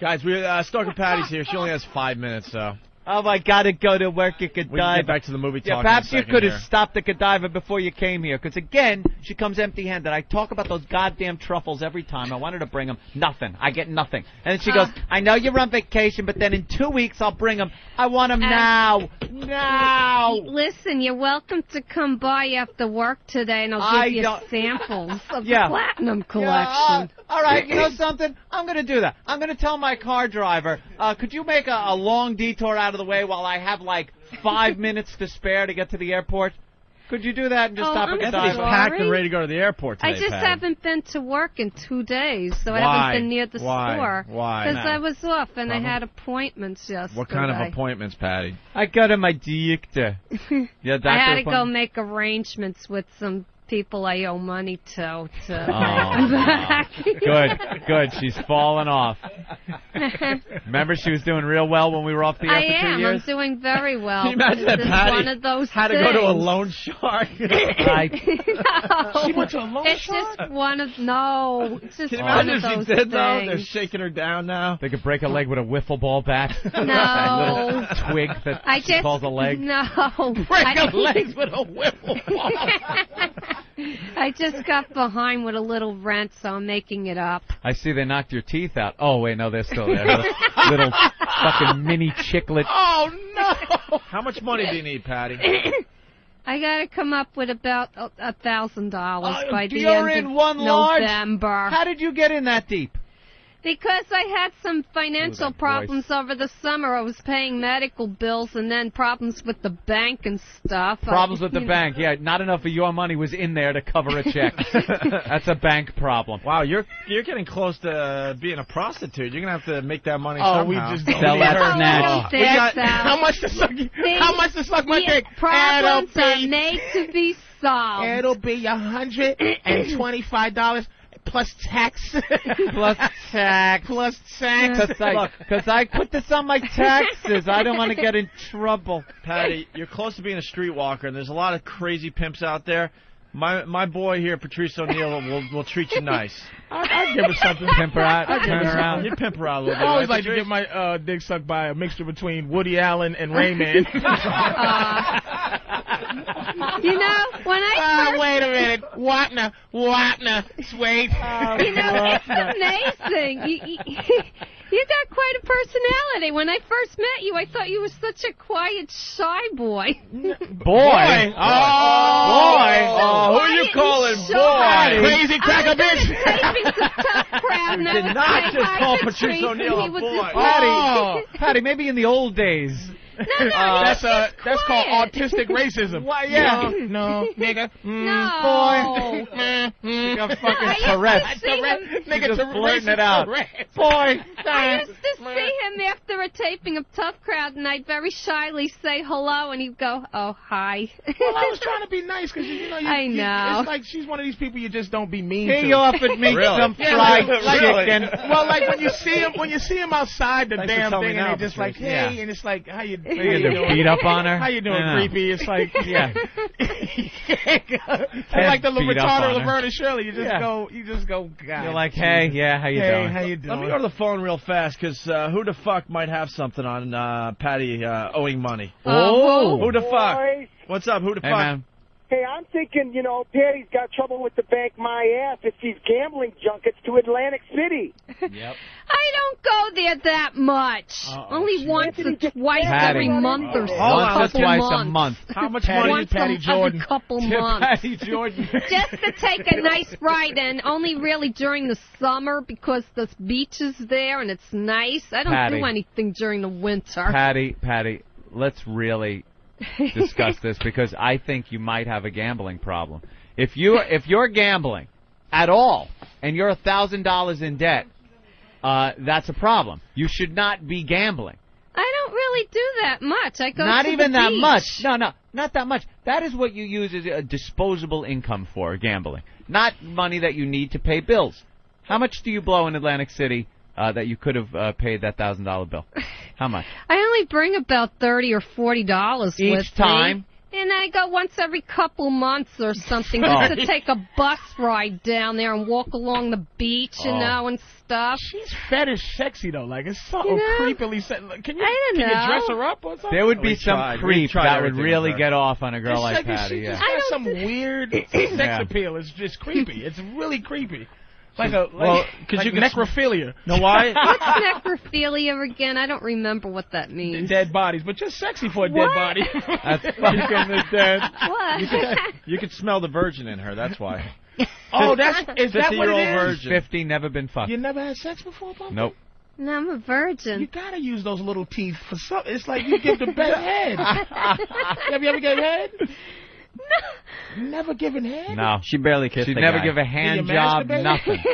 Guys, we uh, Stalker Patty's here. She only has five minutes, so
Oh my God, it go to work, it could
we
die.
can get back to the movie talk.
Yeah,
in
perhaps
a
you
second
could
here.
have stopped the cadaver before you came here. Because again, she comes empty-handed. I talk about those goddamn truffles every time. I wanted to bring them. Nothing. I get nothing. And then she goes, "I know you're on vacation, but then in two weeks I'll bring them. I want them
Uh,
now, now."
Listen, you're welcome to come by after work today, and I'll
I
give you
don't-
samples of
Yeah.
the platinum collection.
Yeah, uh, all right, you know something? I'm going to do that. I'm going to tell my car driver, uh, could you make a, a long detour out of the way while I have like five minutes to spare to get to the airport? Could you do that and just
Oh,
stop at
I'm
the
Anthony's
Sorry.
packed and ready to go to the airport today.
I just
Patty.
haven't been to work in two days, so I
Why?
haven't been near the
Why?
store.
Why?
Because
No.
I was off and I had appointments yesterday.
What kind of appointments, Patty?
I got to my doctor. Yeah, doctor
I had to go
appointment.
make arrangements with some people I owe money to. to
Oh, Good, good. She's falling off. Remember, she was doing real well when we were off the air
I
for two
am. I'm
years.
doing very well.
Can you imagine that
This is
Patty
one of those
Had to go to a
things.
loan shark.
I,
no.
She went to a long
It's
shot.
just one of no. It's just
Can you
one
imagine
of those
if she did though? They're
things.
shaking her down now.
they could break a leg with a wiffle ball bat. That
no.
little twig that
I
she
just
calls a leg.
No.
Break
I,
her legs with a wiffle ball.
I just got behind with a little rent, so I'm making it up.
I see they knocked your teeth out. Oh wait, no, they're still there. Little, little fucking mini chiclet.
oh no!
How much money do you need, Patty?
I got to come up with about a a thousand dollars
Oh,
by the
you're
end
in
of
one large-
November.
How did you get in that deep?
Because I had some financial problems over the summer. I was paying medical bills and then problems with the bank and stuff. I-
Problems with the
you know.
bank. Yeah, not enough of your money was in there to cover a check. That's a bank problem.
Wow, you're you're getting close to Uh, being a prostitute. You're gonna have to make that money
Oh,
somehow.
we just don't Sell need that her. snatch.
We
That's
got-
out.
How much to suck? How much to suck my
The
dick?
Problems
It'll
are
be-
made to be solved.
It'll be a hundred and twenty-five dollars plus tax.
Plus tax.
Plus tax.
Because I, 'cause I put this on my taxes. I don't want to get in trouble.
Patty, you're close to being a streetwalker, and there's a lot of crazy pimps out there. My my boy here, Patrice O'Neill, will will treat you nice.
I'll give her something.
Pimp her out,
I give
turn
her
her out.
You pimp her out a little
I
bit.
always
right,
like to
Patrice?
get my uh, dick sucked by a mixture between Woody Allen and Rayman.
You know, when I
oh,
first,
wait a minute. Wapna, Wapna, wait.
you know, it's amazing. You, you, you got quite a personality. When I first met you, I thought you were such a quiet, shy boy.
Boy.
Boy. Oh.
Boy. Oh, who you
Quiet
calling
and
boy?
shy.
Crazy cracker bitch.
Taping some tough crowd, and I
Did
would
not
say
just
hi
call
to
Patrice
Patrice, and
O'Neal a
he was
boy.
just-
Patty, Oh, Patty, maybe in the old days.
No, no, he was
that's uh,
just
that's called
quiet.
autistic racism.
Why, yeah.
No, no, nigga. Mm,
No.
Boy. Mm, mm.
Got
I
fucking
used to
Tourette's.
see him-
Nigga,
just
Tourette's
blurting it
is
out.
Tourette's.
Boy.
I used to see him after a taping of Tough Crowd, and I'd very shyly say hello, and he'd go, "Oh, hi."
Well, I was trying to be nice because you know you,
I
you-
know.
it's like she's one of these people you just don't be mean
He
to.
offered me
Really?
some
Yeah,
fried
like- like-
chicken.
Well, like when you see him when you see him outside the
Thanks for
damn
telling
thing
me now,
and they just like
Patrice.
hey
Yeah.
and it's like how you, how
You
you
had to
doing
beat up on her.
how you doing
Yeah.
creepy it's like
Yeah.
it's like the little
Beat up on
retarded
her.
Laverne and Shirley you just
Yeah.
go you just go God
You're like, hey, yeah, how you
hey
doing?
how you doing
Let me go to the phone real fast, because uh, who the fuck might have something on uh, Patty uh, owing money?
Oh.
Who the fuck?
Boy.
What's up? Who the
hey,
fuck?
man.
Hey, I'm thinking, you know, Patty's got trouble with the bank my ass if she's gambling junkets to Atlantic City.
Yep.
I don't go there that much. Only once or twice
Patty.
every month or so.
Hold on,
Once or
couple
twice
months.
a month.
How much
Patty-
money?
Once
Patty
a,
Jordan.
every couple
Yeah,
months.
Patty Jordan.
Just to take a nice ride, and only really during the summer because the beach is there and it's nice. I don't
Patty.
do anything during the winter.
Patty, Patty, let's really discuss this because I think you might have a gambling problem. If you if you're gambling at all and you're a thousand dollars in debt, uh, that's a problem. You should not be gambling.
I don't really do that much. I go
not
to the
even that
beach.
much. No, no, not that much. That is what you use as a disposable income for gambling, not money that you need to pay bills. How much do you blow in Atlantic City uh, that you could have uh, paid that thousand dollar bill? How much?
I only bring about thirty or forty dollars
Each
with
time?
Me. And I go once every couple months or something just
Oh.
to take a bus ride down there and walk along the beach, you
Oh.
know, and stuff.
she's fetish sexy though like it's so
You know?
creepily se- like, can you
I don't
can you
know.
dress her up or something
There would
We
be some
tried. We
creep
tried
that would
everything with
really
her.
get off on a girl
It's
like,
like if
Patty.
She
Yeah.
just has some weird sex
Yeah.
appeal. It's just creepy. It's really creepy. Like a like,
Well, 'cause
like
you can-
necrophilia,
Know why?
Necrophilia again. I don't remember what that means.
dead bodies, but you're sexy for a dead
What?
body.
That's fucking dead.
What?
you could smell the virgin in her. That's why.
oh, that's is that what it
Fifty-year-old
is?
virgin.
Fifty, never been fucked.
You never had sex before, Bump?
nope.
no, I'm a
You
virgin.
gotta use those little teeth for some. It's like you give the best head. Have you ever given head? No. Never given head.
No.
She barely kissed
She'd
the
never
guy.
give a hand
you
job.
masturbate?
Nothing.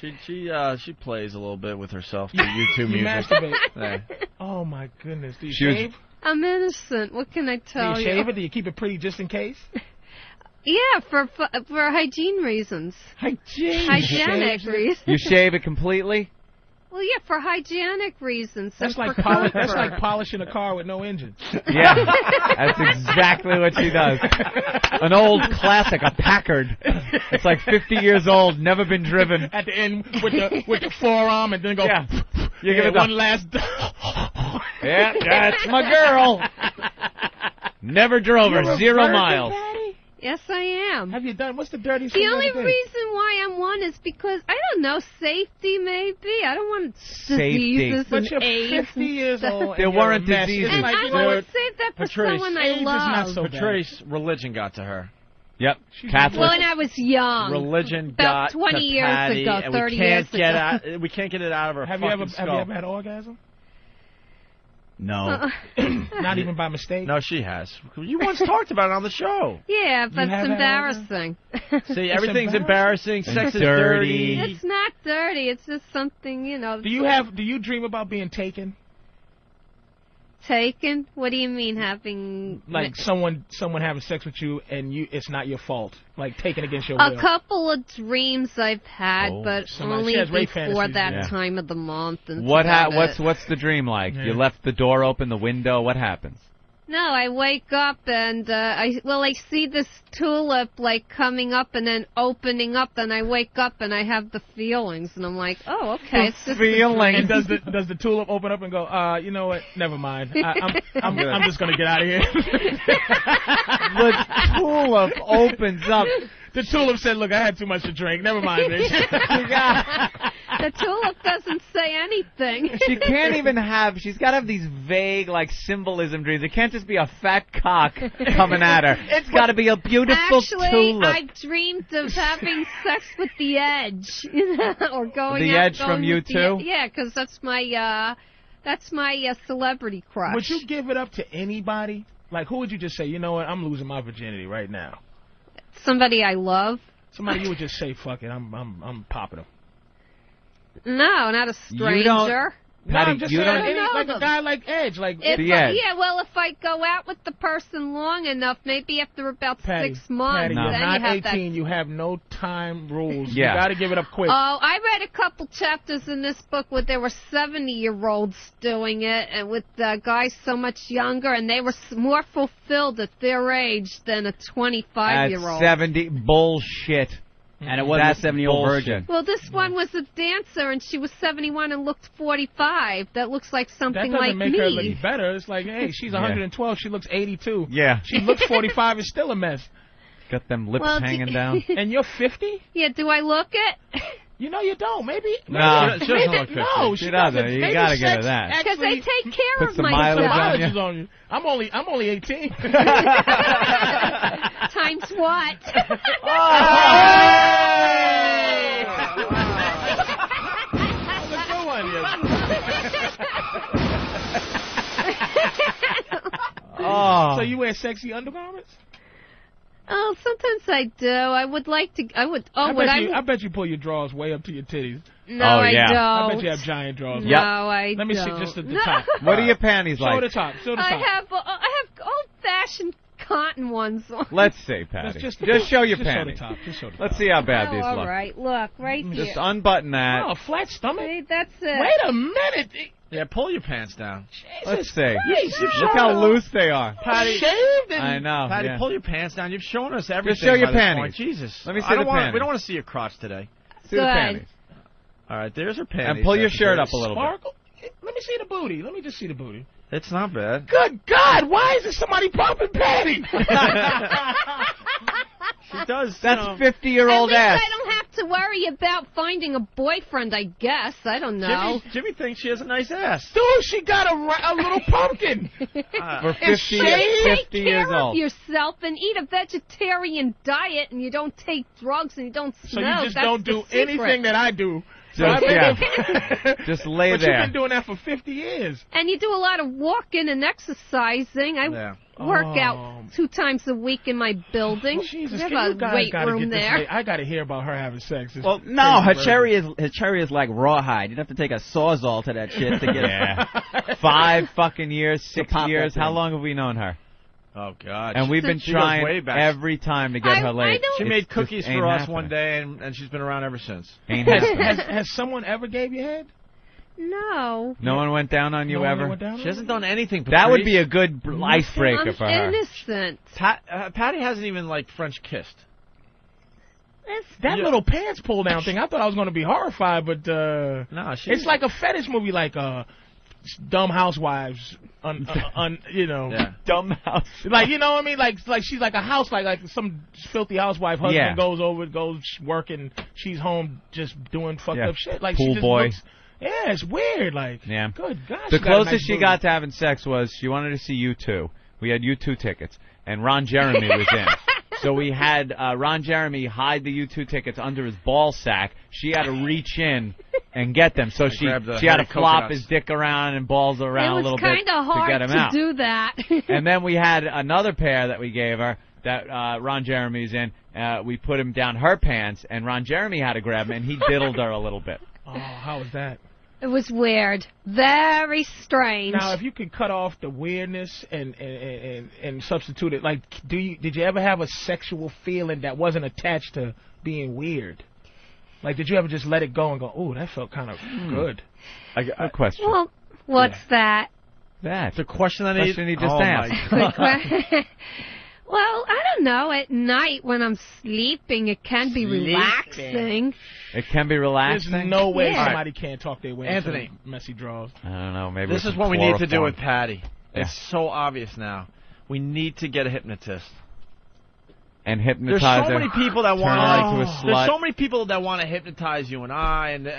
She she uh she plays a little bit with herself to YouTube
You
music.
masturbate.
There.
Oh my goodness. Do you
She was-
shave?
I'm innocent. What can I
Do you
tell
shave
you?
it? Do you keep it pretty just in case?
Yeah, for fu- for hygiene reasons,
Hygiene.
hygienic
Shaves it.
reasons.
You shave it completely.
Well, yeah, for hygienic reasons. and
That's like
for
poli- that's
comfort.
like polishing a car with no engine.
Yeah. That's exactly what she does. An old classic, a Packard. It's like 50 years old, never been driven.
At the end with the with the forearm and then go.
Yeah. You give
Yeah,
it the-
one last.
Yeah, that's my girl. Never drove her, zero miles.
Yes, I am.
Have you done? What's the dirtiest?
The
thing you
only
ever did?
reason why I'm one is because I don't know safety. Maybe I don't want
Safety.
diseases
But
and
you're
AIDS.
50 years
stuff.
old.
There
Oh, and you're
weren't
a mess.
diseases.
It's
And
like,
I
you
want
know,
to save that for
Patrice,
someone
AIDS
I
is
love.
not so bad.
Patrice, religion got to her.
Yep. Catholic.
Well, and I was young.
Religion
About
got
20
to
years
Patty,
ago, 30
and we can't
years
get
ago.
Out, we can't get it out of her
Have you
fucking
ever
skull.
have you ever had an orgasm?
No.
Uh, Uh-uh.
Oh.
Not even by mistake.
No, she has. You once talked about it on the show.
Yeah, but
have
it's
that
embarrassing.
See, everything's embarrassing. Sex is
dirty.
dirty.
it's not dirty. It's just something, you know.
Do you have? Do you dream about being taken?
taken? What do you mean having
Like someone someone having sex with you and you it's not your fault. Like taken against your
A
will.
couple of dreams I've had,
Oh,
but
somebody-
only
she has rape
before
fantasies,
that
yeah.
time of the month. And
What
that's
ha-
about
What's
it.
what's the dream like? You
Yeah.
left the door open, the window. What happens?
No, I wake up and uh, I well, I see this tulip like coming up and then opening up, and I wake up and I have the feelings, and I'm like, oh, okay, it's just a
And
dream.
does the does the tulip open up and go? Uh, you know what? Never mind. I, I'm I'm, I'm just gonna get out of here.
The tulip opens up.
the tulip said, "Look, I had too much to drink. Never mind, bitch."
the tulip doesn't say anything.
She can't even have. She's got to have these vague, like symbolism dreams. It can't just be a fat cock coming at her. It's got to be a beautiful
Actually,
tulip.
I've dreamed of having sex with the edge, you know, or going
The
out
Edge from
going with the
U2?
Ed- Yeah, because that's my uh, that's my uh, celebrity crush.
would you give it up to anybody? Like, who would you just say? You know what? I'm losing my virginity right now.
Somebody I love.
Somebody you would just say, "Fuck it, I'm I'm I'm popping them."
No, not a stranger.
You don't- Patty,
no, I'm just
you
saying,
don't.
I
any-
know
like a
them.
guy like Edge, like
If
The
I-
edge.
yeah, well, if I go out with the person long enough, maybe after about
Patty,
six
Patty,
months, then
you're
you
not
have
18.
that.
You have no time rules.
Yeah.
You got to give it up quick.
Oh, I read a couple chapters in this book where there were 70-year-olds doing it, and with uh, guys so much younger, and they were s- more fulfilled at their age than a
At
25-year-old.
seventy, bullshit.
And it wasn't
That's
a 70 year old
bullshit.
virgin.
Well, this one was a dancer, and she was 71 and looked 45. That looks like
that
something
doesn't
like
make
me.
her look better. It's like, hey, she's 112. She looks 82.
Yeah,
She looks 45 and still a mess.
got them lips
Well, do-
hanging down.
And you're 50?
yeah, do I look it?
You know you don't. Maybe.
No.
maybe-
She doesn't look
no,
50.
she,
She doesn't.
doesn't.
You
Maybe
gotta give her
sex
that.
Because I
actually-
take care
Put
of
some mileage
myself.
on.
mileage is on you. I'm only I'm only 18.
Times what?
Oh. Go on, yes.
Oh,
So you wear sexy undergarments?
oh, sometimes I do. I would like to. I would. Oh,
I
would
bet
I?
you I bet you pull your drawers way up to your titties.
no,
Oh,
I
yeah.
I
don't.
bet you have giant drawers.
no,
Yep.
I
Let me see
don't.
just at the
No.
top.
what are your panties
Show
like?
the top. Show the
I
top.
have. Uh, I have old-fashioned cotton ones on.
Let's see, Patty.
Just,
Just,
just,
show your
just
panties.
Show the top. Just show the top.
Let's see how bad
oh,
these
all
look.
right. Look right here.
Just unbutton that.
Oh, a flat stomach.
See, that's it.
Wait a minute.
Yeah, pull your pants down.
Let's see.
Jesus Christ.
Look how loose they are.
Patty,
Shaved and
I know.
Patty,
yeah.
pull your pants down. You've shown us everything.
show your
by this
panties.
point. Jesus.
Let me see
I don't
the
wanna-
panties.
We don't want to see your crotch today.
See the
Good.
panties.
All right, there's her panties.
And pull your
That's
shirt
good.
up a little bit.
sparkle. Let me see the booty. Let me just see the booty.
It's not bad.
Good God! Why is there somebody bumping Patty?
She does.
That's 50 year
At
old
least
ass.
I don't have to worry about finding a boyfriend. I guess. I don't know.
Jimmy, Jimmy thinks she has a nice ass.
Dude, she got a, ri- a little pumpkin.
For
It's
50,
shady.
Take
50
care
years
of
old.
yourself and eat a vegetarian diet, and you don't take drugs and you don't
So
smoke.
you just
That's
don't
the
do
secret.
anything that I do. So
Just-
I
yeah. Just lay
but
there.
you've been doing that for 50 years.
And you do a lot of walking and exercising. I
Yeah.
work
Oh.
out two times a week in my building.
Jesus,
I
can
have
you
a
guys
weight
gotta
room
get this
there.
lady- I got to hear about her having sex. It's-
Well, no, her
Crazy
cherry is her cherry is like rawhide. You'd have to take a sawzall to that shit to get
Yeah. Five fucking years, six
pop that
years. How
thing.
long have we known her?
Oh God.
And we've been
she goes way
trying
back.
every time to get
I-
her
I
late.
don't-
She
It's
made
just
cookies
ain't
for us
happening.
one day, and, and she's been around ever since.
Ain't happening.
has, has someone ever gave you head?
No.
No one went down on you
No one
ever?
went down
She
on
hasn't done anything.
That would be
Patrice.
a good br- icebreaker
I'm
for her.
innocent.
Pat, uh, Patty hasn't even like French kissed.
you? That
Yeah.
little pants pull down thing. I thought I was going to be horrified, but uh,
No, she.
it's like a fetish movie, like uh, Dumb Housewives. Un, uh, un, you know,
Yeah.
Dumb house.
like you know what I mean? Like like she's like a house like like some filthy housewife. Husband
Yeah.
goes over, goes working. She's home just doing fucked
Yeah.
up shit. Like
Pool
she just
boy.
Looks, yeah, it's weird. Like
Yeah.
good gosh.
The
she got a
closest
nice
she
booty.
got to having sex was she wanted to see U2. We had U2 tickets, and Ron Jeremy was in. So we had uh, Ron Jeremy hide the U2 tickets under his ball sack. She had to reach in and get them. So she
grabbed the
she had to
hairy
flop
coconuts.
his dick around and balls around a
it
little
was
bit
kind of hard
to get him out.
do that.
and then we had another pair that we gave her that uh, Ron Jeremy's in. Uh, we put him down her pants, and Ron Jeremy had to grab him, and he diddled her a little bit.
Oh, how was that?
it was weird, very strange.
Now, if you could cut off the weirdness and and, and and substitute it, like, do you did you ever have a sexual feeling that wasn't attached to being weird? Like, did you ever just let it go and go, "Ooh, that felt kind of good."
I, I, Good question.
well, what's that?
that.
The question that
Question he just
oh
asked.
My God.
well, I don't know. At night when I'm sleeping, it can be relaxing.
It can be
There's
relaxing.
no way
Yeah.
somebody can't talk their way
Anthony.
into messy draws.
I don't know. Maybe
This
with
is
some
what we need to do
chloroform.
with Patty.
Yeah.
It's so obvious now. We need to get a hypnotist.
and
There's
hypnotize
so
her.
many people that
turn
want
her
to.
into a slut.
There's so many people that want to hypnotize you and I and uh,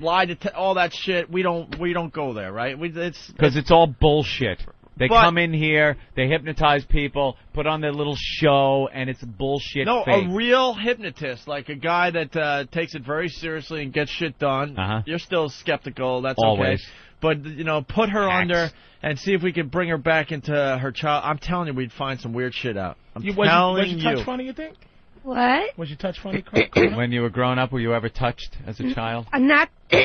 lie to t- all that shit. We don't. We don't go there, right? We, it's
because it's all bullshit. They
But-
come in here, they hypnotize people, put on their little show, and it's bullshit.
no
fake.
a real hypnotist, like a guy that uh, takes it very seriously and gets shit done.
Uh-huh.
You're still skeptical. That's
Always.
okay. But you know, put her
Hacks.
under and see if we can bring her back into her child. I'm telling you, we'd find some weird shit out. I'm
You was, you,
telling
was your touch funny? You think
What?
was your touch funny? Carl?
when you were growing up, were you ever touched as a child?
Uh, Not,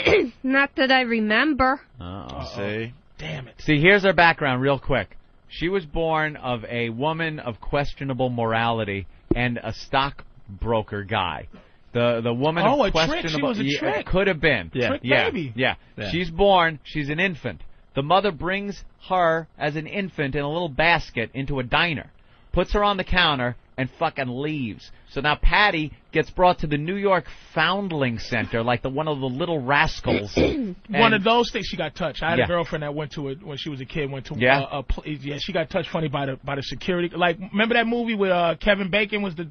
not that I remember.
Uh-oh.
See.
Damn it!
See, here's her background, real quick. She was born of a woman of questionable morality and a stockbroker guy. The the woman
Oh,
of
a trick. She
questionable
was a
yeah,
trick.
could have been
Yeah.
Trick
yeah.
baby.
Yeah.
Yeah.
She's born, she's an infant. The mother brings her as an infant in a little basket into a diner, puts her on the counter, and fucking leaves. So now Patty gets brought to the New York Foundling Center, like the one of the little rascals.
One
And-
of those things she got touched. I had
Yeah.
a girlfriend that went to it when she was a kid. Went to
Yeah.
uh, a pl- yeah. She got touched funny by the by the security. Like remember that movie with uh, Kevin Bacon was the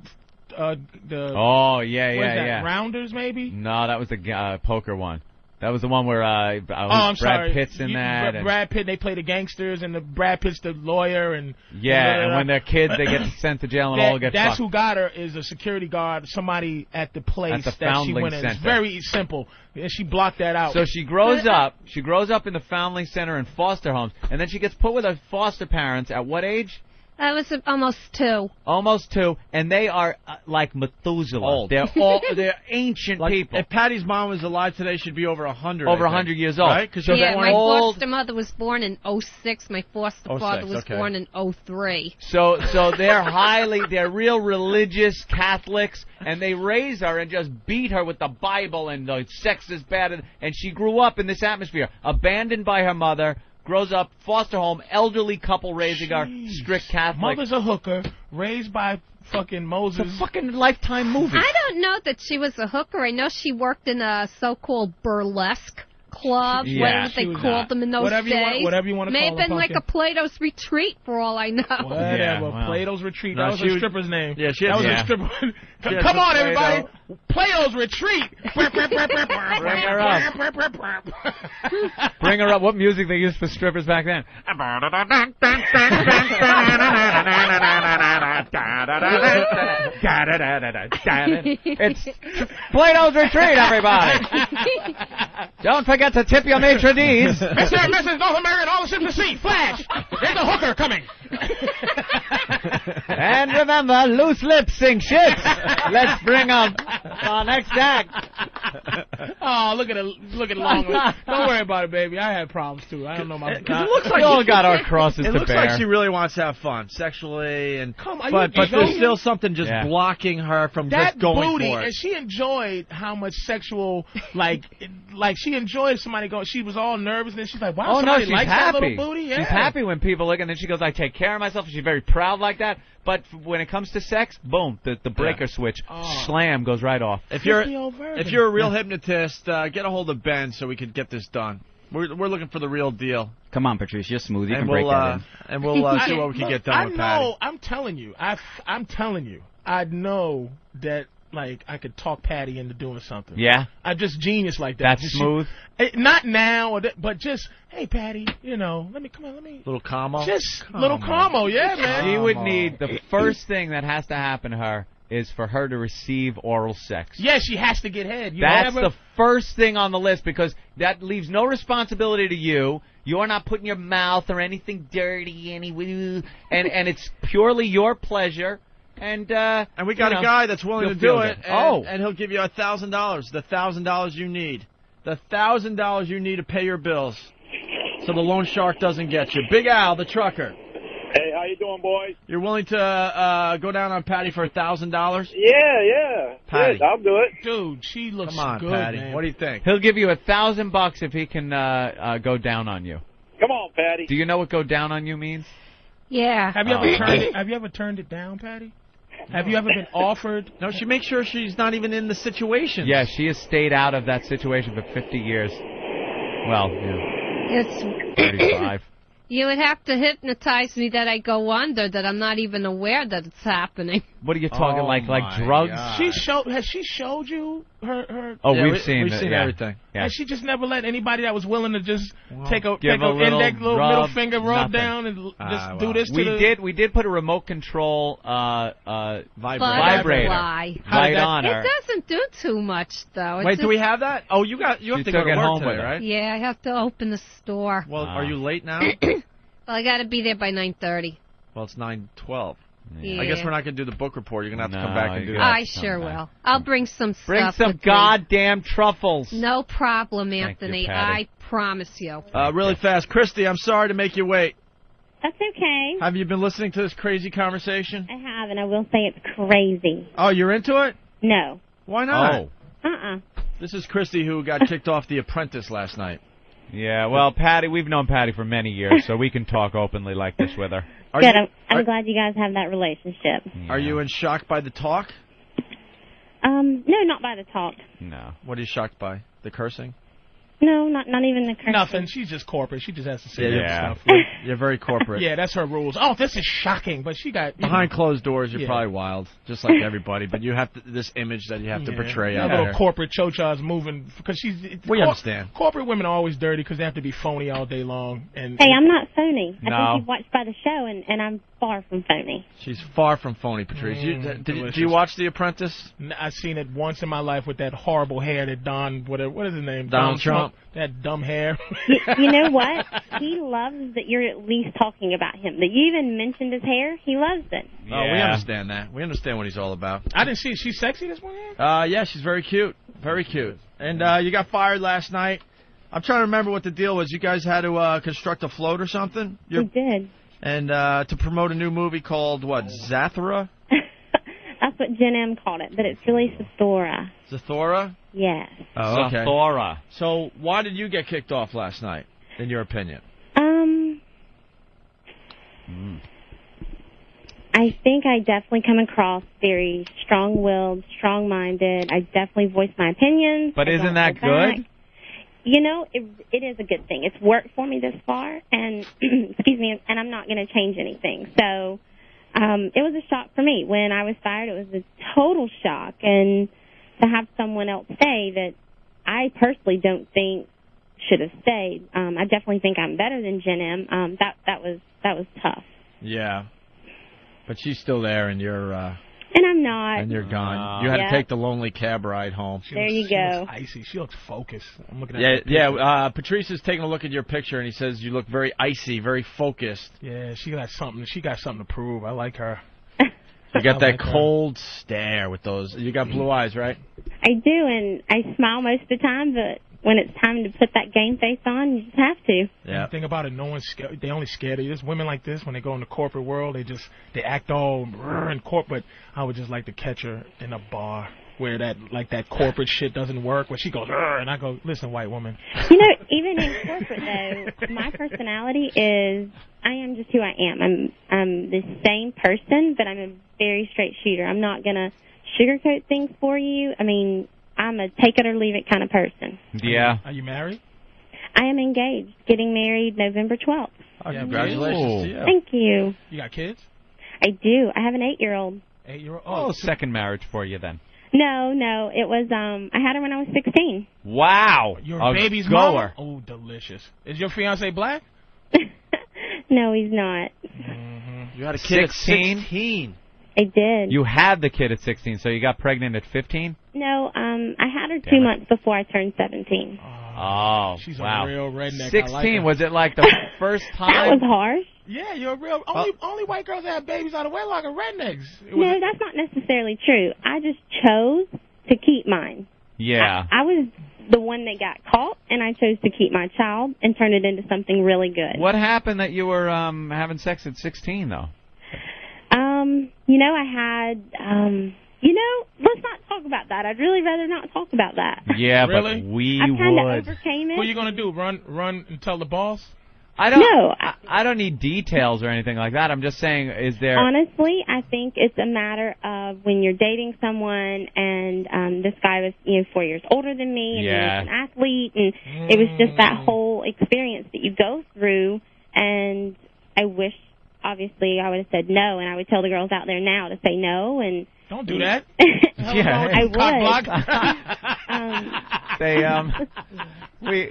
uh, the
Oh yeah,
what
yeah,
is that
yeah.
Rounders maybe.
No, that was the uh, poker one. That was the one where uh, I was
Oh, I'm
Brad
sorry.
Pitt's in
You-
that.
Br-
and-
Brad Pitt. They play the gangsters, and the Brad Pitt's the lawyer, and
yeah,
da- da-
and
da-
when
da.
they're kids, they get sent to jail and all
That-
get
that's
fucked.
who got her is a security guard, somebody at the place
At the
that she
Foundling
went in. It's
Center.
very simple. And she blocked that out.
So she grows up. She grows up in the foundling center and foster homes, and then she gets put with her foster parents at what age?
I was almost two.
Almost two, and they are uh, like Methuselah.
Old.
They're all they're ancient
Like,
people.
If Patty's mom was alive today, she'd be over a 100.
Over
a
100 years old.
Right? 'Cause
So
she's
yeah,
that
my
old-
foster mother was born in '06. My foster
06,
father was
okay.
born in '03.
So so they're highly they're real religious Catholics and they raise her and just beat her with the Bible and the sex is bad and, and she grew up in this atmosphere abandoned by her mother grows up foster home elderly couple raising her strict Catholic
Mother's a hooker, raised by fucking Moses.
it's a fucking lifetime movie
I don't know that she was a hooker. I know she worked in a so-called burlesque club,
Yeah,
whatever
she
they
was
called
not-
them in those
Whatever you
days.
want- whatever you wanna call
May have
them,
been like a
pumpkin.
Plato's retreat for all I know.
Whatever.
Yeah, wow.
Plato's Retreat.
No,
that was
she
a
was-
stripper's name.
Yeah, she had-
that was
yeah.
a stripper.
had
Come
some
on,
Play-Doh.
everybody. Plato's Retreat.
bring her up bring her up what music they used for strippers back then it's Plato's Retreat everybody don't forget to tip your maitre d's
Mr. and Mrs. North American, all the ships at sea. Flash. There's a hooker coming.
And remember, loose lips sink ships. Let's bring up our Uh, next act.
Oh, look at it. Look at long. Don't worry about it, baby. I had problems too. I don't know my.
it looks like
we all got our crosses
It
to
looks
bear.
like she really wants to have fun sexually and
Come, are you
but but there's
joking?
still something just
Yeah.
blocking her from
that
just going
booty,
for it.
and she enjoyed how much sexual, like, it- like she enjoyed somebody going. She was all nervous, and then she's like, "Wow,
Oh no,
somebody
she's
likes that
happy.
little booty." Yeah.
She's happy when people look, and then she goes, "I take care of myself." She's very proud like that. But f- when it comes to sex, boom, the the breaker switch,
Oh.
slam goes right off.
if you're
Fifty old virgin.
if you're a real hypnotist, uh, get a hold of Ben so we could get this done. We're we're looking for the real deal,
Come on, Patrice, you're smooth. You
and
can
we'll
break that
uh,
in.
and we'll uh,
I-
see what we can
look,
get done
I
with
know.
Patty.
I'm telling you. I, am telling you. I know that like I could talk Patty into doing something.
Yeah.
I'm just genius like that.
That's
Just
smooth.
She, eh, not now, or that- but just hey Patty, you know, let me come on, let me
Little comma.
just little combo, yeah, man.
She would need the first thing that has to happen to her is for her to receive oral sex.
Yeah, she has to get head. You
That's
know,
the first thing on the list because that leaves no responsibility to you. You're not putting your mouth or anything dirty any and and it's purely your pleasure. And uh
And we got
you
a
know,
guy that's willing
you'll
to do
feel
it.
good.
And,
Oh.
and he'll give you a thousand dollars, the thousand dollars you need, the thousand dollars you need to pay your bills, so the loan shark doesn't get you. Big Al, the trucker,
Hey, how you doing, boys?
you're willing to uh, go down on Patty for a thousand dollars?
Yeah, yeah.
Patty.
Good, I'll do it.
dude, she looks
Come on,
good,
Patty.
man.
What do you think?
He'll give you a thousand bucks if he can uh, uh go down on you.
Come on, Patty.
Do you know what go down on you means?
Yeah.
have you ever
Oh.
turned it? Have you ever turned it down, Patty? Have you ever been offered?
No, she makes sure she's not even in the situation.
Yeah, she has stayed out of that situation for 50 years. Well, yeah,
It's
35.
you would have to hypnotize me that I go under, that I'm not even aware that it's happening.
What are you talking
Oh
like like
my
drugs?
God.
She showed. Has she showed you her her?
Oh,
Yeah,
we've
we-
seen
we've
it,
seen
yeah.
everything.
Yeah.
And she just never let anybody that was willing to just take a
Give
take
a
a,
little
index little middle
rub,
finger rub
nothing.
down and l- just
Ah,
do
well.
this to
We
the
did we did put a remote control uh uh
Vibrate.
vibrator
Butterfly.
How
right
did that-
on her.
It doesn't do too much though. It's
Wait, do
just-
we have that? Oh, you got you have
She
to go
took
to
it
work
home
today,
with her.
right?
Yeah, I have to open the store.
Well,
Ah.
are you late now?
Well, I got to be there by 9:30.
well, it's nine twelve.
Yeah.
I guess we're not gonna do the book report. You're gonna have to
No,
come back and
you
do
got
that.
I sure
sometime.
will. I'll bring some
Bring
stuff.
some
with me.
goddamn truffles.
No problem,
you,
Anthony.
Patty.
I promise you.
Uh, really fast, Christy. I'm sorry to make you wait.
That's okay.
Have you been listening to this crazy conversation?
I have, and I will say it's crazy.
Oh, you're into it?
No.
Why not?
Oh.
Uh-uh.
This is Christy who got kicked off The Apprentice last night.
Yeah, well, Patty, we've known Patty for many years, so we can talk openly like this with her.
Are
Good.
you,
I'm, I'm
are-
glad you guys have that relationship.
Are you in shock by the talk?
Um, no, not by the talk.
No.
What are you shocked by? The cursing?
No, not not even the cursing.
nothing. She's just corporate. She just has to say
Yeah,
that
yeah.
stuff. Yeah.
You're very corporate.
Yeah, that's her rules. Oh, this is shocking, but she got you know,
Behind closed doors, you're
Yeah.
probably wild, just like everybody. But you have to, this image that you have to
yeah.
portray
That
out
little
there.
corporate chocha's moving because she's. it's-
We understand.
Corporate women are always dirty because they have to be phony all day long. And
Hey, I'm not phony. I
No.
think you've watched by the show, and, and I'm far from phony.
She's far from phony, Patrice. you,
Mm,
did- did, do you
delicious.
watch The Apprentice?
N- I've seen it once in my life with that horrible hair that Don whatever what is his name
Donald Trump.
that dumb hair.
You, you know what? He loves that you're at least talking about him. That you even mentioned his hair. He loves it.
Oh, we
Yeah.
understand that. We understand what he's all about.
I didn't see. She's sexy this morning.
Uh, yeah, she's very cute. Very cute. And uh, you got fired last night. I'm trying to remember what the deal was. You guys had to uh, construct a float or something? Your-
He did.
and uh, to promote a new movie called, what, Zathura?
That's what Jen M called it, but it's really Sestora.
Zathora?
Yes.
Oh, okay.
Zathora.
So why did you get kicked off last night, in your opinion?
Um, I think I definitely come across very strong-willed, strong-minded. I definitely voice my opinions.
But
I
isn't
don't
that
hold back.
good?
You know, it it is a good thing. It's worked for me this far, and excuse me, and I'm not going to change anything. So, um, it was a shock for me when I was fired. It was a total shock, and to have someone else say that I personally don't think should have stayed. Um, I definitely think I'm better than Jen M. Um, that that was that was tough,
Yeah. But she's still there, and you're uh,
and I'm not.
and you're gone.
Wow.
You had
Yeah.
to take the lonely cab ride home.
She
There
looks-
you
she looks
go.
icy. She looks focused. I'm looking at
Yeah,
her picture.
yeah. Uh, Patrice is taking a look at your picture, and he says you look very icy, very focused.
Yeah, she got something. She got something to prove. I like her.
You got
I
that
like her.
cold stare with those. You got blue eyes, right?
I do, and I smile most of the time, but when it's time to put that game face on, you just have to.
And the thing about it, no one's scared. They only scared of you. There's women like this when they go in the corporate world. They just they act all brr and corporate. I would just like to catch her in a bar where that like that corporate shit doesn't work. Where she goes brr, and I go, listen, white woman.
You know, even in corporate though, my personality is I am just who I am. I'm I'm the same person, but I'm a very straight shooter. I'm not gonna sugarcoat things for you. I mean, I'm a take it or leave it kind of person.
Yeah.
Are you married?
I am engaged, getting married November 12th.
Oh,
Yeah,
congratulations to you.
Thank you.
You got kids?
I do. I have an eight year old.
Eight year old.
Oh, second marriage for you then.
No, no, it was um I had her when I was 16.
Wow.
Your
a
baby's mama?
goer.
Oh, delicious. Is your fiance black?
No, he's not.
You
Mm-hmm.
had
a kid at 16?
I did.
You had the kid at 16, so you got pregnant at 15?
No, um I had her 2
Damn it.
months before I turned 17.
Oh,
She's a
wow.
real redneck. I
16,
like her.
was it like the first
That
time?
was harsh.
Yeah, you're a
Uh,
real. Only only white girls that have babies out of wedlock are rednecks. It was
No, that's not necessarily true. I just chose to keep mine.
yeah.
I was the one that got caught and I chose to keep my child and turn it into something really good.
What happened that you were um having sex at 16, though?
Um, you know, I had um you know, let's not talk about that. I'd really rather not talk about that.
Yeah,
Really?
but we
I kind of
would.
overcame it.
What are you gonna do? Run, run and tell the boss?
I don't.
No,
I, I don't need details or anything like that. I'm just saying, is there?
Honestly, I think it's a matter of when you're dating someone, and um, this guy was you know four years older than me, and
Yeah. Mm.
he was an athlete, and it was just that whole experience that you go through. And I wish, obviously, I would have said no, and I would tell the girls out there now to say no, and
Don't do that.
yeah,
I would. um,
they um, we.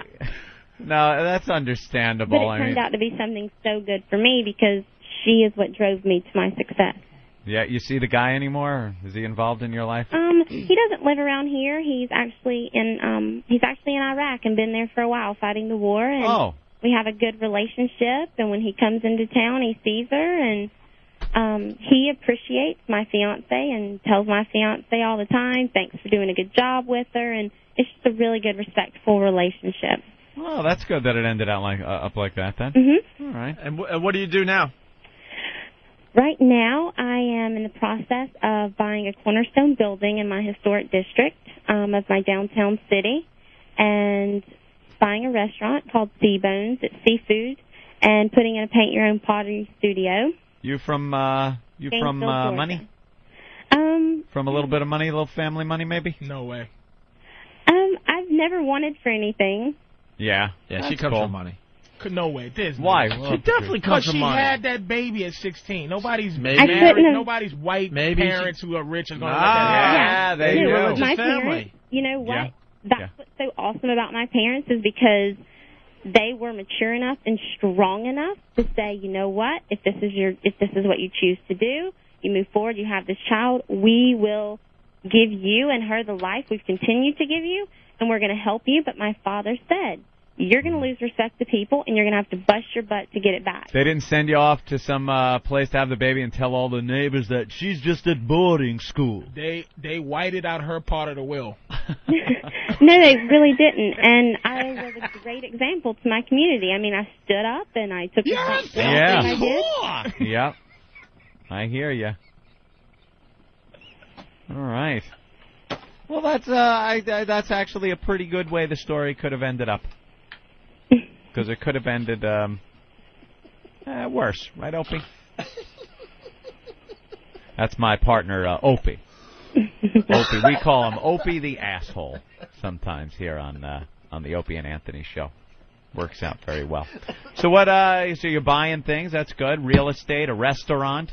No, that's understandable.
but it
I
turned
mean,
out to be something so good for me because she is what drove me to my success.
yeah, you see the guy anymore? Is he involved in your life?
Um, he doesn't live around here. He's actually in um he's actually in Iraq and been there for a while fighting the war and
Oh,
we have a good relationship and when he comes into town he sees her and um he appreciates my fiance and tells my fiance all the time, Thanks for doing a good job with her and it's just a really good respectful relationship.
well, that's good that it ended out like uh, up like that then.
Mhm.
All right.
And, w- and what do you do now?
Right now, I am in the process of buying a cornerstone building in my historic district um, of my downtown city and buying a restaurant called Sea Bones. It's seafood and putting in a paint your own pottery studio.
You from uh, you from
Gainesville,
uh,
Georgia.
money?
Um,
From a little bit of money, a little family money, maybe?
No way.
um, I've never wanted for anything.
Yeah.
Yeah, she
That's
comes
cool.
from money.
C- No way. There's
Why?
No.
She definitely
Because
comes from
she
money.
had that baby at 16. Nobody's
Maybe.
I
married.
couldn't have-
Nobody's white
Maybe she-
parents who are rich are going to
Ah.
let that
Yeah, they
Dude,
do.
religious
My
family.
parents, you know what?
Yeah.
That's
Yeah.
what's so awesome about my parents is because they were mature enough and strong enough to say, you know what? If this is your, if this is what you choose to do, you move forward. You have this child. We will give you and her the life we've continued to give you, and we're going to help you. But my father said, you're going to lose respect to people, and you're going to have to bust your butt to get it back.
They didn't send you off to some uh, place to have the baby and tell all the neighbors that she's just at boarding school.
They they whited out her part of the will.
no, they really didn't. And I was a great example to my community. I mean, I stood up and I took
You're a
responsibility.
Yeah.
I did.
whore.
yep. I hear you. All right. Well, that's uh, I, I, that's actually a pretty good way the story could have ended up, because it could have ended um, uh, worse, right, Opie? That's my partner, uh, Opie. Opie, we call him Opie the asshole sometimes here on uh, on the Opie and Anthony show. Works out very well. So what? Uh, so you're buying things. That's good. Real estate, a restaurant.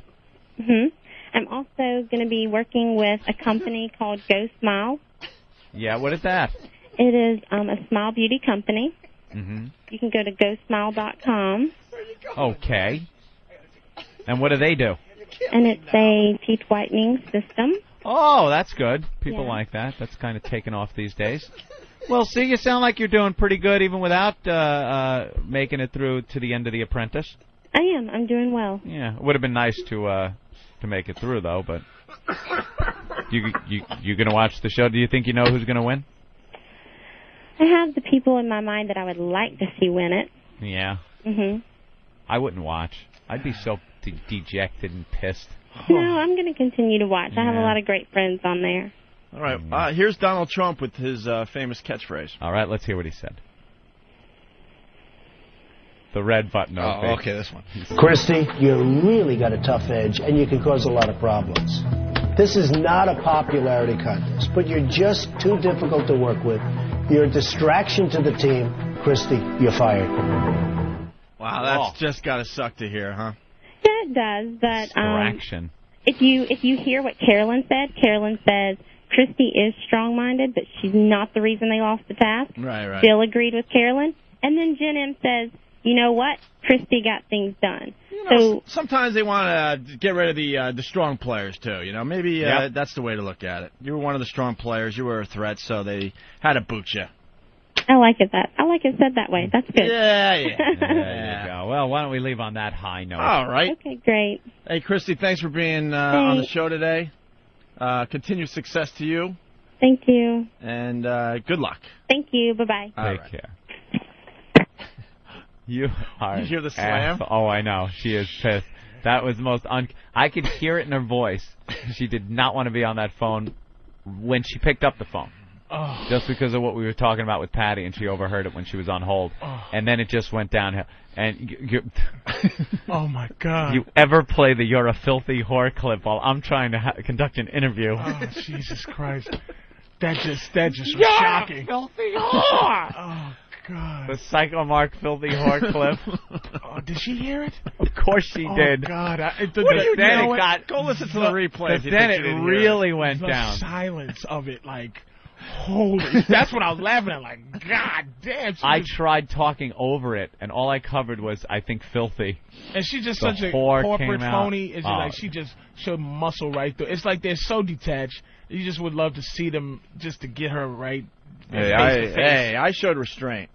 hmm I'm also going to be working with a company called Go Smile.
Yeah. What is that?
It is um, a smile beauty company.
hmm
You can go to gosmile.com,
Okay. And what do they do?
and it's a teeth whitening system.
Oh, that's good. People
Yeah.
like that. That's kind of taken off these days. Well, see, you sound like you're doing pretty good even without uh, uh, making it through to the end of The Apprentice.
I am. I'm doing well.
Yeah, it would have been nice to uh, to make it through though. But you you you gonna watch the show? Do you think you know who's gonna win?
I have the people in my mind that I would like to see win it.
Yeah.
hmm
I wouldn't watch. I'd be so de- dejected and pissed.
No, I'm going to continue to watch. I have a
Yeah.
lot of great friends on there.
All right. Uh, here's Donald Trump with his uh, famous catchphrase.
All right, let's hear what he said. The red button.
Oh, okay, this one.
Christie, you really got a tough edge and you can cause a lot of problems. This is not a popularity contest, but you're just too difficult to work with. You're a distraction to the team. Christie, you're fired.
Wow, that's just gotta suck to hear, huh?
That does, but um,
Distraction.
if you if you hear what Carolyn said, Carolyn says Christy is strong minded, but she's not the reason they lost the task.
Right, right.
Bill agreed with Carolyn. And then Jen M says, you know what? Christy got things done.
You
so
know, s- sometimes they want to get rid of the uh, the strong players too. You know, maybe uh,
Yep.
that's the way to look at it. You were one of the strong players. You were a threat, so they had to boot you.
I like it that I like it said that way. That's good.
Yeah, yeah.
There you go. Well, why don't we leave on that high note?
All right.
Okay, great.
Hey, Christy, thanks for being uh, on the
Thanks.
show today. Uh, continued success to you,
Thank you.
and uh, good luck.
Thank you. Bye bye.
All
Take
right.
care. You are.
You hear the
an
slam?
ass- Oh, I know. She is pissed. That was the most un. I could hear it in her voice. She did not want to be on that phone when she picked up the phone.
Oh.
Just because of what we were talking about with Patty, and she overheard it when she was on hold, and then it just went downhill. And you,
Oh my God.
you ever play the "You're a filthy whore" clip while I'm trying to ha- conduct an interview?
Oh, Jesus Christ. That just that just was
Yeah,
shocking.
filthy
whore.
Oh God.
The Psycho Mark filthy whore clip.
Oh, did she hear it?
Of course she
oh,
did.
God. I, it,
What do you
then
know
it
what?
got.
Go listen to the replay
but
if you
then
think
it
you didn't hear it.
really went
The
down. silence of it, like, holy. That's what I was laughing at. Like, God damn.
I tried talking over it, and all I covered was, I think, filthy.
And she's just
The
such a
whore
corporate
came out.
phony. It's just
Oh.
like she just should muscle right through. It's like they're so detached. You just would love to see them just to get her right.
Hey,
face
I,
to face.
hey, I showed restraint.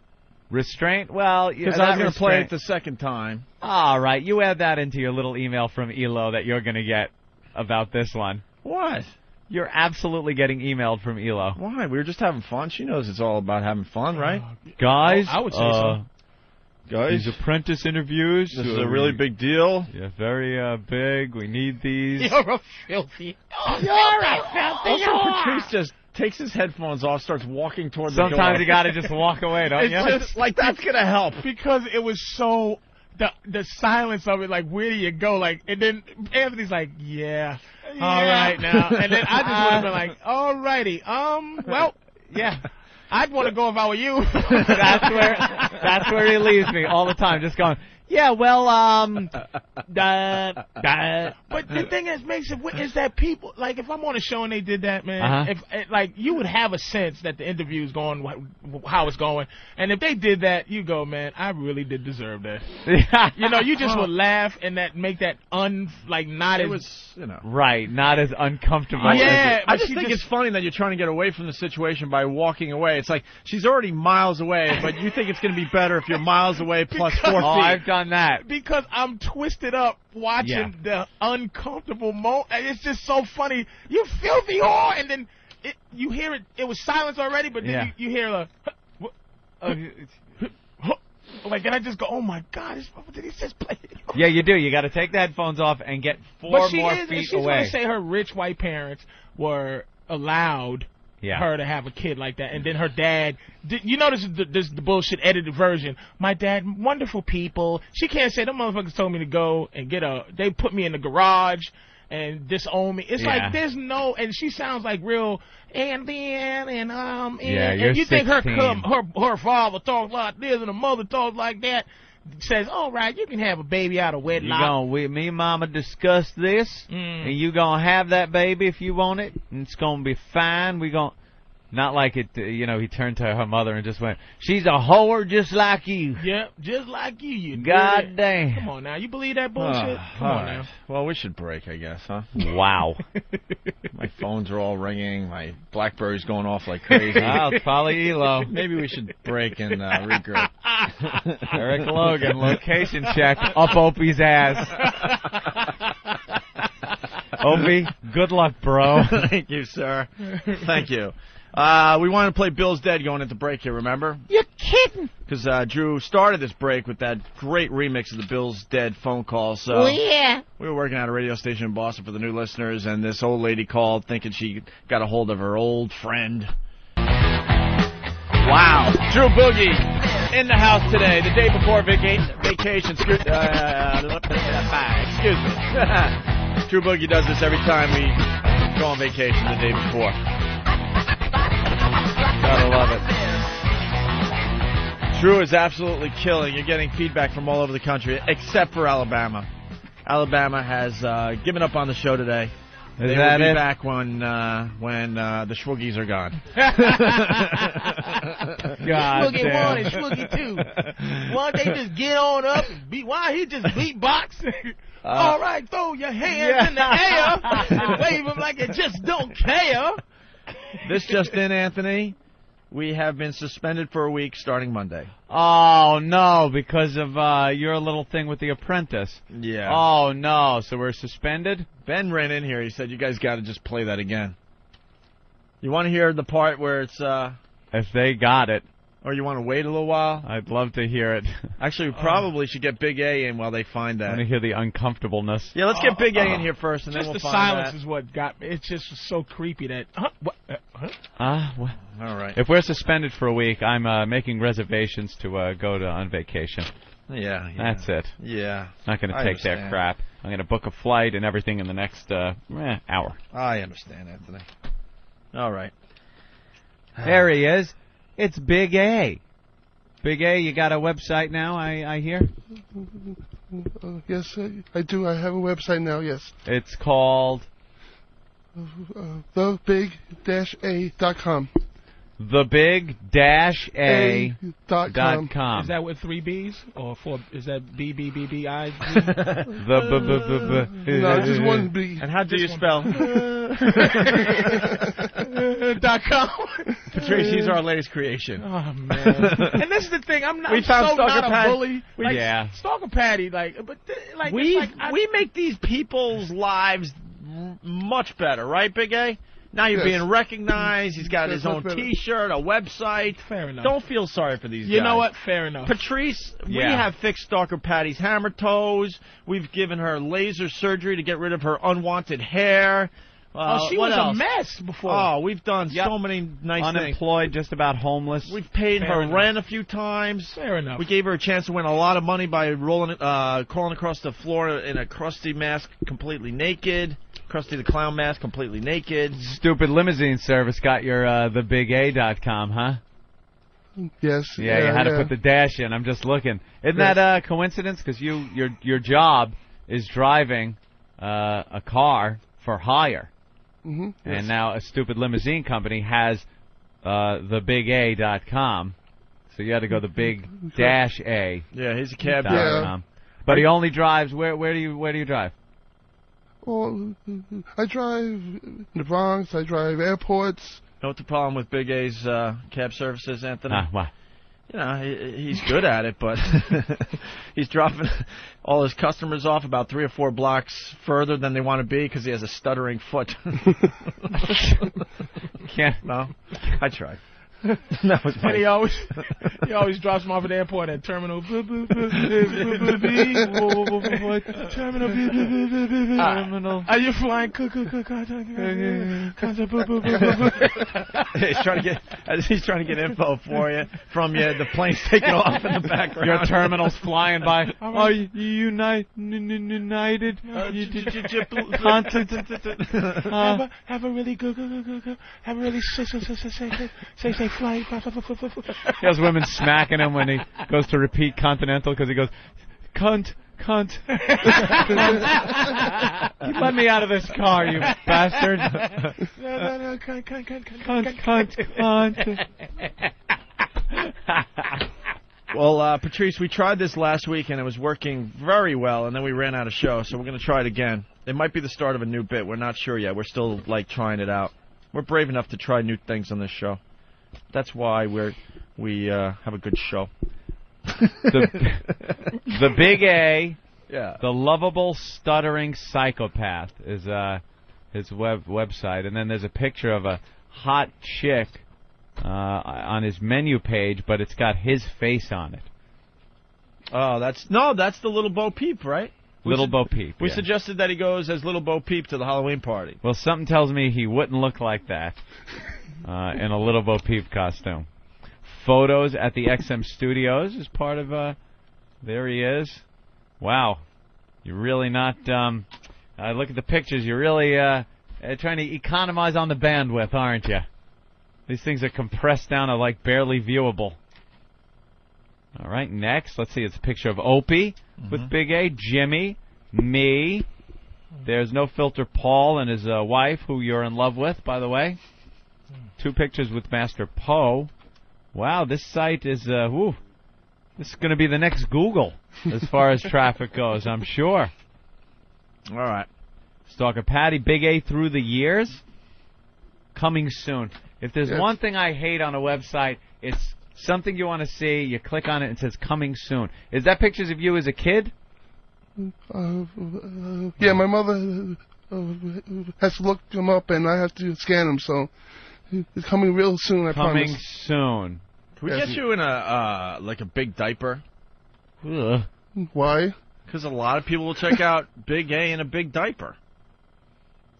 Restraint? Well, yeah,
Because I
that
was going to play it
restraint-
the second time.
All right, you add that into your little email from Elo that you're going to get about this one.
What?
You're absolutely getting emailed from Elo.
Why? We were just having fun. She knows it's all about having fun, right?
Guys,
I would say
uh,
so. Guys,
these apprentice interviews.
This
uh,
is a really
we-
big deal.
Yeah, very uh, big. We need these.
You're a filthy.
You're
a filthy
Also,
whore.
Patrice just takes his headphones off, starts walking towards the door.
Sometimes you got to just walk away, don't
It's
you?
just-
like that's gonna help.
because it was so the the silence of it. Like where do you go? Like and then Anthony's like, yeah, all
Yeah.
right now. And then I just would have been like, all righty, um, well, yeah, I'd want to go if I were you.
that's where that's where he leaves me all the time, just going. Yeah, well, um, da, da.
But
Uh,
the thing that makes it wi- is that people like if I'm on a show and they did that, man,
Uh-huh.
if eh, like you would have a sense that the interview's going wh- how it's going, and if they did that, you go, man, I really did deserve that. you know, you just would laugh and that make that un like not
It
as
was, you know.
right, not as uncomfortable.
I-
Yeah,
I
but
just
she
think
just-
it's funny that you're trying to get away from the situation by walking away. It's like she's already miles away, but you think it's going to be better if you're miles away plus
Because-
four
Oh,
feet.
I've done that.
because I'm twisted up watching the uncomfortable moment. It's just so funny. You filthy whore, and then it, you hear it. It was silence already, but then
Yeah.
you, you hear a. Like, and I just go, oh my god, this, what did he just play?
Yeah, you do. You got to take the headphones off and get four
but she
more
is, and
feet
she's gonna
away.
say her rich white parents were allowed
Yeah.
her to have a kid like that, and then her dad. Did, you know this is the, this is the bullshit edited version. My dad, wonderful people. She can't say them motherfuckers told me to go and get a. They put me in the garage. And disown me. It's
Yeah.
like there's no, and she sounds like real. And then and um and,
Yeah,
and
you're
you think her
16.
cum- her her father talked like this and her mother talked like that. Says, all right, you can have a baby out of
You
wedlock.
gonna we, me and Mama discuss this,
Mm.
and you gonna have that baby if you want it, and it's gonna be fine. We gonna not like it. uh, You know, he turned to her mother and just went, "She's a whore just like you."
Yep, just like you. you
God
dirty-
damn.
Come on now, you believe that bullshit?
Ah,
Come
all
on
right.
now.
Well, we should break, I guess, huh?
Wow.
My phones are all ringing. My Blackberry's going off like crazy.
Wow, Ah, it's probably Elo.
Maybe we should break and uh, regroup.
Eric Logan, location check up Opie's ass. Opie, good luck, bro.
Thank you, sir. Thank you. Uh, we want to play Bill's Dead going into break here, remember?
You're kidding.
Because uh, Drew started this break with that great remix of the Bill's Dead phone call. So
Oh, yeah.
we were working at a radio station in Boston for the new listeners, and this old lady called thinking she got a hold of her old friend. Wow. Drew Boogie in the house today, the day before vacation. vacation excuse, uh, excuse me. Drew Boogie does this every time we go on vacation the day before. Gotta love it. Drew is absolutely killing. You're getting feedback from all over the country, except for Alabama. Alabama has uh, given up on the show today. they
that
will be
it?
back when uh, when uh, the Schwoogies are gone.
God Schwoogie one and Schwoogie two. Why don't they just get on up and beat? Why he just beatbox?
Uh,
All right, throw your hands in the air and wave them like you just don't care.
this just in, Anthony, we have been suspended for a week starting Monday.
Oh no, because of uh, your little thing with the apprentice.
Yeah.
Oh no, so we're suspended?
Ben ran in here. He said, "You guys got to just play that again." You want to hear the part where it's, uh,
If they got it,
or you want to wait a little while?
I'd love to hear it.
Actually, we probably should get Big A in while they find
I
that.
want to Oh. hear the uncomfortableness.
Yeah, let's get Big A in here first, and
Just
then
the
we'll find
silence
that.
is what got me. It's just so creepy that. Huh, what, uh, huh?
Ah, well.
All right.
If we're suspended for a week, I'm uh, making reservations to uh, go to on vacation.
Yeah, yeah.
That's it.
Yeah.
Not going to
I
take their
understand.
crap. I'm going to book a flight and everything in the next uh, eh, hour.
I understand, Anthony. All right.
There he is. It's Big A. Big A, you got a website now, I, I hear?
Uh, yes, I, I do. I have a website now. Yes,
It's called
uh, thebig-a.com.
thebig-a
dot com.
dot com.
Is that with three B's or four? Is that B B B B I?
The b- b- b-
No, just one B.
And how do you spell?
dot com.
Patrice, he's our latest creation.
Oh man! and this is the thing. I'm not.
We
I'm
found
so
Stalker
not a
Patty.
bully.
We-
like,
Yeah.
Stalker Patty, like, but th-
uh,
like,
we
it's like I-
we make these people's lives m- much better, right, Big A? Now you're
Yes.
being recognized. He's got
That's
his own
much better.
T-shirt, a website.
Fair enough.
Don't feel sorry for these guys.
You know what? Fair enough.
Patrice, we
Yeah.
have fixed Stalker Patty's hammer toes. We've given her laser surgery to get rid of her unwanted hair. Uh,
oh, she
what
was
else?
a mess before.
Oh, we've done so many nice things.
Unemployed, just about homeless.
We've paid
Fair
her
enough.
rent a few times.
Fair enough.
We gave her a chance to win a lot of money by rolling, uh, crawling across the floor in a crusty mask, completely naked. Krusty the Clown mask, completely naked.
Stupid limousine service got your uh, thebiga.com, huh?
Yes.
Yeah, you had to put the dash in. I'm just looking. Isn't
Yes.
that a coincidence? Because you your your job is driving uh, a car for hire,
hmm
and now a stupid limousine company has uh, thebiga.com. So you had to go the big dash a.
Yeah, he's a cab
dot
driver.
com. But he only drives. Where where do you where do you drive?
Well, I drive in the Bronx. I drive airports.
Know what the problem with Big A's uh, cab services, Anthony?
Ah, what?
You know, he, he's good at it, but he's dropping all his customers off about three or four blocks further than they want to be because he has a stuttering foot.
Can't.
No, I tried. That was
And
my
he always he always drops him off at the airport at terminal. B- b- b- b- b- b- Terminal. B- b- b- b- b- b-
Ah.
Terminal.
Are you flying? C- c- c- contact- contact- b- b- b- b-
he's trying to get he's trying to get info for you from you. The plane's taking off in the background.
Your terminal's flying by.
Are
you unite, united?
Uh, Have
Ah.
a have a really good good good good good- have a really say say say say say say say flight. blah, blah, blah, blah, blah.
He has women smacking him when he goes to repeat continental because he goes, cunt, cunt. You let me out of this car, you bastard.
No, no, no, cunt, cunt, cunt, cunt,
Cunt,
cunt,
cunt, cunt.
Well, uh, Patrice, we tried this last week and it was working very well, and then we ran out of show, so we're going to try it again. It might be the start of a new bit. We're not sure yet. We're still like trying it out. We're brave enough to try new things on this show. That's why we're we uh, have a good show.
The, the big A,
Yeah.
the lovable stuttering psychopath is uh, his web website, and then there's a picture of a hot chick uh, on his menu page, but it's got his face on it.
Oh, that's no, that's the little Bo Peep, right? We
Little
sug-
Bo Peep.
We
yeah.
suggested that he goes as little Bo Peep to the Halloween party.
Well, something tells me he wouldn't look like that uh, in a little Bo Peep costume. Photos at the XM Studios is part of. Uh, there he is. Wow, you're really not. Um, I look at the pictures. You're really uh, uh, trying to economize on the bandwidth, aren't you? These things are compressed down to like barely viewable. All right, next, let's see. It's a picture of Opie with Big A, Jimmy, me, There's no filter Paul and his uh, wife, who you're in love with, by the way. Two pictures with Master Poe. Wow, this site is uh, whew, this is going to be the next Google as far as traffic goes, I'm sure. All right, Stalker Patty, Big A through the years, coming soon. If there's
Yes.
one thing I hate on a website, it's something you want to see. You click on it and it says coming soon. Is that pictures of you as a kid?
Uh, uh, yeah, my mother uh, uh, has to look them up, and I have to scan them. So it's coming real soon. I
coming
promise.
soon.
Can we get you in a uh, like a big diaper?
Why?
Because a lot of people will check out Big A in a big diaper.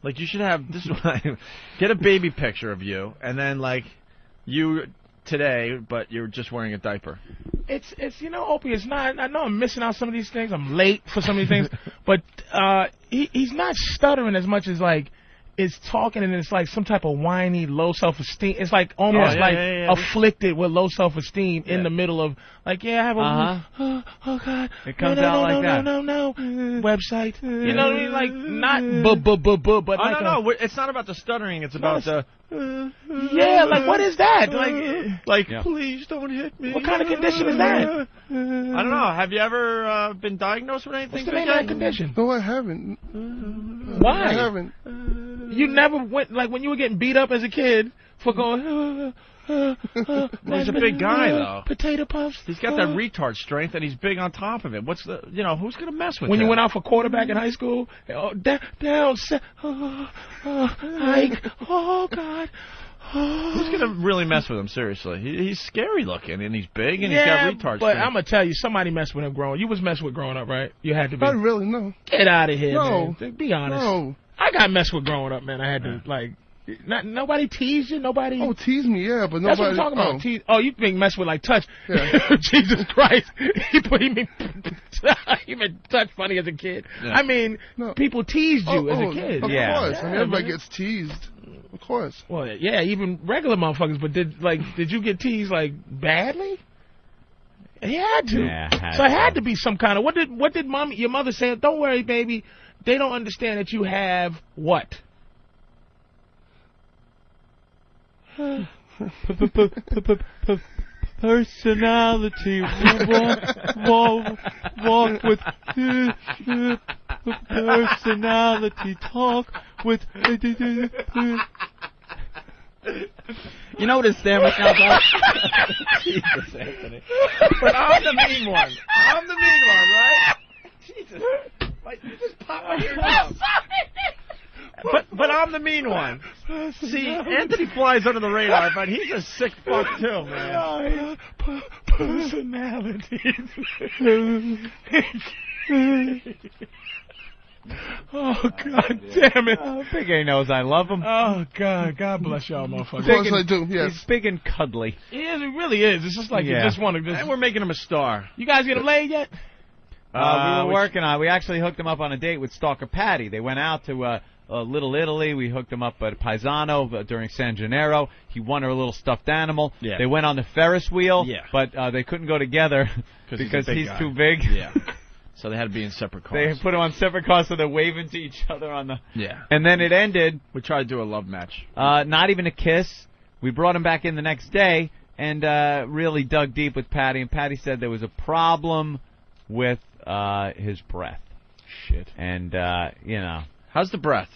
Like you should have this. is what I- get a baby picture of you, and then like you today, but you're just wearing a diaper.
It's it's you know Opie. It's not. I know I'm missing out some of these things. I'm late for some of these things, but uh, he he's not stuttering as much as like is talking and it's like some type of whiny low self esteem. It's like almost
yeah,
like
yeah, yeah.
afflicted with low self esteem in the middle of like yeah I have a
Uh-huh.
oh, oh god
It
No,
comes
no,
out
no, no,
like that.
no no no website you know what I mean like not bu-
Uh,
bu- bu- bu- but
oh
like
no,
a-
no, we're- it's not about the stuttering. It's about the
yeah like what is that like
like
Yeah.
please don't hit me.
What kind of condition is that?
I don't know. Have you ever uh, been diagnosed with anything?
What's the
big
name of
A?
that condition?
No, I haven't.
Why?
I haven't.
You never went like when you were getting beat up as a kid for going. Uh, uh, uh,
Well, he's a big guy
uh,
though.
Potato puffs.
He's got that
uh,
retard strength, and he's big on top of it. What's the you know who's gonna mess with
when
him?
you went out for quarterback in high school, oh, down, down, se- uh, uh, hike. Oh God.
Who's gonna really mess with him? Seriously, he, he's scary looking, and he's big, and
yeah,
he's got retard
but
strength.
I'm gonna tell you, somebody messed with him growing. You was messed with growing up, right? You had to be.
Not really. No.
Get out of here,
No.
man. Be honest.
No.
I got messed with growing up, man. I had to like. Not, nobody teased you. Nobody.
Oh, tease me, yeah, but nobody.
That's what I'm talking about.
oh.
Tease- Oh, you think mess with like touch?
Yeah.
Jesus Christ! He put him in, he been touch funny as a kid.
Yeah.
I mean, people teased you
Oh,
as
oh,
a kid.
Of course. I mean, everybody
man.
gets teased. Of course.
Well, yeah, even regular motherfuckers. But did like did you get teased like badly? He had to.
Yeah, had
so it had to be some kind of what did what did mommy your mother say? Don't worry, baby. They don't understand that you have what.
Personality. walk, walk, walk with uh, uh, personality. Talk with.
You know what his stammer sounds like?
Jesus, Anthony.
But
Oh,
I'm the mean one. I'm the mean one, right? Jesus. Like, you just popped my ears out. But but I'm the mean one. See, Anthony flies under the radar, but he's a sick fuck too, man.
personality. oh God damn it!
Big A knows I love him.
Oh God, God bless y'all, motherfuckers.
He's big and cuddly.
He is. He really is. It's just like
Yeah.
you just want to. Just...
And we're making him a star.
You guys get him laid yet?
Uh, we were
which-
working on. it. We actually hooked him up on a date with Stalker Patty. They went out to uh, uh, Little Italy. We hooked him up at Paisano uh, during San Gennaro. He won her a little stuffed animal.
Yeah.
They went on the Ferris wheel.
Yeah.
But uh, they couldn't go together
he's a
because
big
he's
guy.
too big.
Yeah. So they had to be in separate
They
cars.
put him on separate cars, so they're waving to each other on the.
Yeah.
And then it ended.
We tried to do a love match.
Uh, not even a kiss. We brought him back in the next day and uh, really dug deep with Patty. And Patty said there was a problem with uh, his breath.
Shit.
And uh, you know,
how's the breath?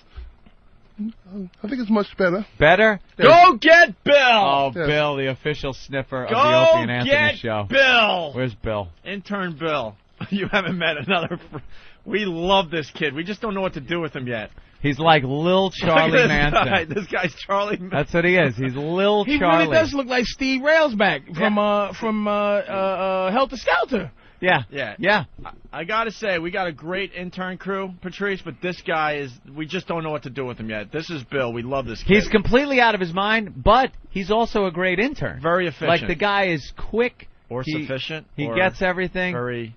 Oh. I think it's much better.
Better?
Go get Bill.
Oh,
Yes.
Bill, the official sniffer
Go
of the Opie and Anthony
get
show.
Bill.
Where's Bill?
Intern Bill. You haven't met another. Fr- we love this kid. We just don't know what to do with him yet.
He's like Lil Charlie
Look at this
Manson.
guy. This guy's Charlie Manson.
That's what he is. He's Lil
He
Charlie.
really does look like Steve Railsback from uh from uh, uh uh Helter Skelter.
Yeah.
Yeah.
Yeah.
I, I gotta say, we got a great intern crew, Patrice, but this guy is. We just don't know what to do with him yet. This is Bill. We love this kid.
He's completely out of his mind, but he's also a great intern.
Very efficient.
Like the guy is quick
or
he-
sufficient.
He
or
gets everything.
Very.
he-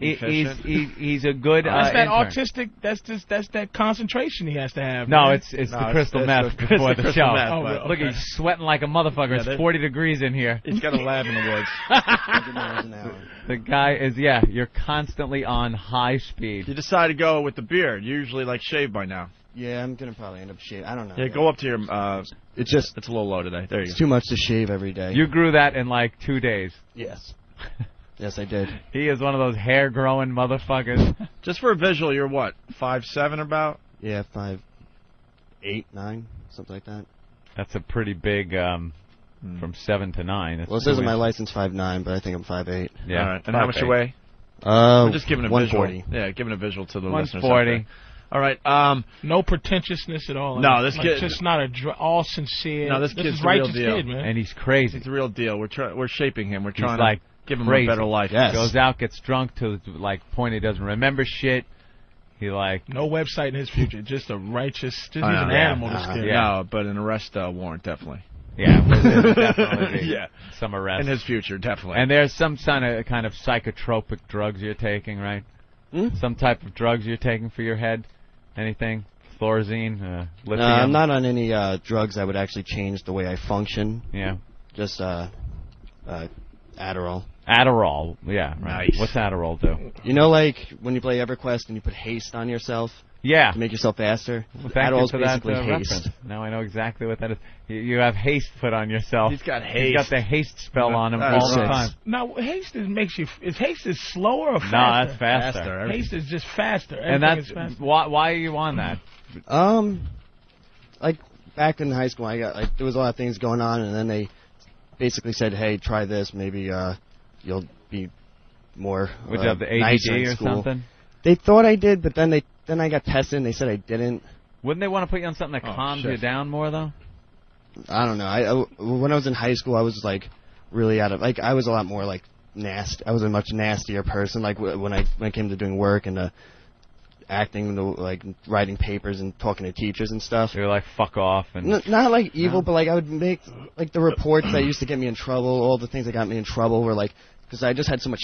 he's
Efficient.
he, he's a good. Uh,
That's that
intern.
autistic. That's just that's that concentration he has to have.
No,
man.
it's it's the crystal meth before the, show.
Oh, well,
Look,
okay.
he's sweating like a motherfucker.
Yeah,
it's
that-
40 degrees in here.
He's got a lab in the woods.
The guy is yeah. You're constantly on high speed.
You decide to go with the beard. You usually like shave by now.
Yeah, I'm gonna probably end up shaving. I don't know.
Yeah, go up to your. Uh,
it's just
it's a little low today. There you
It's
go.
too much to shave every day.
You grew that in like two days.
Yes. yes, I did.
He is one of those hair growing motherfuckers.
Just for a visual, you're what five seven about?
Yeah, five, eight, nine, something like that.
That's a pretty big um,
Hmm.
from seven to nine. That's
well, it says
two
on my
inches.
license five nine, but I think I'm five eight.
Yeah. All right,
And how much you weigh?
Uh,
We're just giving a
one
visual.
forty.
Yeah, giving a visual to the listeners. out
140.
there. All right. Um,
no pretentiousness at all.
No, this
like,
kid-
just not a dr- all sincere.
No, this kid's
is
the real
righteous
deal,
kid, man.
he's crazy.
He's the real deal. We're try- we're shaping him. We're
He's
trying to
like
give him
crazy.
a better life.
Goes out, gets drunk to like point he doesn't remember shit. He like
no website in his future. Just a righteous. Just he's
I know.
an animal. This
Uh-huh.
kid.
No, but an arrest uh, warrant definitely.
Yeah, it would definitely be
yeah,
some arrest.
in his future definitely.
And there's some kind of kind of psychotropic drugs you're taking, right?
Hmm?
Some type of drugs you're taking for your head. Anything? Thorazine, uh, lithium.
No, I'm not on any uh, drugs that would actually change the way I function.
Yeah.
Just uh, uh, Adderall.
Adderall. Yeah. Right. What's Adderall do?
You know, like when you play EverQuest and you put haste on yourself.
Yeah.
To make yourself faster.
Well, thank you
Adderall's
for that
basically
uh,
haste.
reference. Now I know exactly what that is. You, you have haste put on yourself.
He's got
He's got
haste.
the haste spell on him
That
all
is
the
right.
time.
Now haste is makes you. Is haste is slower or faster?
that's faster. Faster, everything.
Haste is just faster.
And
Everything is
that's
faster.
why. Why are you on that?
Um, like back in high school, I got like there was a lot of things going on, and then they basically said, "Hey, try this. Maybe uh, you'll be more
Would
uh,
you have the
nicer
ADD
in
or
school."
something?
They thought I did, but then they then I got tested, and they said I didn't.
Wouldn't they want to put you on something that calms
shit.
you down more though?
I don't know. I, I- when I was in high school, I was like really out of like I was a lot more like nasty. I was a much nastier person. Like wh- when I when it came to doing work and uh, acting, the, like writing papers and talking to teachers and stuff.
You're like fuck off and
N- not like evil,
No?
but like I would make like the reports that used to get me in trouble. All the things that got me in trouble were like because I just had so much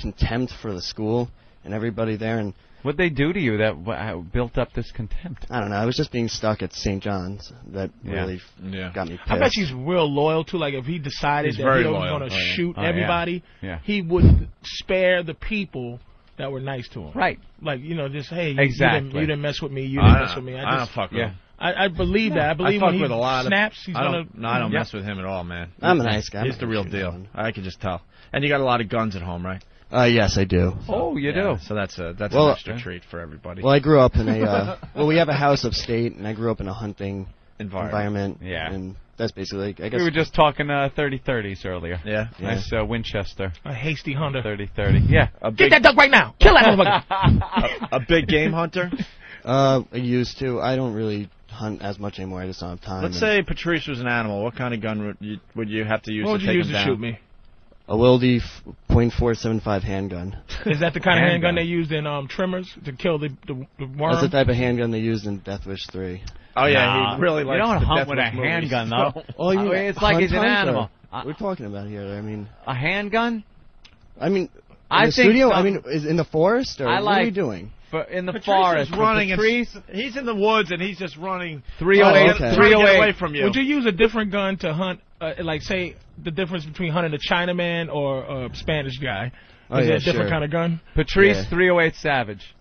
contempt for the school and everybody there, and
What they do to you that w- built up this contempt?
I don't know. I was just being stuck at St. John's that
Yeah.
really f-
Yeah.
got me pissed.
I bet he's real loyal too. Like if he decided
He's
that
very
he was
loyal.
going to
Oh, yeah.
shoot
Oh, yeah.
everybody,
Yeah.
he would spare the people that were nice to him.
Right.
Like you know, just hey, you- You didn't,
Exactly.
you didn't mess with me. You
I
didn't
don't-
mess with me.
I
I,
don't
just,
fuck with him.
I, I believe that. I believe
fuck
when he
with a lot
snaps,
of,
he's
I
gonna.
don't, no, I don't
Yeah.
mess with him at all, man.
I'm a nice guy. I'm
He's
not
the real deal. I can just tell. And you got a lot of guns at home, right?
Uh, yes, I do.
Oh, you
Yeah,
do.
So that's a that's
Well,
an extra
yeah.
treat for everybody.
Well, I grew up in a uh, well, we have a house upstate, and I grew up in a hunting environment.
Yeah.
and that's basically like, I guess
We were just talking uh, 3030s earlier.
Yeah.
Nice uh, Winchester.
A hasty hunter.
3030. Yeah.
A
Get that duck right now. Kill
Oh
that motherfucker.
a big game hunter.
uh, I used to. I don't really hunt as much anymore. I just don't have time.
Let's
and-
say Patrice was an animal. What kind of gun would you, would you have to use
What would you
to take
use
him
to
down?
shoot me?
A Wildy f- .475 handgun.
Is that the kind of handgun
Handgun.
they used in um, Trimmers to kill the the, the worm?
That's the type of handgun they used in Death Wish 3.
Oh yeah,
Nah.
he really
You
likes.
don't
the
hunt
Death
with a
Wish movies.
handgun, though.
Oh, you,
I mean, it's like he's an
Hunter.
animal.
We're talking about here. I mean,
A handgun?
I mean, in
I
the
think
studio. I
some-
mean, is in the forest or
I
what are we
like-
doing?
For, in the
Patrice
forest.
is running.
with
and-
Patrice,
he's in the woods and he's just running.
308,
trying to get- Oh, trying to get
308.
away from you.
Would you use a different gun to hunt? Uh, like say the difference between hunting a Chinaman or a Spanish guy.
Oh,
Is
yeah,
it a different
sure.
kind of gun?
Patrice 308 Savage.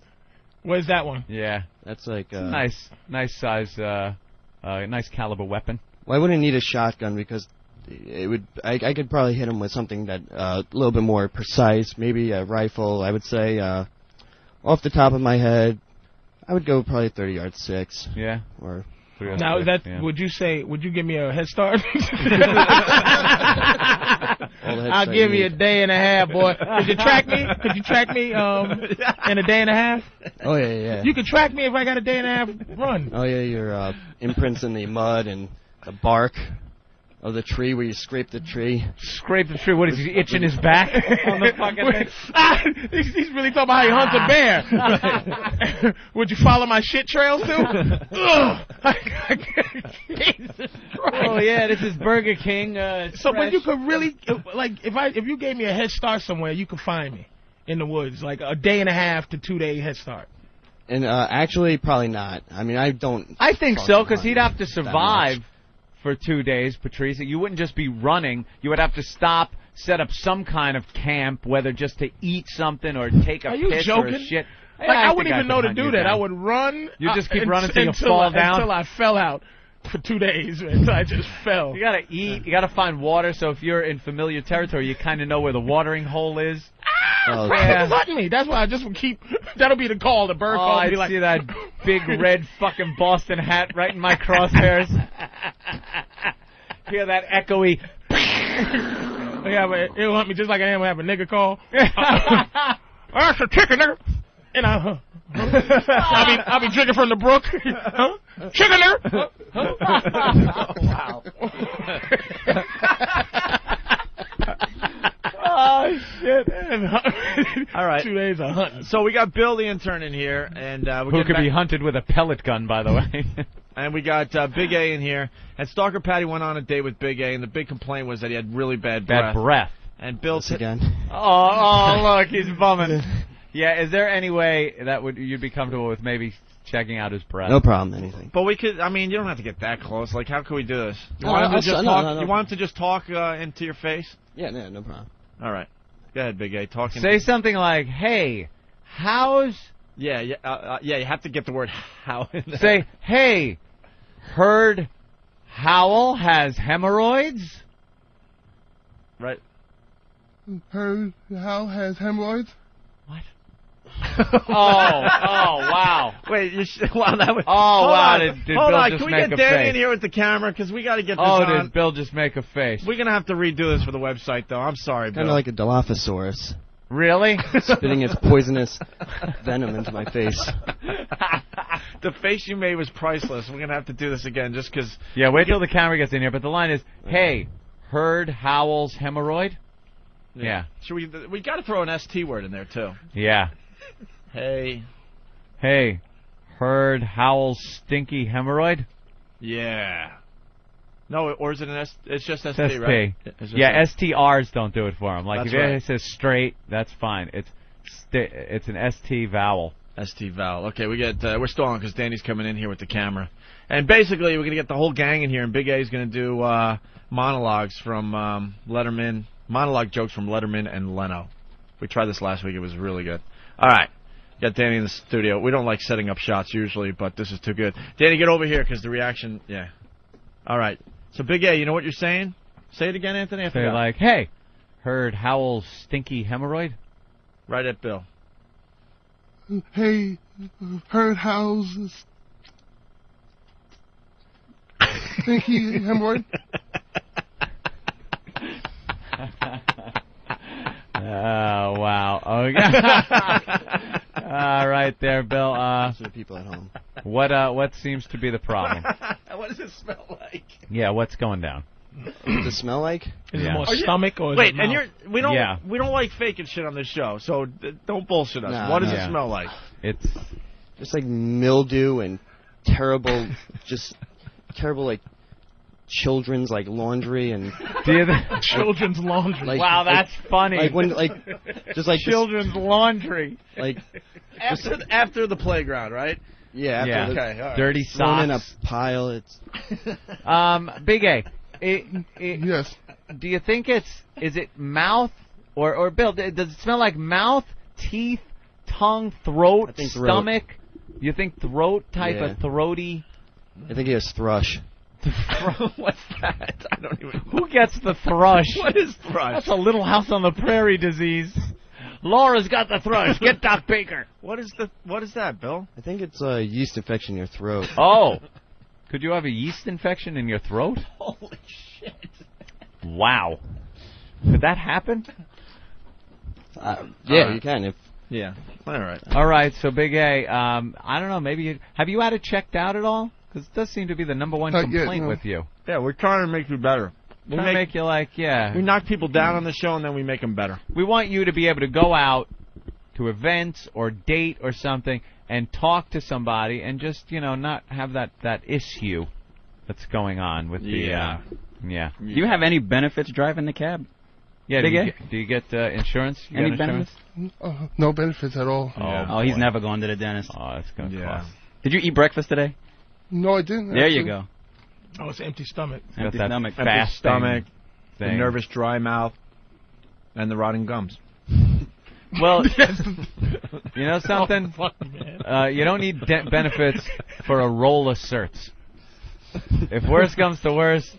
Where's that one?
Yeah.
That's like
it's a
uh,
nice, nice size, uh, uh, nice caliber weapon.
Well, I wouldn't need a shotgun because it would. I, I could probably hit him with something that uh, a little bit more precise. Maybe a rifle. I would say uh, off the top of my head, I would go probably 30 yard six.
Yeah.
Or
Now is that would you say would you give me a head start?
heads
I'll
I
give you a
need.
day and a half, boy. Could you track me? Could you track me um in a day and a half?
Oh yeah, yeah.
You can track me if I got a day and a half run.
oh yeah, your uh, imprints in the mud and the bark of the tree where you scrape the tree.
Scrape the tree. What is he itching his back on the fucking thing?
Ah, he's, he's really talking about how he hunts a bear. Would you follow my shit trails too? Ugh. Jesus Christ.
Oh yeah, this is Burger King. Uh,
So when
fresh.
you could really like if I if you gave me a head start somewhere, you could find me. in the woods, like a day and a half to two day head start.
And uh, actually, probably not. I mean, I don't.
I think
fucking
so because he'd
hunt
have to
that
survive
much.
for two days, Patrice. You wouldn't just be running. You would have to stop, set up some kind of camp, whether just to eat something or take a
Are you
piss or
joking?
a shit.
Like
Yeah,
I,
think
wouldn't even
could
know to
hunt
do
you
that.
down.
I would run.
You just
uh,
keep
un-
running till you fall
I,
down?
Until I fell out for two days. man, Until I just fell.
You gotta eat. You gotta find water. So if you're in familiar territory, you kind of know where the watering hole is. Oh,
Bird was hunting me. That's why I just would keep. That'll be the call. The bird
Oh,
call.
I
be like,
see that big red fucking Boston hat right in my crosshairs. Hear that echoey.
"Oh, yeah, but it'll hunt me just like I am when I have a nigga call. That's a chicken, nigga. And I, huh? I'll be
uh,
I'll be drinking from the brook. huh? Chicken,
Oh,
nigga. Huh? Huh?
wow.
oh shit!
All right.
Two days of hunting.
So we got Bill the intern in here, and uh,
Who
we're getting
could
back-
be hunted with a pellet gun, by the way?
And we got uh, Big A in here. And Stalker Patty went on a date with Big A, and the big complaint was that he had really bad
Bad
breath.
breath.
And Bill t-
again.
oh, oh, look, he's bumming. Yeah, is there any way that would you'd be comfortable with maybe checking out his breath?
No problem. Anything.
But we could. I mean, you don't have to get that close. Like, how could we do this? You
No,
want him
I'll
to just
s- no,
talk?
no, no.
You want him to just talk uh, into your face?
Yeah, no, no problem.
All right. Go ahead, Big A. Talk. into-
Say something like, "Hey, how's?"
Yeah, yeah, uh, uh, yeah. You have to get the word how. In there.
Say, "Hey, heard Howell has hemorrhoids."
Right.
Her how has hemorrhoids?
oh, oh, wow.
Wait, you should, wow, that was.
Oh,
hold
wow,
On,
did- did
hold
Bill
on,
just
can we
make
get
a
Danny
face?
in here with the camera? Because we got to get this
Oh,
on.
did Bill just make a face?
We're gonna have to redo this for the website, though. I'm sorry, Bill.
Kind of like a Dilophosaurus
Really?
spitting its poisonous venom into my face.
the face you made was priceless. We're gonna have to do this again just because.
Yeah, wait till the camera gets in here. But the line is, "Hey, heard Howell's hemorrhoid?" Yeah,
Should we? We got to throw an ST word in there too.
yeah.
Hey.
Hey, heard Howell's stinky hemorrhoid?
Yeah. No, or is it an S? It's just ST,
It's ST.
right? It's just
Yeah, STRs don't do it for him. Like
That's
if
right.
it says straight, that's fine. It's sti it's an ST vowel.
ST vowel. Okay, we get uh, we're stalling because Danny's coming in here with the camera, and basically we're gonna get the whole gang in here, and Big A's gonna do uh, monologues from um, Letterman, monologue jokes from Letterman and Leno. We tried this last week; it was really good. All right, got Danny in the studio. We don't like setting up shots usually, but this is too good. Danny, get over here because the reaction. Yeah. All right. So Big A, you know what you're saying? Say it again, Anthony. I
They're
forgot.
like, "Hey, heard Howell's stinky hemorrhoid?"
right at Bill.
Hey, her houses. Think he hemorrhoid?
Oh wow! Okay. All right, there, Bill. Uh,
to the people at home.
What uh, what seems to be the problem?
what does it smell like?
Yeah, what's going down?
Does it smell like?
Is
Yeah.
it more
Are you-
stomach or is
Wait,
it mouth?
and you're we don't
Yeah.
we don't like faking shit on this show, so d- don't bullshit us.
Nah,
what does
nah.
it smell like?
It's
Just like mildew and terrible, just terrible like children's like laundry and
do you th-
children's laundry.
like.
wow,
like-
that's funny.
Like when like just like this-
children's laundry.
like
After after the playground, right?
yeah after
Yeah.
the-
Okay, all right.
Dirty
thrown in a
socks.
pile. It's
Um, Big A. It, it,
Yes.
do you think it's is it mouth or or Bill? d- Does it smell like mouth, teeth, tongue, throat,
I think throat.
stomach? You think throat type
Yeah.
of throaty?
I think it was thrush.
What's that? I don't even.
Who gets the thrush?
What is thrush?
That's a little house on the prairie disease. Laura's got the thrush. Get Doc Baker.
What is the what is that, Bill?
I think it's a yeast infection in your throat.
Oh, could you have a yeast infection in your throat?
Holy shit!
Wow, could that happen?
Uh,
Yeah.
oh, you can if
Yeah. All right.
All right, so Big A, um, I don't know. Maybe you, have you had it checked out at all? Because it does seem to be the number one
Uh,
Not yet,
complaint
no.
with you.
Yeah, we're trying to make you better.
We
We
make,
make-
you like, yeah,
We knock people down on the show and then we make them better.
we want you to be able to go out to events or date or something and talk to somebody and just you know not have that that issue that's going on with the
Yeah.
uh, yeah.
Do you have any benefits driving the cab?
Yeah, do
Big
you
A?
get, do you get uh, insurance? You
Any
got insurance?
Uh, no benefits at all.
Oh, he's never going to the dentist.
Oh, that's gonna cost.
Did you eat breakfast today?
No, I didn't.
There you
actually.
go.
Oh, it's an empty stomach.
Empty stomach.
Empty
Fast
stomach,
stomach.
stomach, the
the
thing.
nervous dry mouth, and the rotting gums.
Well, you know something? Uh, you don't need de- benefits for a roll of certs. If worse comes to worse,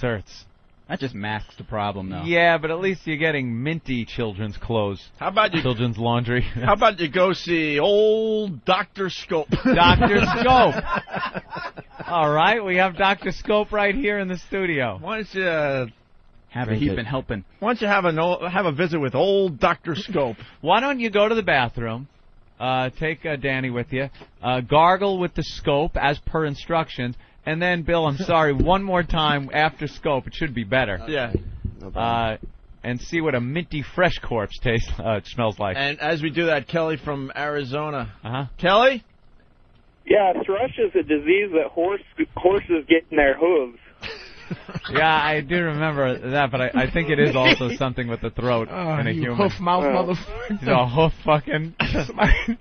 certs.
That just masks the problem, though.
Yeah, but at least you're getting minty children's clothes. How about you? Children's laundry.
How about you go see old Doctor Scope?
Dr. Scope. All right, we have Dr. Scope right here in the studio.
Why don't you uh,
have
a- he been helping?
Why don't you have an ol have a visit with old Doctor Scope?
Why don't you go to the bathroom? Uh, take uh, Danny with you. Uh, gargle with the scope as per instructions, and then Bill, I'm sorry, one more time after scope. It should be better.
Yeah.
Uh, and see what a minty fresh corpse tastes. Uh, it smells like.
And as we do that, Kelly from Arizona.
Uh-huh.
Kelly.
Yeah, thrush is a disease that horse horses get in their hooves.
yeah, I do remember that, but I, I think it is also something with the throat
Oh,
in a
you
human.
hoof mouth
Oh.
motherfucker.
You know, hoof fucking.
Somebody-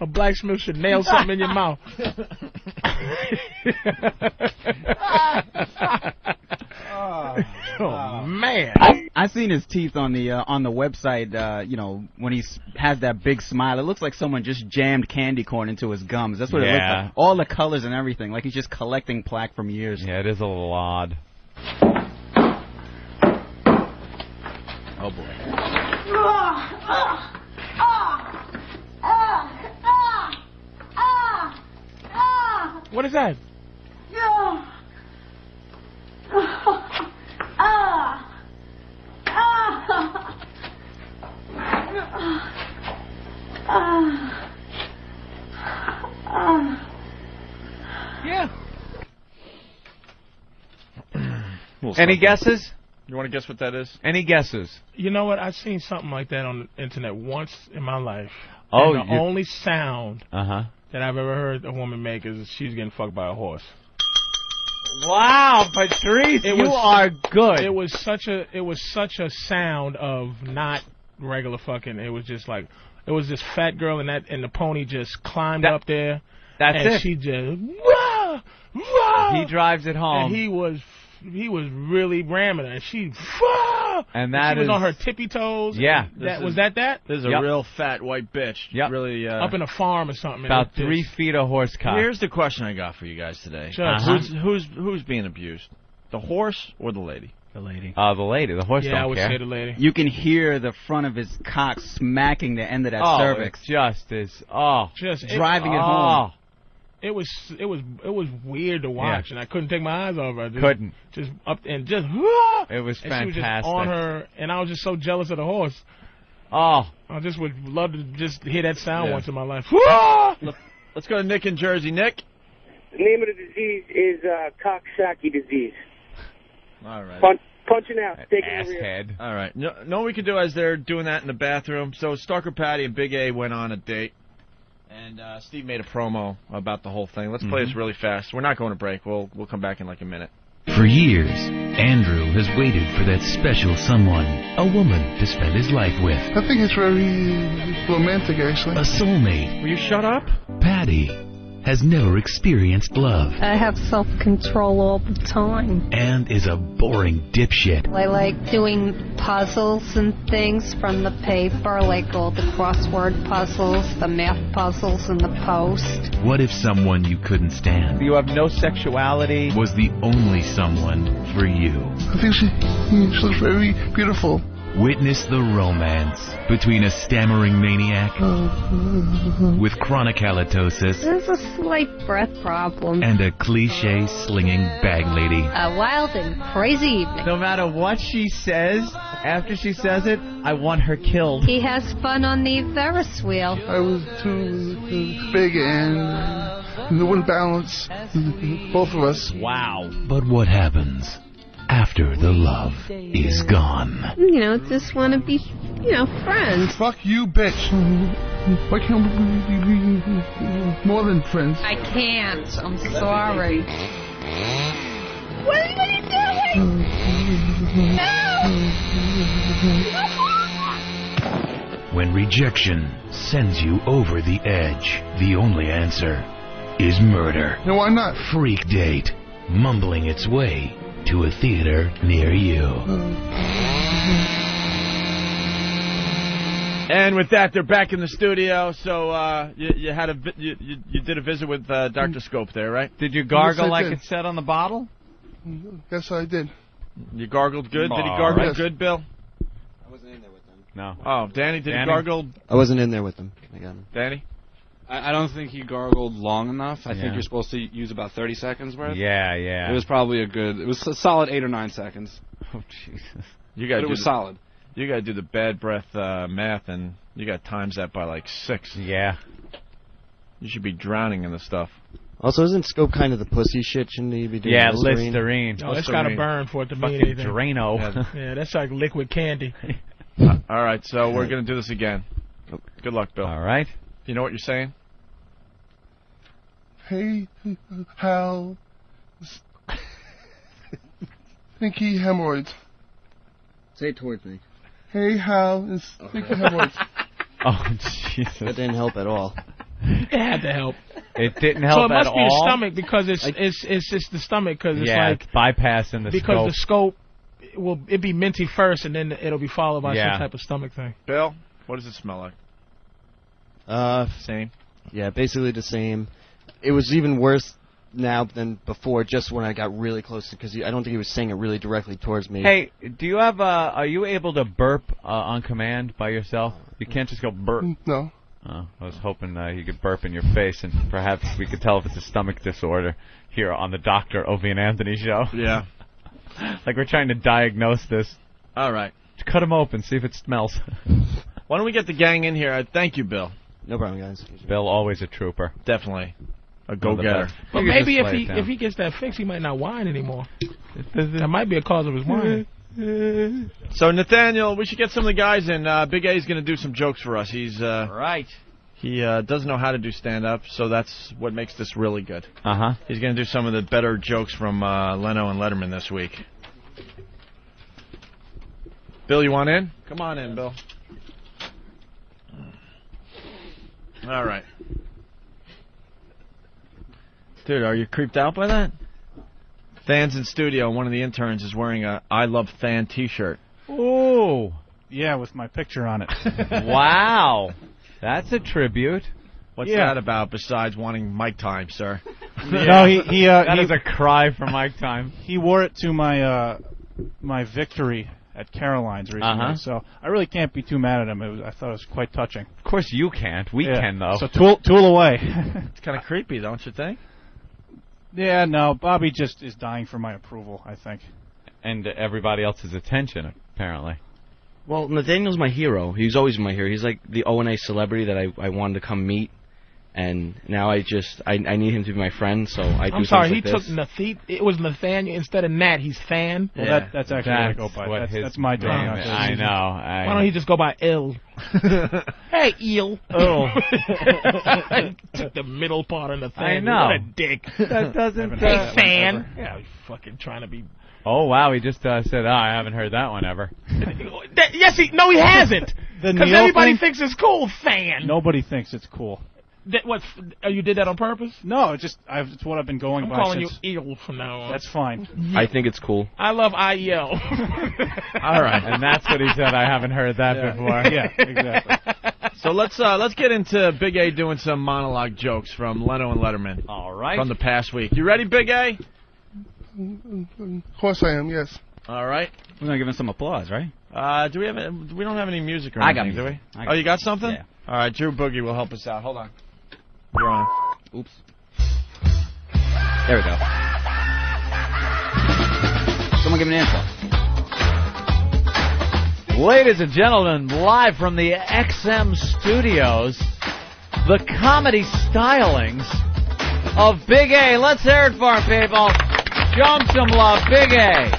a blacksmith should nail something in your mouth.
Oh
man!
I, I seen his teeth on the uh, on the website. Uh, you know when he has that big smile, it looks like someone just jammed candy corn into his gums. That's what it
Yeah.
looks like. All the colors and everything, like he's just collecting plaque from years.
Yeah, it is a little odd. Oh boy.
What is that?
Any guesses?
You want to guess what that is?
Any guesses?
You know what? I've seen something like that on the internet once in my life.
Oh,
and the
you-
only sound
Uh huh.
that I've ever heard a woman make is she's getting fucked by a horse.
Wow, Patrice,
It
you
was-
are good.
It was such a it was such a sound of not regular fucking. It was just like it was this fat girl and that and the pony just climbed up there.
that's
and
it.
She just rah, rah,
he drives it home,
and he was he was really ramming her. And she
Oh,
rah,
and
she
that
was
is-
on her tippy toes.
Yeah.
And that
This
was
is-
that that.
This is a real fat white bitch. Really. Uh,
up in a farm or something.
about
It was
three
just-
feet of horse cock.
Here's the question I got for you guys today.
Sure. Uh-huh.
Who's, who's who's being abused? The horse or the lady?
The lady.
Uh, the lady, the horse. don't care.
You can hear the front of his cock smacking the end of that
oh,
cervix.
it just is. Oh,
just
Driving it home.
Ah. It was it was it was weird to watch, and I couldn't take my eyes off her. I Just,
Couldn't.
just up and just. "Whoa!"
It was
and she was just
fantastic.
on her, and I was just so jealous of the horse.
Oh,
I just would love to just hear that sound
Yeah.
once in my life. "Ah!"
Let- Let's go to Nick in Jersey. Nick.
The name of the disease is uh, Coxsackie disease.
All right.
Punch, punching out, taking the rear.
All right. No, no, we could do as they're doing that in the bathroom. So Starker Patty and Big A went on a date, and uh, Steve made a promo about the whole thing. Let's play
Mm-hmm.
Mhm.
this really fast. We're not going to break. We'll we'll come back in like a minute.
For years, Andrew has waited for that special someone, a woman to spend his life with.
I think it's very romantic, actually.
A soulmate.
Will you shut up?
Patty has never experienced love
I have self control all the time.
and is a boring dipshit.
I like doing puzzles and things from the paper, like all the crossword puzzles, the math puzzles, and the post.
What if someone you couldn't stand
you have no sexuality
was the only someone for you?
I think she, she looks very beautiful.
Witness the romance between a stammering maniac with chronic halitosis
There's a slight breath problem.
and a cliche slinging bag lady.
A wild and crazy evening.
No matter what she says, after she says it, I want her killed.
He has fun on the Ferris wheel.
I was too big and it wouldn't balance both of us.
Wow.
But what happens after the love is gone?
You know, just want to be, you know, friends.
Fuck you, bitch. Why can't we be more than friends?
I can't. I'm sorry.
What are you doing? No!
When rejection sends you over the edge, the only answer is murder. No, why not? Freak Date, mumbling its way to a theater near you.
And with that, they're back in the studio. So uh, you, you had a vi- you, you, you did a visit with uh, Doctor Scope there, right?
Mm. Did you
gargle like
did.
it
said on the bottle?
Yes, I did.
You gargled good. Did he
All
gargle
right.
good, Bill?
No.
Oh, Danny, did he
Danny?
gargle?
I wasn't in there with them. I got him.
Danny?
I, I don't think he gargled long enough. I
Yeah.
think you're supposed to use about 30 seconds worth.
Yeah, yeah.
It was probably a good. It was a solid eight or nine seconds.
Oh Jesus.
You got.
But it was solid.
You got to do the bad breath uh, math, and you got times that by like six.
Yeah.
You should be drowning in the stuff.
Also, isn't scope kind of the pussy shit? Shouldn't he be doing
Yeah,
Listerine?
Listerine.
No, it's gotta burn for it to mean anything. Yeah. that's like liquid candy.
Uh, all right, so we're gonna do this again. Good luck, Bill. All
right.
You know what you're saying?
Hey, Hal. Stinky hemorrhoids.
Say it towards me.
Hey, Hal. It's stinky hemorrhoids.
Oh Jesus. That
didn't help at all.
It had to help.
It didn't help
So it must
at
be
all.
the stomach because it's it's it's it's the stomach because it's
yeah,
like
it's bypassing the
because
scope.
the scope it will it be minty first and then it'll be followed by
Yeah.
some type of stomach thing.
Bill, what does it smell like?
Uh,
same.
Yeah, basically the same. It was even worse now than before, just when I got really close to because I don't think he was saying it really directly towards me.
Hey, do you have uh are you able to burp uh, on command by yourself? You can't just go burp.
Mm,
No.
Oh, I was hoping uh, you could burp in your face and perhaps we could tell if it's a stomach disorder here on the Dr. Ovi and Anthony show.
Yeah.
like we're trying to diagnose this.
All right.
Cut them open, see if it smells.
Why don't we get the gang in here? Uh, Thank you, Bill.
No problem, guys.
Bill, always a trooper.
Definitely. A go-getter.
But maybe if he if he gets that fix, he might not whine anymore. that might be a cause of his
Mm-hmm.
whining.
So Nathaniel, we should get some of the guys in. Uh, Big A's going to do some jokes for us. He's uh,
right.
He uh, doesn't know how to do stand-up, so that's what makes this really good.
Uh huh.
He's going to do some of the better jokes from uh, Leno and Letterman this week. Bill, you want in? Come on in, Bill. All right. Dude, are you creeped out by that? Than's in studio. and One of the interns is wearing a "I Love Than" T-shirt.
Ooh.
Yeah, with my picture on it.
wow. That's a tribute.
What's
Yeah.
that about besides wanting mic time, sir?
No, he he. Uh,
That
he,
is a cry for Mike time.
He wore it to my uh, my victory at Caroline's recently,
Uh-huh.
so I really can't be too mad at him. It was, I thought it was quite touching.
Of course you can't. We
Yeah.
can though.
So tool tool away.
it's kind of creepy, don't you think?
yeah, no, Bobby just is dying for my approval. I think.
and everybody else's attention apparently.
Well, Nathaniel's my hero. He was always my hero. He's like the O and A celebrity that I, I wanted to come meet, and now I just I, I need him to be my friend. So I do
I'm sorry, he
things like
took
this.
Nathi. It was Nathaniel instead of Nat. He's Than.
Well, that, that's actually what I go by. That's, that's my
name
drawing.
is. I know, I-
Why don't he just go by Ill? hey, Eel.
Oh.
took the middle part of Nathaniel.
I know.
What a dick.
That doesn't-
Hey,
uh,
Fan.
whatever.
Yeah, he's fucking trying to be.
Oh wow, he just uh, said, oh, I haven't heard that one ever.
That- yes, he. No, he hasn't.
The
Because
Neil
everybody
thing?
thinks it's cool, Fan.
Nobody thinks it's cool.
That what?
oh,
uh, You did that on purpose?
No, it's just I've, it's what I've been going
I'm
by.
calling
since,
you Eel from now on.
That's fine.
I think it's cool.
I E love IEL.
All right.
and that's what he said. I haven't heard that
Yeah.
before.
Yeah, So let's uh, let's get into Big A doing some monologue jokes from Leno and Letterman.
All right.
From the past week. You ready, Big A?
Of course I am. Yes.
All right.
We're gonna give him some applause, right?
Uh, do we have? a- We don't have any music or
I got
anything, do
music.
we?
I
oh,
got-
you got something?
yeah.
All right, Drew Boogie will help us out. Hold on. You're on.
Oops.
There we go.
Someone give me an answer.
Ladies and gentlemen, live from the XM studios, the comedy stylings of Big A. Let's hear it for him, people. Show him some love, Big A.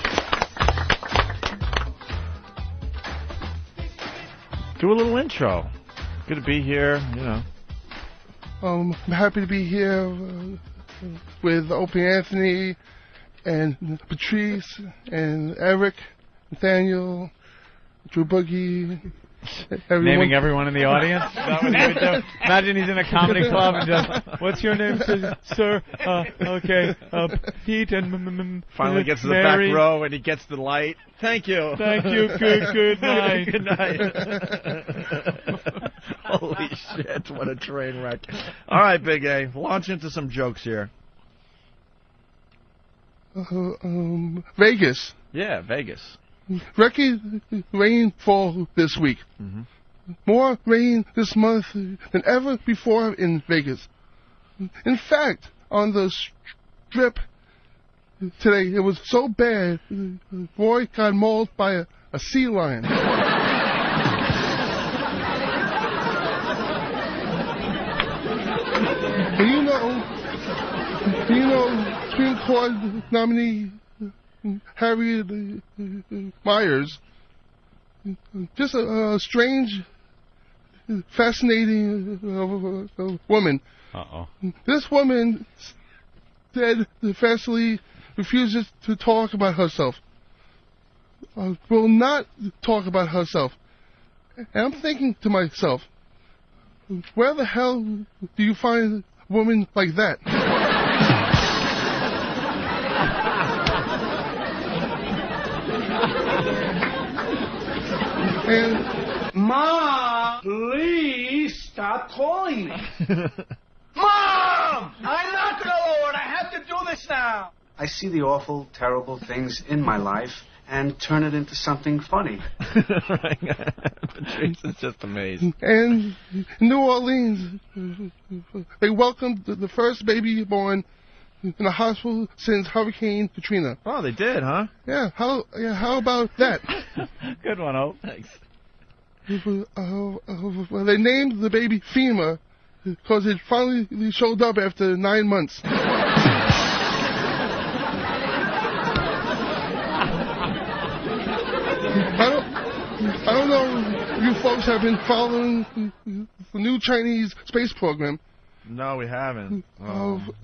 Do a little intro. Good to be here. You know.
Um, I'm happy to be here uh, with Opie Anthony and Patrice and Eric Nathaniel, Drew Boogie. Everyone.
Naming everyone in the audience? Is that what he would do? Imagine he's in a comedy club and just, what's your name, sir? Sir, uh, okay, uh, Pete and m- m- m-
Finally gets to the
Mary.
back row and he gets the light. Thank you.
Thank you. Good- good night.
good night. Holy shit! What a train wreck. All right, Big A, launch into some jokes here.
Uh, um, Vegas.
Yeah, Vegas.
Record rainfall this week. More rain this month than ever before in Vegas. In fact, on the strip today, it was so bad, Roy got mauled by a, a sea lion. do you know? Do you know Supreme Court nominee Harriet Myers? Just a, a strange, fascinating uh, uh, woman.
Uh-oh.
This woman said defensively refuses to talk about herself. Uh, will not talk about herself. And I'm thinking to myself, where the hell do you find women like that? and
Ma, please stop calling me. Mom, I knocked Lord. I have to do this now.
I see the awful, terrible things in my life and turn it into something funny.
Patrice is just amazed.
and New Orleans, they welcomed the- the first baby born in the hospital since Hurricane Katrina.
Oh, they did, huh?
Yeah. How yeah, how about that?
Good one, oh. Thanks.
Uh, uh, well, they named the baby FEMA because it finally showed up after nine months. I don't, I don't know. if You folks have been following the new Chinese space program.
No, we haven't. Oh,
Um,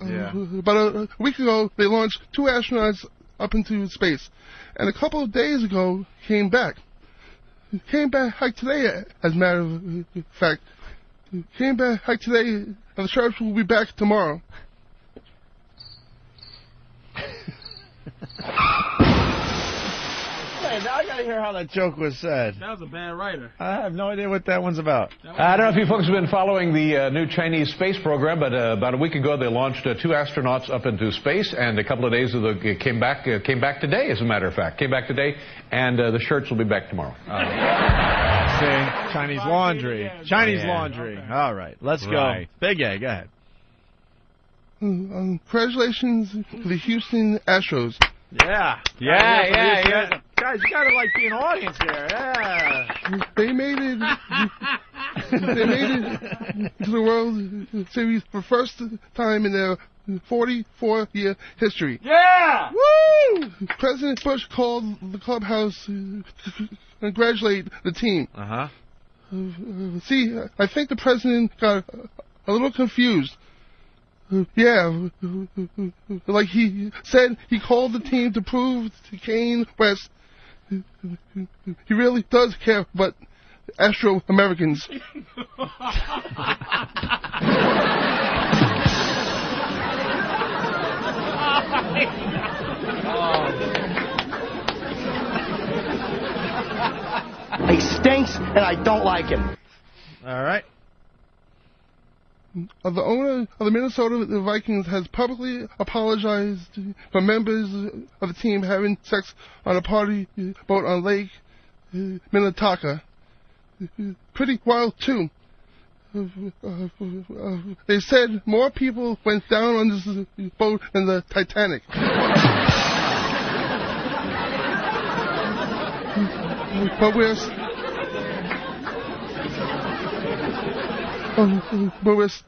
yeah.
About a, a week ago, they launched two astronauts up into space, and a couple of days ago came back. Came back like today, as a matter of fact. Came back like today, and the sheriff will be back tomorrow.
Hey, now I gotta hear how that joke was said.
That was a bad writer.
I have no idea what that one's about.
I don't know if you folks have been following the uh, new Chinese space program, but uh, about a week ago they launched uh, two astronauts up into space, and a couple of days ago they came back uh, came back today, as a matter of fact, came back today, and uh, the shirts will be back tomorrow.
See, Chinese laundry. Chinese
Yeah.
laundry. All right, let's go.
Right.
Big A, go ahead.
Um, congratulations to the Houston Astros.
Yeah.
Yeah, yeah, yeah.
Guys, you gotta like be an audience here. Yeah.
They made it. they made it to the World Series for the first time in their 44 year history.
Yeah!
Woo! President Bush called the clubhouse to congratulate the team.
Uh
Uh, See, I think the president got a little confused. Uh, Yeah, like he said, he called the team to prove to Kane West he really does care about Astro Americans.
He stinks, and I don't like him.
All right.
Uh, the owner of the Minnesota Vikings has publicly apologized for members of the team having sex on a party boat on Lake uh, Minnetonka. Pretty wild, too. Uh, uh, uh, They said more people went down on this boat than the Titanic. but we're Oh, but we're still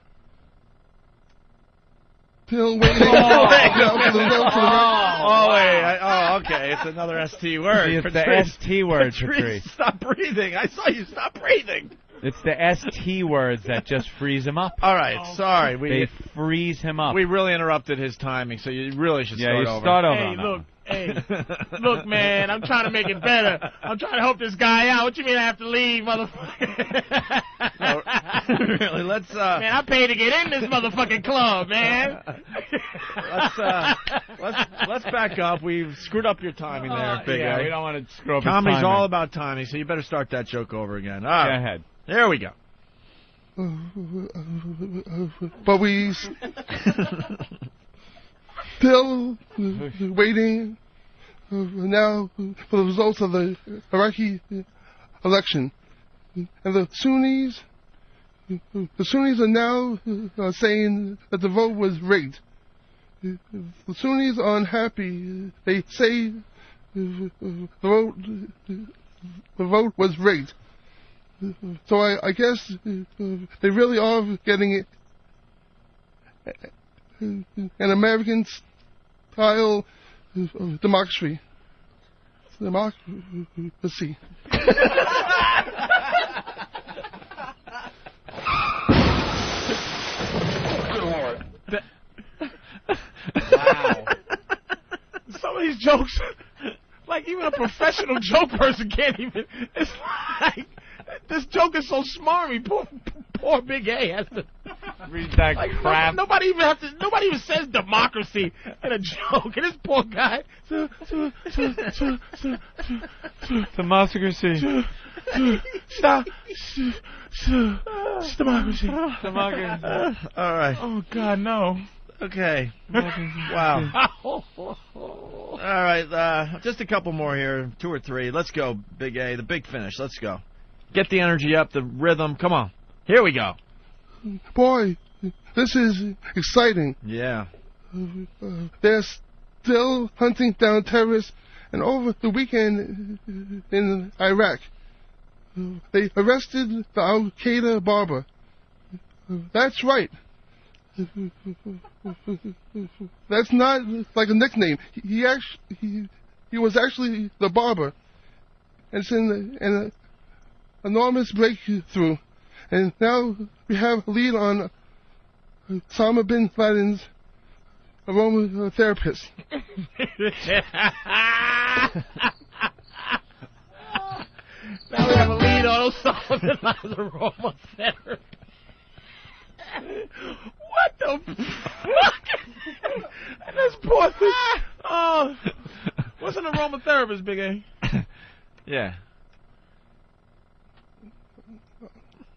waiting.
Oh, wait.
No, for the- no, for the-
Oh, wait. I- oh, okay. It's another ST word.
It's the
Patrice.
ST word, Patrice.
Stop breathing. I saw you stop breathing.
It's the ST words that just freeze him up.
All right. Sorry. We
They freeze him up.
we really interrupted his timing, so you really should
Yeah,
start
you
over.
start over Hey, on
Hey, look, hey, Hey, look, man, I'm trying to make it better. I'm trying to help this guy out. What you mean I have to leave, motherfucker?
really, let's uh,
man, I paid to get in this motherfucking club, man.
let's uh, let's let's back up. We've screwed up your timing there,
Uh,
Big
yeah,
A.
we don't wanna screw up his
Comedy's
timing.
all about timing, so you better start that joke over again. All right.
Go ahead.
There we go.
But we s- still waiting uh, now for the results of the Iraqi election. And the Sunnis, the Sunnis are now uh, saying that the vote was rigged. The Sunnis are unhappy. They say uh, the vote, the vote was rigged. So I, I guess uh, they really are getting it an American style of democracy. Democracy.
Wow. Some of these jokes, like even a professional joke person can't even. It's like this joke is so smarmy. Poor, poor Big A has to
read that
like, no-
crap.
nobody even has to. Nobody even says democracy in a joke, and this poor guy.
Democracy.
Stop. It's democracy.
Democracy.
All right.
Oh God, no.
Okay. wow. All right. Uh, just a couple more here, two or three. Let's go, Big A. The big finish. Let's go. Get the energy up, the rhythm. Come on. Here we go.
Boy, this is exciting.
Yeah.
Uh, they're still hunting down terrorists, and over the weekend uh, in Iraq, uh, they arrested the Al Qaeda barber. Uh, That's right. That's not like a nickname. He, he actually he, he was actually the barber. It's an, an enormous breakthrough, and now we have a lead on Osama bin Laden's aromatherapist.
now we have a lead on Osama bin Laden's aroma center. What the fuck? and this poor thing. Oh, what's an aromatherapist, Big A?
Yeah.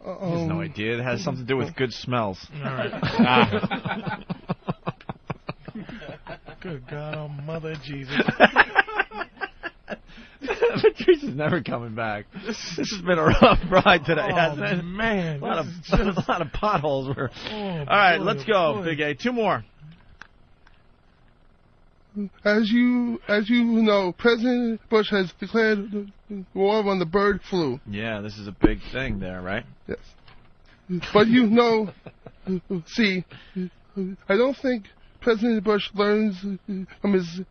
He has no idea. It has something to do with good smells.
All right.
Ah.
Good God, oh Mother Jesus.
Patrice is never coming back. This has been a rough ride today,
Oh,
hasn't it?
man,
a lot of
this is
a lot of potholes were.
Oh,
All right,
boy,
let's
oh,
go,
boy.
Big A. Two more.
As you as you know, President Bush has declared war on the bird flu.
Yeah, this is a big thing there, right?
Yes. But you know, see, I don't think President Bush learns from his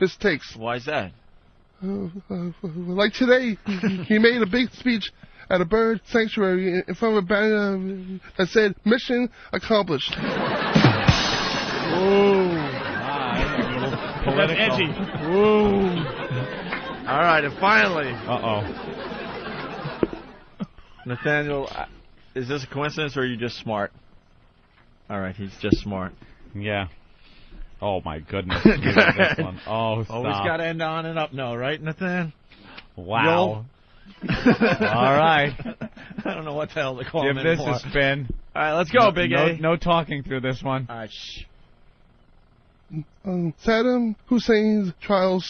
mistakes.
Why is that?
Uh, uh, like today, he made a big speech at a bird sanctuary in front of a banner that said "Mission accomplished."
That's edgy.
All right, and finally. Uh oh. Nathaniel, I- is this a coincidence or are you just smart? All right, he's just smart.
Yeah. Oh my goodness. Look at this one. Oh, stop.
Always got to end on and up, no, right, Nathan?
Wow.
Yo.
All right.
I don't know what the hell to call
Give
him
this
anymore.
a spin.
All right, let's go,
No-
Big
no,
A.
No talking through this one.
All right, shh.
Um, Saddam Hussein's trial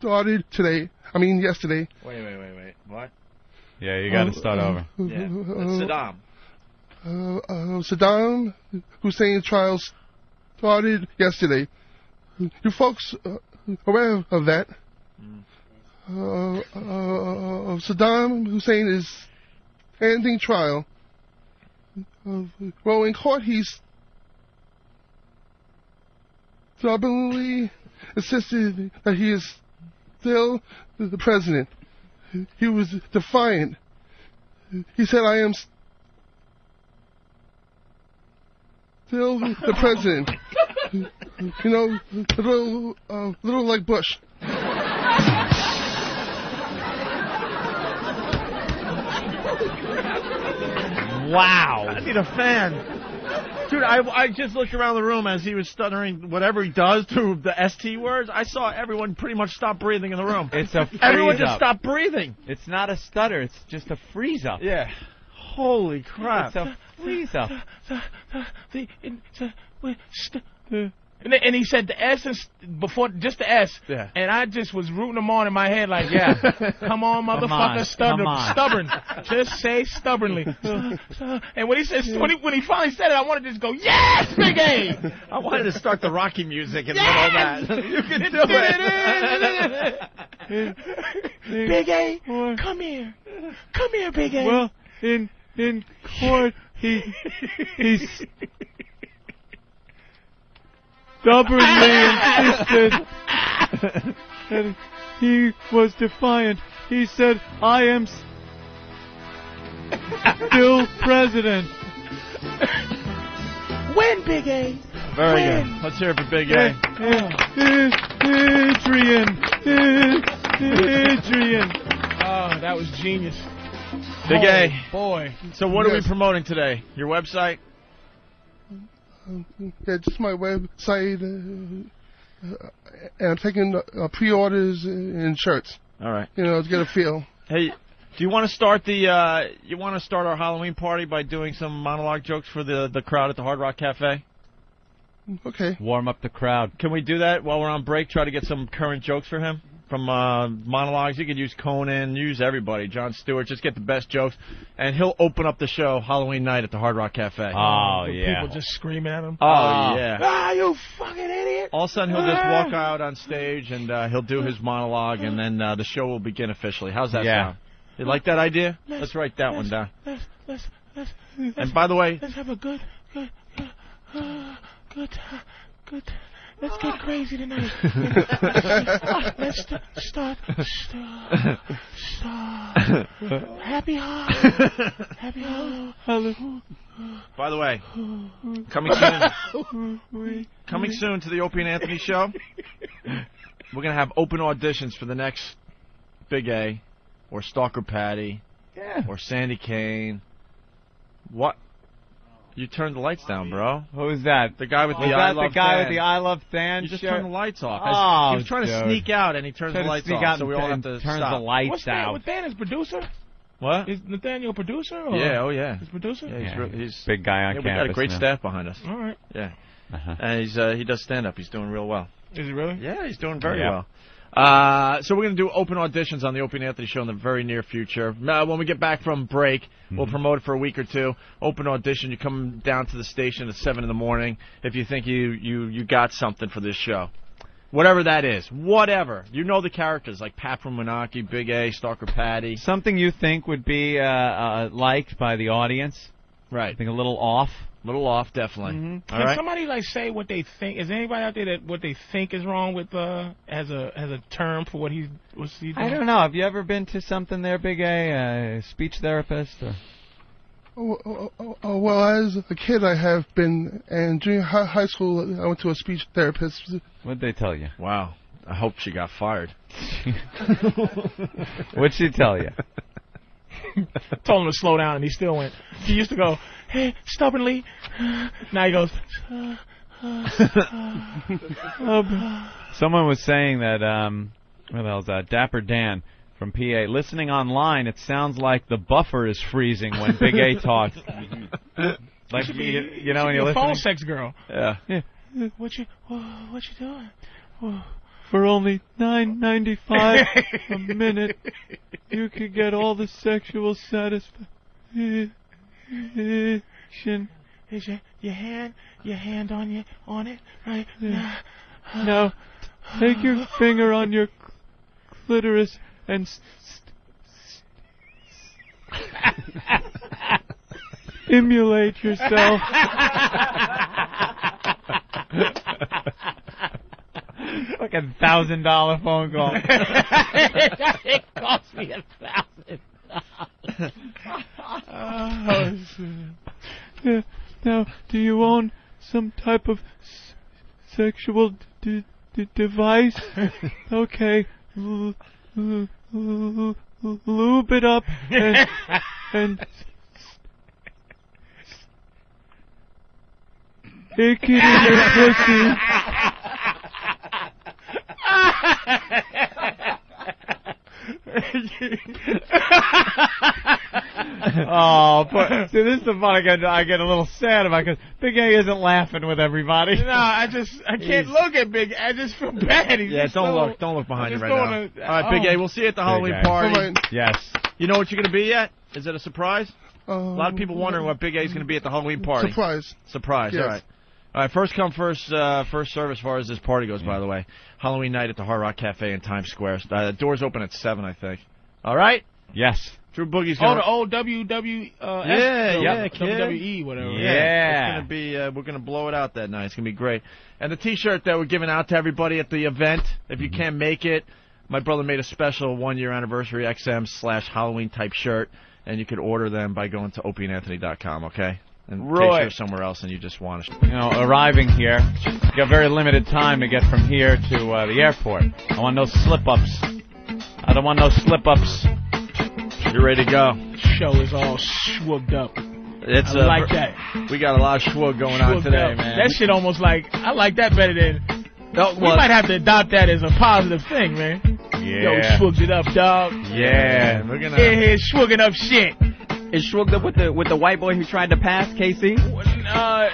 started today. I mean, yesterday.
Wait, wait, wait, wait. What?
Yeah, you got to start over.
Yeah, that's Saddam.
Uh, uh, Saddam Hussein's trial started yesterday. You folks uh, aware of that? Uh, uh, Saddam Hussein is ending trial. Uh, well, in court, he's stubbornly insisted that he is still the president. He was defiant. He said, I am still the president. you know, little, uh, little like Bush.
Wow. I need a fan. Dude, I, I just looked around the room as he was stuttering whatever he does to the ST words. I saw everyone pretty much stop breathing in the room.
It's a freeze
Everyone just
up.
stopped breathing.
It's not a stutter. It's just a freeze up.
Yeah. Holy crap.
It's a freeze up.
uh, And, then- and he said the S is before just the S.
Yeah.
And I just was rooting him on in my head like, yeah, come on,
Come
motherfucker,
on,
stubborn,
come on.
stubborn. Just say stubbornly. and when he says when he, when he finally said it, I wanted to just go, yes, Big A.
I wanted to start the Rocky music and
Yes!
all that. You can do it.
Big A, come here, come here, Big A.
Well, in in court, he he's stubbornly insisted, and he was defiant. He said, "I am s- still president."
Win, Big A.
Very
Win.
good. Let's hear it for Big
Eh,
A.
eh, eh, Adrian, eh, Adrian.
Oh, that was genius.
Big A.
Oh, boy.
So what are we
Yes.
promoting today? Your website?
Um, yeah, just my website, uh, uh, and I'm taking uh, pre-orders in shirts.
All right.
You know, to get a feel.
Hey, do you want to start the? Uh, you want to start our Halloween party by doing some monologue jokes for the the crowd at the Hard Rock Cafe?
Okay.
Warm up the crowd.
Can we do that while we're on break? Try to get some current jokes for him from uh, monologues. You could use Conan, use everybody, John Stewart. Just get the best jokes, and he'll open up the show Halloween night at the Hard Rock Cafe.
Oh
With People just screaming at him.
Oh, Oh. yeah.
Ah, you fucking idiot. Ah.
All of a sudden, he'll just walk out on stage and uh, he'll do his monologue, and then uh, the show will begin officially. How's that
Yeah.
sound? You like that idea? Let's write that one down.
Let's, let's, let's,
And by the way,
let's have a good, good, good, uh, good, ti- good. Let's get crazy tonight. let's st- start, start, start. Happy Halloween. Happy Halloween.
by the way, coming soon, coming soon to the Opie and Anthony show, we're gonna have open auditions for the next Big A, or Stalker Patty, or Sandy Kane. What? You turned the lights down, bro.
Who is that?
The guy with
Was
the I
that
love
the guy with
Sand.
the I love sand?
You just
shirt?
turned the lights off.
Oh,
he was trying to
dude.
sneak out, and he turns
Tried
the
to
lights
sneak
off,
out
so we
and
all have
turn-
to
turns
stop.
the lights
What's Dan?
out.
What's Dan? Is producer?
What?
Is Nathaniel producer? Or
Yeah, oh yeah.
He's producer.
Yeah, he's,
Yeah,
real-
he's
he's
big guy on
yeah, We got a
campus
great
now.
staff behind us.
All right.
Yeah,
Uh-huh.
and he's uh, he does stand up. He's doing real well.
Is he really?
Yeah, he's doing very
Yeah.
well. Uh, so we're going to do open auditions on the Opie and Anthony show in the very near future. Uh, when we get back from break,
Mm-hmm.
we'll promote it for a week or two. Open audition, you come down to the station at seven in the morning if you think you you you got something for this show, whatever that is, whatever. You know the characters like Pat from Menaki, Big A, Stalker Patty.
Something you think would be uh, uh, liked by the audience?
Right.
Something a little off. Mm-hmm.
A little off, definitely.
All
Can
right.
somebody like say what they think? Is there anybody out there that what they think is wrong with uh as a as a term for what he was he doing?
I don't know. Have you ever been to something there, Big A? A speech therapist? Or?
Oh, oh, oh, oh, well, as a kid, I have been, and during high, high school, I went to a speech therapist.
What'd they tell you?
Wow. I hope she got fired.
What'd she tell you?
Told him to slow down and he still went. He used to go, hey, stubbornly. Now he goes. "Uh, uh, uh, uh."
Someone was saying that, um, what the hell's that? Dapper Dan from PA. Listening online, it sounds like the buffer is freezing when Big A talks. like,
Should
you,
be-
you know,
should
when
be
you're
a phone
listening.
sex girl.
Yeah.
What you wha- what you doing? Wha-
For only nine ninety five a minute, you could get all the sexual satisfaction.
Is your your hand your hand on your on it right?
Yeah.
Nah.
Now, take your finger on your cl- clitoris and. St- Emulate yourself.
Like a thousand dollar phone call.
it cost me a thousand
Oh, Yeah. Now, do you own some type of s- sexual d- d- device. okay, l- l- l- l- lube it up and and s- s- stick it in your pussy.
oh, but, see, this is the part I get, I get a little sad about because Big A isn't laughing with everybody.
No, I just I
He's-
can't look at Big. I just feel bad. He's
yeah,
just
don't
so-
look, don't look behind
I
you
just
right
don't
now.
wanna-
All right, Big A,
oh.
we'll see you at the
Big
Halloween
A.
party.
Alright.
Yes. You know what you're going to be at? Is it a surprise?
a
lot of people wondering what Big A's going to be at the Halloween party.
Surprise.
Surprise.
Yes.
All right. All right. First come, first uh, first serve as far as this party goes. By the way, Halloween night at the Hard Rock Cafe in Times Square. Uh, doors open at seven, I think. All right. Yes. Drew Boogie's
Oh,
going.
the old WWE. Uh,
yeah,
S-
yeah, kid.
WWE, E, whatever.
Yeah, it's gonna be. Uh, we're gonna blow it out that night. It's gonna be great. And the T-shirt that we're giving out to everybody at the event, if you can't make it, my brother made a special one-year anniversary XM slash Halloween type shirt, and you could order them by going to opieandanthony.com. Okay. In
Roy.
case you're somewhere else and you just want to.
you know, arriving here. You got very limited time to get from here to uh, the airport. I want no slip ups. I don't want no slip ups.
You're ready to go.
Show is all swooped up.
It's
I
uh,
like
ver-
that.
We got a lot of schwug going on
Swooped
today,
up.
man.
That shit almost like I like that better than.
No,
we
well-
might have to adopt that as a positive thing, man.
Yeah.
Yo, swooped it up, dog.
Yeah, we're gonna-
Yeah, yeah, swooping up shit.
Is Shrugged up with the with the white boy who tried to pass KC?
Uh,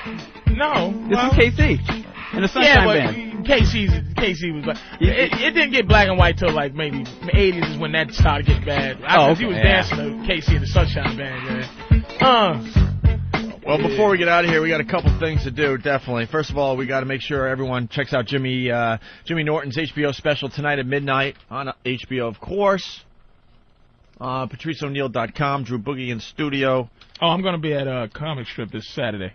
no.
This
well-
is KC in the Sunshine
yeah, but
Band.
KC's KC was black. It, it didn't get black and white till like maybe eighties is when that started getting bad.
Oh,
After
okay.
he was
Yeah.
dancing to KC and the Sunshine Band, man. Uh,
Well, before we get out of here, we got a couple things to do. Definitely. First of all, we got to make sure everyone checks out Jimmy uh, Jimmy Norton's HBO special tonight at midnight on HBO, of course. Uh, PatriceO'Neill.com, Drew Boogie in studio.
oh, I'm gonna be at a comic strip this Saturday,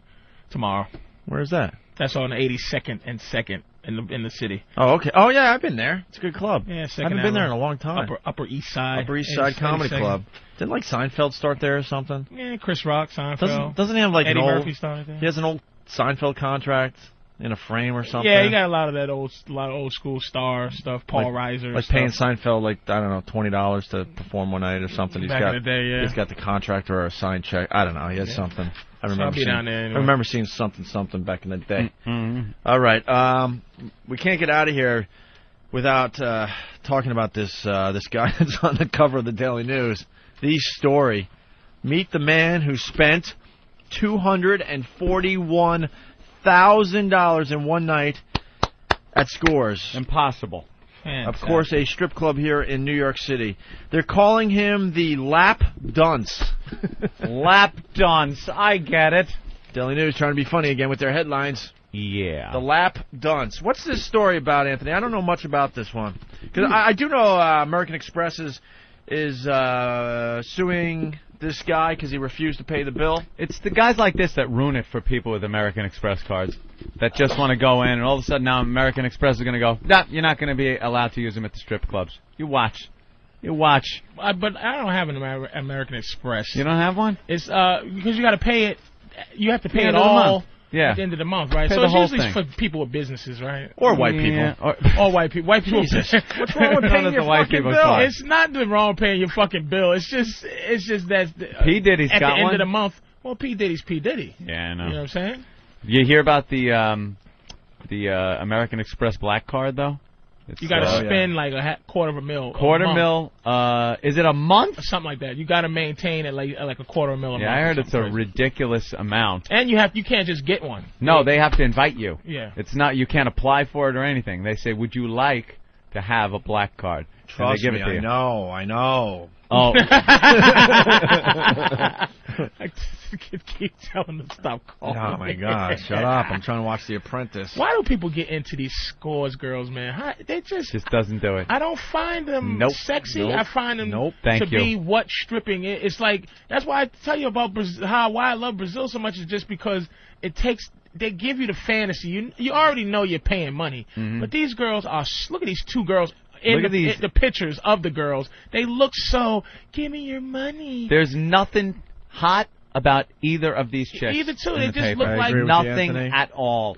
tomorrow.
Where is that?
That's on 82nd and Second in the in the city.
Oh, okay. Oh, yeah, I've been there. It's a good club.
Yeah,
I
Second.
haven't been there in a long time.
Upper Upper East Side.
Upper East Side
80-
Comedy
82nd.
Club. Didn't like Seinfeld start there or something?
Yeah, Chris Rock, Seinfeld.
Doesn't doesn't he have like
Eddie
an old?
Murphy started there.
He has an old Seinfeld contract in a frame or something.
Yeah, you got a lot of that old, a lot of old school star stuff. Paul Reiser,
Like
stuff.
paying Seinfeld like I don't know twenty dollars to perform one night or something. He's
Back
got
in the day, yeah.
he's got the contract or a sign check. I don't know. He has
Yeah.
something. I
So I'll
remember
be
seeing.
down there anyway.
I remember seeing something something back in the day.
Mm-mm.
All right, um, we can't get out of here without uh, talking about this uh, this guy that's on the cover of the Daily News. The story. Meet the man who spent two hundred and forty one thousand dollars in one night at Scores. Impossible. Of course, a strip club here in New York City. They're calling him the Lap Dunce. Lap Dunce. I get it. Daily News trying to be funny again with their headlines. Yeah. The Lap Dunce. What's this story about, Anthony? I don't know much about this one. Because I, I do know uh, American Express is, is uh, suing this guy because he refused to pay the bill.
It's the guys like this that ruin it for people with American Express cards that just want to go in, and all of a sudden now American Express is going to go, nah, you're not going to be allowed to use them at the strip clubs. You watch. You watch.
I, Uh, but I don't have an Amer- American Express.
You don't have one?
It's uh because you got to pay it. You have to pay
Yeah,
it
end of the
all
month. Yeah.
at the end of the month, right?
Pay
so
the
it's
whole
usually
thing.
for people with businesses, right?
Or white Yeah,
Or, white people. White people.
Jesus. What's wrong with Not paying that your the white fucking people bill? card.
It's not the wrong paying your fucking bill. It's just it's just that uh,
P. Diddy's
at
got
the end
one?
of the month. Well, P Diddy's P Diddy.
Yeah, I know.
You know what I'm saying?
You hear about the um, the uh, American Express black card though? It's,
You got to
uh,
spend like a ha- quarter of a mil. a
quarter
month,
mil. Uh, is it a month?
or something like that. You got to maintain it like like a quarter of a mil. A
Yeah,
month
I
or
heard
something
it's a
crazy.
ridiculous amount.
And you have you can't just get one.
No, they have to invite you.
Yeah.
It's not you can't apply for it or anything. They say, would you like to have a black card? And
Trust
they give
me,
it to
I
you.
know, I know.
Oh.
I just keep telling them to stop
Oh
calling.
my God! Shut up! I'm trying to watch The Apprentice.
Why do people get into these scores, girls, man? How, they just.
Just doesn't do it.
I don't find them
Nope.
sexy.
Nope.
I find them
Nope. Thank
to
you.
be what stripping is. It's like that's why I tell you about Braz how why I love Brazil so much is just because it takes they give you the fantasy. You you already know you're paying money,
Mhm.
but these girls are s- look at these two girls. In
Look
the,
at these-
in the pictures of the girls, they look so. Give me your money.
There's nothing hot about either of these chicks.
Either two,
in
they
the
just
paper.
look I like- agree with you,
nothing
Anthony.
at all.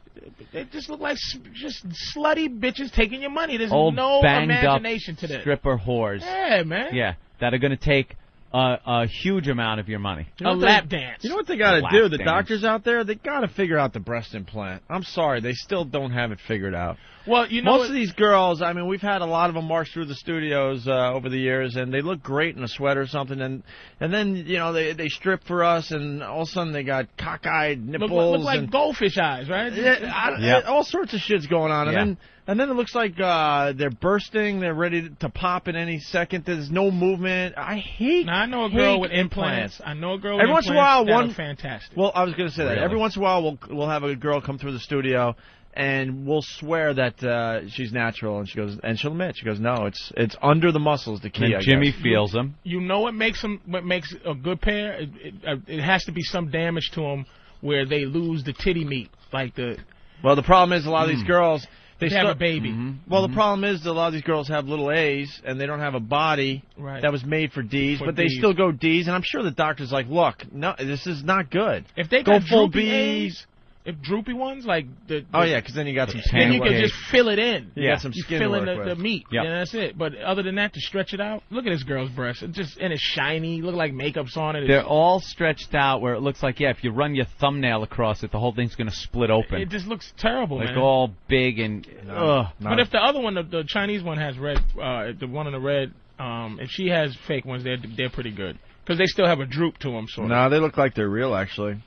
They just look like s- just slutty bitches taking your money. There's
Old
no
banged up
imagination to this.
stripper whores.
Yeah, man.
Yeah, that are going to take a, a huge amount of your money.
You know what they- You know what they got to do? The doctors out there, they got to figure out the breast implant. I'm sorry, they still don't have it figured out.
Well, you know
most
what-
of these girls. I mean, we've had a lot of them march through the studios uh, over the years, and they look great in a sweater or something, and and then you know they they strip for us, and all of a sudden they got cockeyed
Look,
nipples
look like
and
goldfish eyes, right?
Yeah, I,
Yeah.
all sorts of shit's going on, and
Yeah.
then and then it looks like uh, they're bursting. They're ready to pop in any second. There's no movement. I hate.
Now, I know a girl with implants. I know a girl with
Every once in a while,
implants that are
one
fantastic.
Well, I was going to say that
Really?
every once in a while we'll we'll have a girl come through the studio. And we'll swear that uh, she's natural, and she goes, and she'll admit, she goes, no, it's it's under the muscles, the key.
And
I
Jimmy
guess."
feels them.
You know what makes them? What makes a good pair? It, it, uh, it has to be some damage to them where they lose the titty meat, like the.
Well, the problem is a lot of
Hmm.
these girls Hmm. they,
They Mm-hmm. have
start-
a baby.
Mm-hmm.
Well, the problem is that a lot of these girls have little A's and they don't have a body
Right.
that was made for D's,
For
but they
Ds.
still go D's. And I'm sure the doctor's like, look, no, this is not good.
If they
go
got
full
droopy
B's,
A's, if droopy ones like the.
oh
the-
yeah, because then you got some skin.
Then you
work.
can just fill it in.
You got some
You
skin
fill
to
in
work
the,
with.
the meat.
Yeah.
Yeah, that's it. But other than that, to stretch it out, look at this girl's breast. It's just and it's shiny. Look like makeup's on it. It's-
They're all stretched out where it looks like, yeah, if you run your thumbnail across it, the whole thing's going to split open.
It just looks terrible,
like
man.
all big and ugh.
But if the other one, the, the Chinese one has red, uh, the one in the red, um, if she has fake ones, they're they're pretty good because they still have a droop to them, sort of.
No, they look like they're real, actually.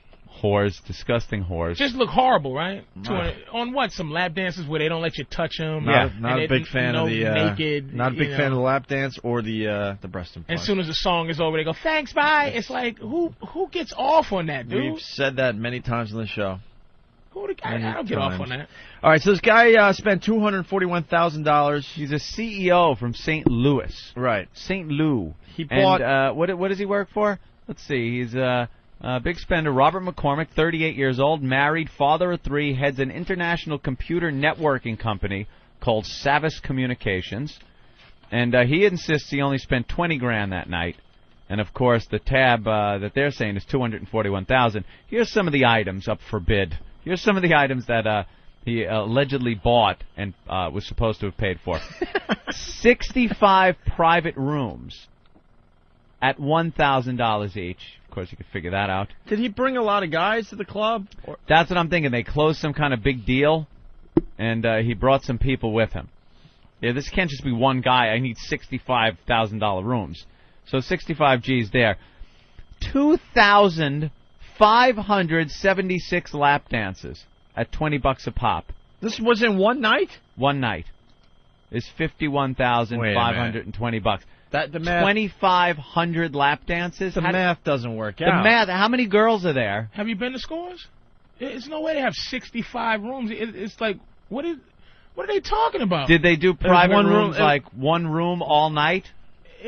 Whores, disgusting whores.
Just look horrible, right? To
Nah.
a- on what? Some lap dances where they don't let you touch them.
Not, not a
and
big
it-
fan
no
of the uh,
naked.
Not a big
you
fan
know.
of the lap dance or the uh, the breast
And
implant.
as soon as the song is over, they go, "Thanks, bye." It's like who who gets off on that, dude?
We've said that many times on the show.
Who the, I, I
Many
don't get off
times.
on that.
All right, so this guy uh, spent two hundred forty-one thousand dollars.
He's a
E
CEO Oh, from St. Louis.
Right.
St. Lou. He
bought-
And, uh, what what does he work for? Let's see. He's a, a big spender. Robert McCormick, 38 years old, married, father of three, heads an international computer networking company called Savas Communications, and uh, he insists he only spent 20 grand that night. And of course, the tab uh, that they're saying is 241,000. Here's some of the items up for bid. Here's some of the items that uh, he allegedly bought and uh, was supposed to have paid for. 65 private rooms at $1,000 each. Of course, you could figure that out.
Did he bring a lot of guys to the club? Or
That's what I'm thinking. They closed some kind of big deal, and uh, he brought some people with him. Yeah, this can't just be one guy. I need sixty-five thousand dollar rooms. So sixty-five G's there. Two thousand five hundred seventy-six lap dances at twenty bucks a pop.
This was in one night.
One night is fifty-one thousand five hundred and twenty bucks.
That the math-
twenty-five hundred lap dances.
The
How-
math doesn't work
The
out.
math. How many girls are there?
Have you been to scores? It's no way they have 65 rooms. It, it's like what is what are they talking about?
Did they do
There's
private
one room-
rooms like one room all night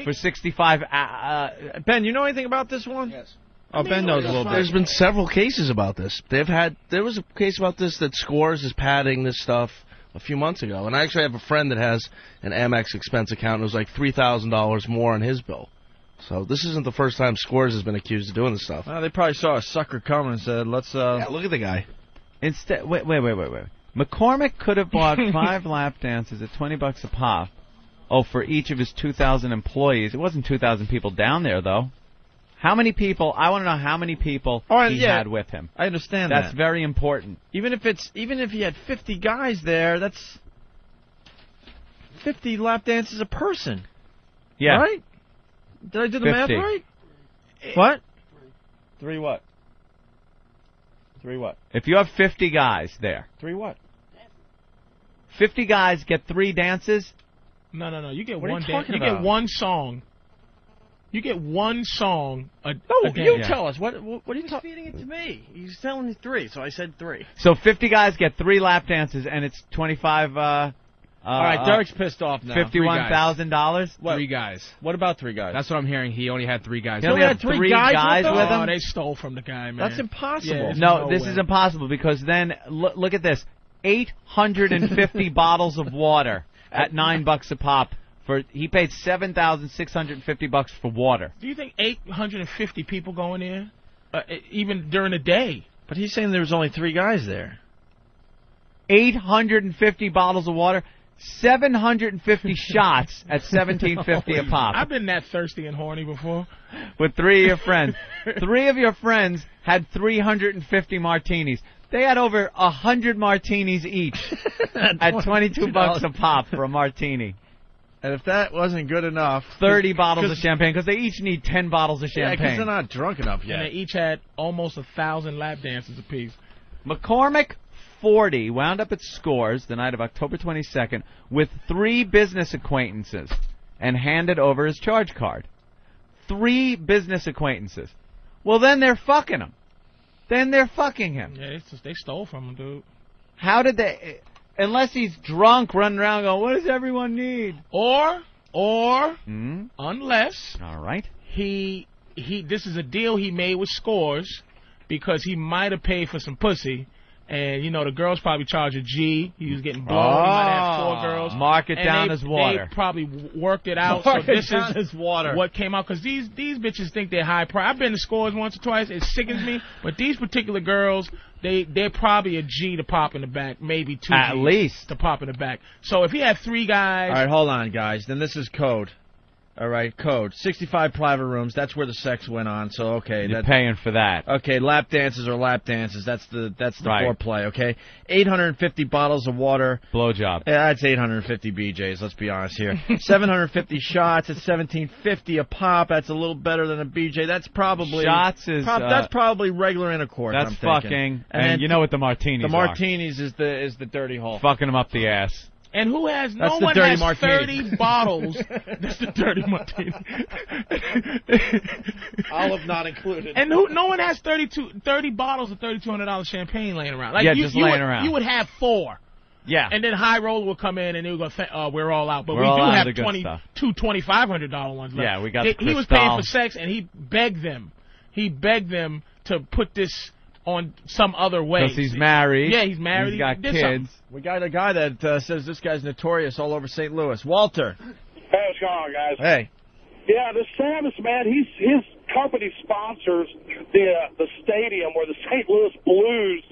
for sixty-five? Uh, uh,
ben, you know anything about this one? Yes.
Oh, Ben knows a little bit. There's been several cases about this. They've had there was a case about this that Scores is padding this stuff a few months ago, and I actually have a friend that has an Amex expense account. And it was like three thousand dollars more on his bill. So this isn't the first time Scores has been accused of doing this stuff.
Well, they probably saw a sucker coming and said, "Let's." Uh,
yeah, look at the guy.
Instead, wait, wait, wait, wait, wait. McCormick could have bought five lap dances at twenty bucks a pop. Oh, for each of his two thousand employees. It wasn't two thousand people down there though. How many people? I want to know how many people
right,
he
yeah.
had with him.
I understand
That's
that.
very important.
Even if it's even if he had 50 guys there, that's 50 lap dances a person.
Yeah.
Right? Did I do the math
50.
right? What? Three what? Three what?
If you have fifty guys there,
Three what?
fifty guys get three dances.
No, no, no. You get
What are you
one dance.
talking
You
about?
get one song. You get one song. A,
No,
a dance.
you tell us. What what, what are you talking? feeding it to me. He's telling me three, so I said three.
So fifty guys get three lap dances, and it's twenty-five. Uh, uh,
All right, Derek's pissed off now.
Fifty-one thousand dollars.
Three guys.
What about three guys?
That's what I'm hearing. He only had three guys.
He only had three guys with him?
Oh, they stole from the guy, man.
That's
Yeah, there's
no, this
way.
is impossible because then look, look at this: 850 bottles of water at nine bucks a pop. For he paid seven thousand six hundred fifty bucks for water.
Do you think 850 people go in there, uh, e- eh, even during the day?
But he's saying there was only three guys there.
850 bottles of water, 750 shots at 1750 a pop
I've been that thirsty and horny before.
with three of your friends. three of your friends had 350 martinis. They had over 100 martinis each at 22 bucks a pop for a martini.
And if that wasn't good enough,
30 bottles of
Cause-
champagne because they each need 10 bottles of
Yeah, 'cause
champagne.
they're not drunk enough yet.
And they each had almost a thousand lap dances apiece.
McCormick 40 wound up at Scores the night of October 22nd with three business acquaintances and handed over his charge card. Three business acquaintances. Well, then they're fucking him. Then they're fucking him.
Yeah, it's just, they stole from him, dude.
How did they? Unless he's drunk, running around going, "What does everyone need?"
Or, or,
Mm.
unless
all right,
he he. This is a deal he made with Scores because he might have paid for some pussy. And you know the girls probably charge a G. He was getting blown. he might have
Oh.
four girls.
Mark it
And
down
they-
as water.
They probably w- worked it out.
Mark
so
it
this
down
is
as water.
What came out because these these bitches think they're high price. I've been to Scores once or twice. It sickens me. But these particular girls, they they're probably a G to pop in the back, maybe two.
At
Gs
least.
to pop in the back. So if he had three guys,
All right, hold on, guys. Then this is code. All right, code. 65 private rooms. That's where the sex went on. So okay,
You're
that's
paying for that.
Okay, lap dances are lap dances. That's the that's the
Right.
foreplay. Okay, 850 bottles of water.
Blowjob.
Yeah, that's 850 BJ's. Let's be honest here. 750 shots at 1750 a pop. That's a little better than a BJ. That's probably
Shots is,
prob-
uh,
that's probably regular intercourse.
that's
I'm thinking.
fucking. And,
then
you know what the martinis
the
are.
martinis is the is the dirty hole.
Fucking him up the ass.
And who has
That's
no
the
one
dirty
has
martini.
thirty bottles? That's the dirty martini.
Olive not included.
And who? No one has 32, 30 bottles of thirty two hundred dollars champagne laying around. Like
Yeah,
you,
just
you
laying
would,
around.
You would have four.
Yeah.
And then high roller will come in and they'll go, "Th- uh, "We're all out," but
We're
we
all
do
out of
have
the good
twenty
stuff.
two twenty five hundred dollar ones. left.
Yeah, we got
They-
the
He was paying
Cristal.
for sex and he begged them. He begged them to put this on some other way.
Because he's married.
Yeah, he's married.
He's got
he did something.
We got a guy that uh, says this guy's notorious all over St. Louis. Walter.
Hey, what's going on, guys?
Hey.
Yeah, this Samus man, he's his company sponsors the uh, the stadium where the St. Louis Blues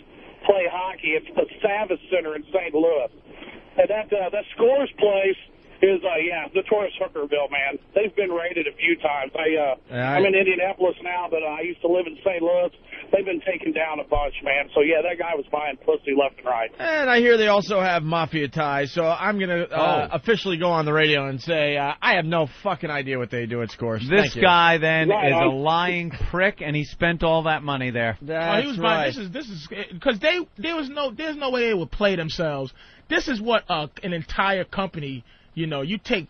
play hockey. It's the Savis Center in St. Louis, and that uh, that scores place is uh, yeah notorious Hookerville man. They've been raided a few times. I uh,
Yeah, I-
I'm in Indianapolis now, but uh, I used to live in St. Louis. They've been taken down a bunch, man. So yeah, that guy was buying pussy left and right.
And I hear they also have mafia ties, so I'm going to uh,
Oh.
officially go on the radio and say uh, I have no fucking idea what they do at Scores.
This
Thank you.
guy then is a lying prick, and he spent all that money there.
Oh, he was buying- This is this is because they there was no there's no way they would play themselves. This is what uh, an entire company. You know, you take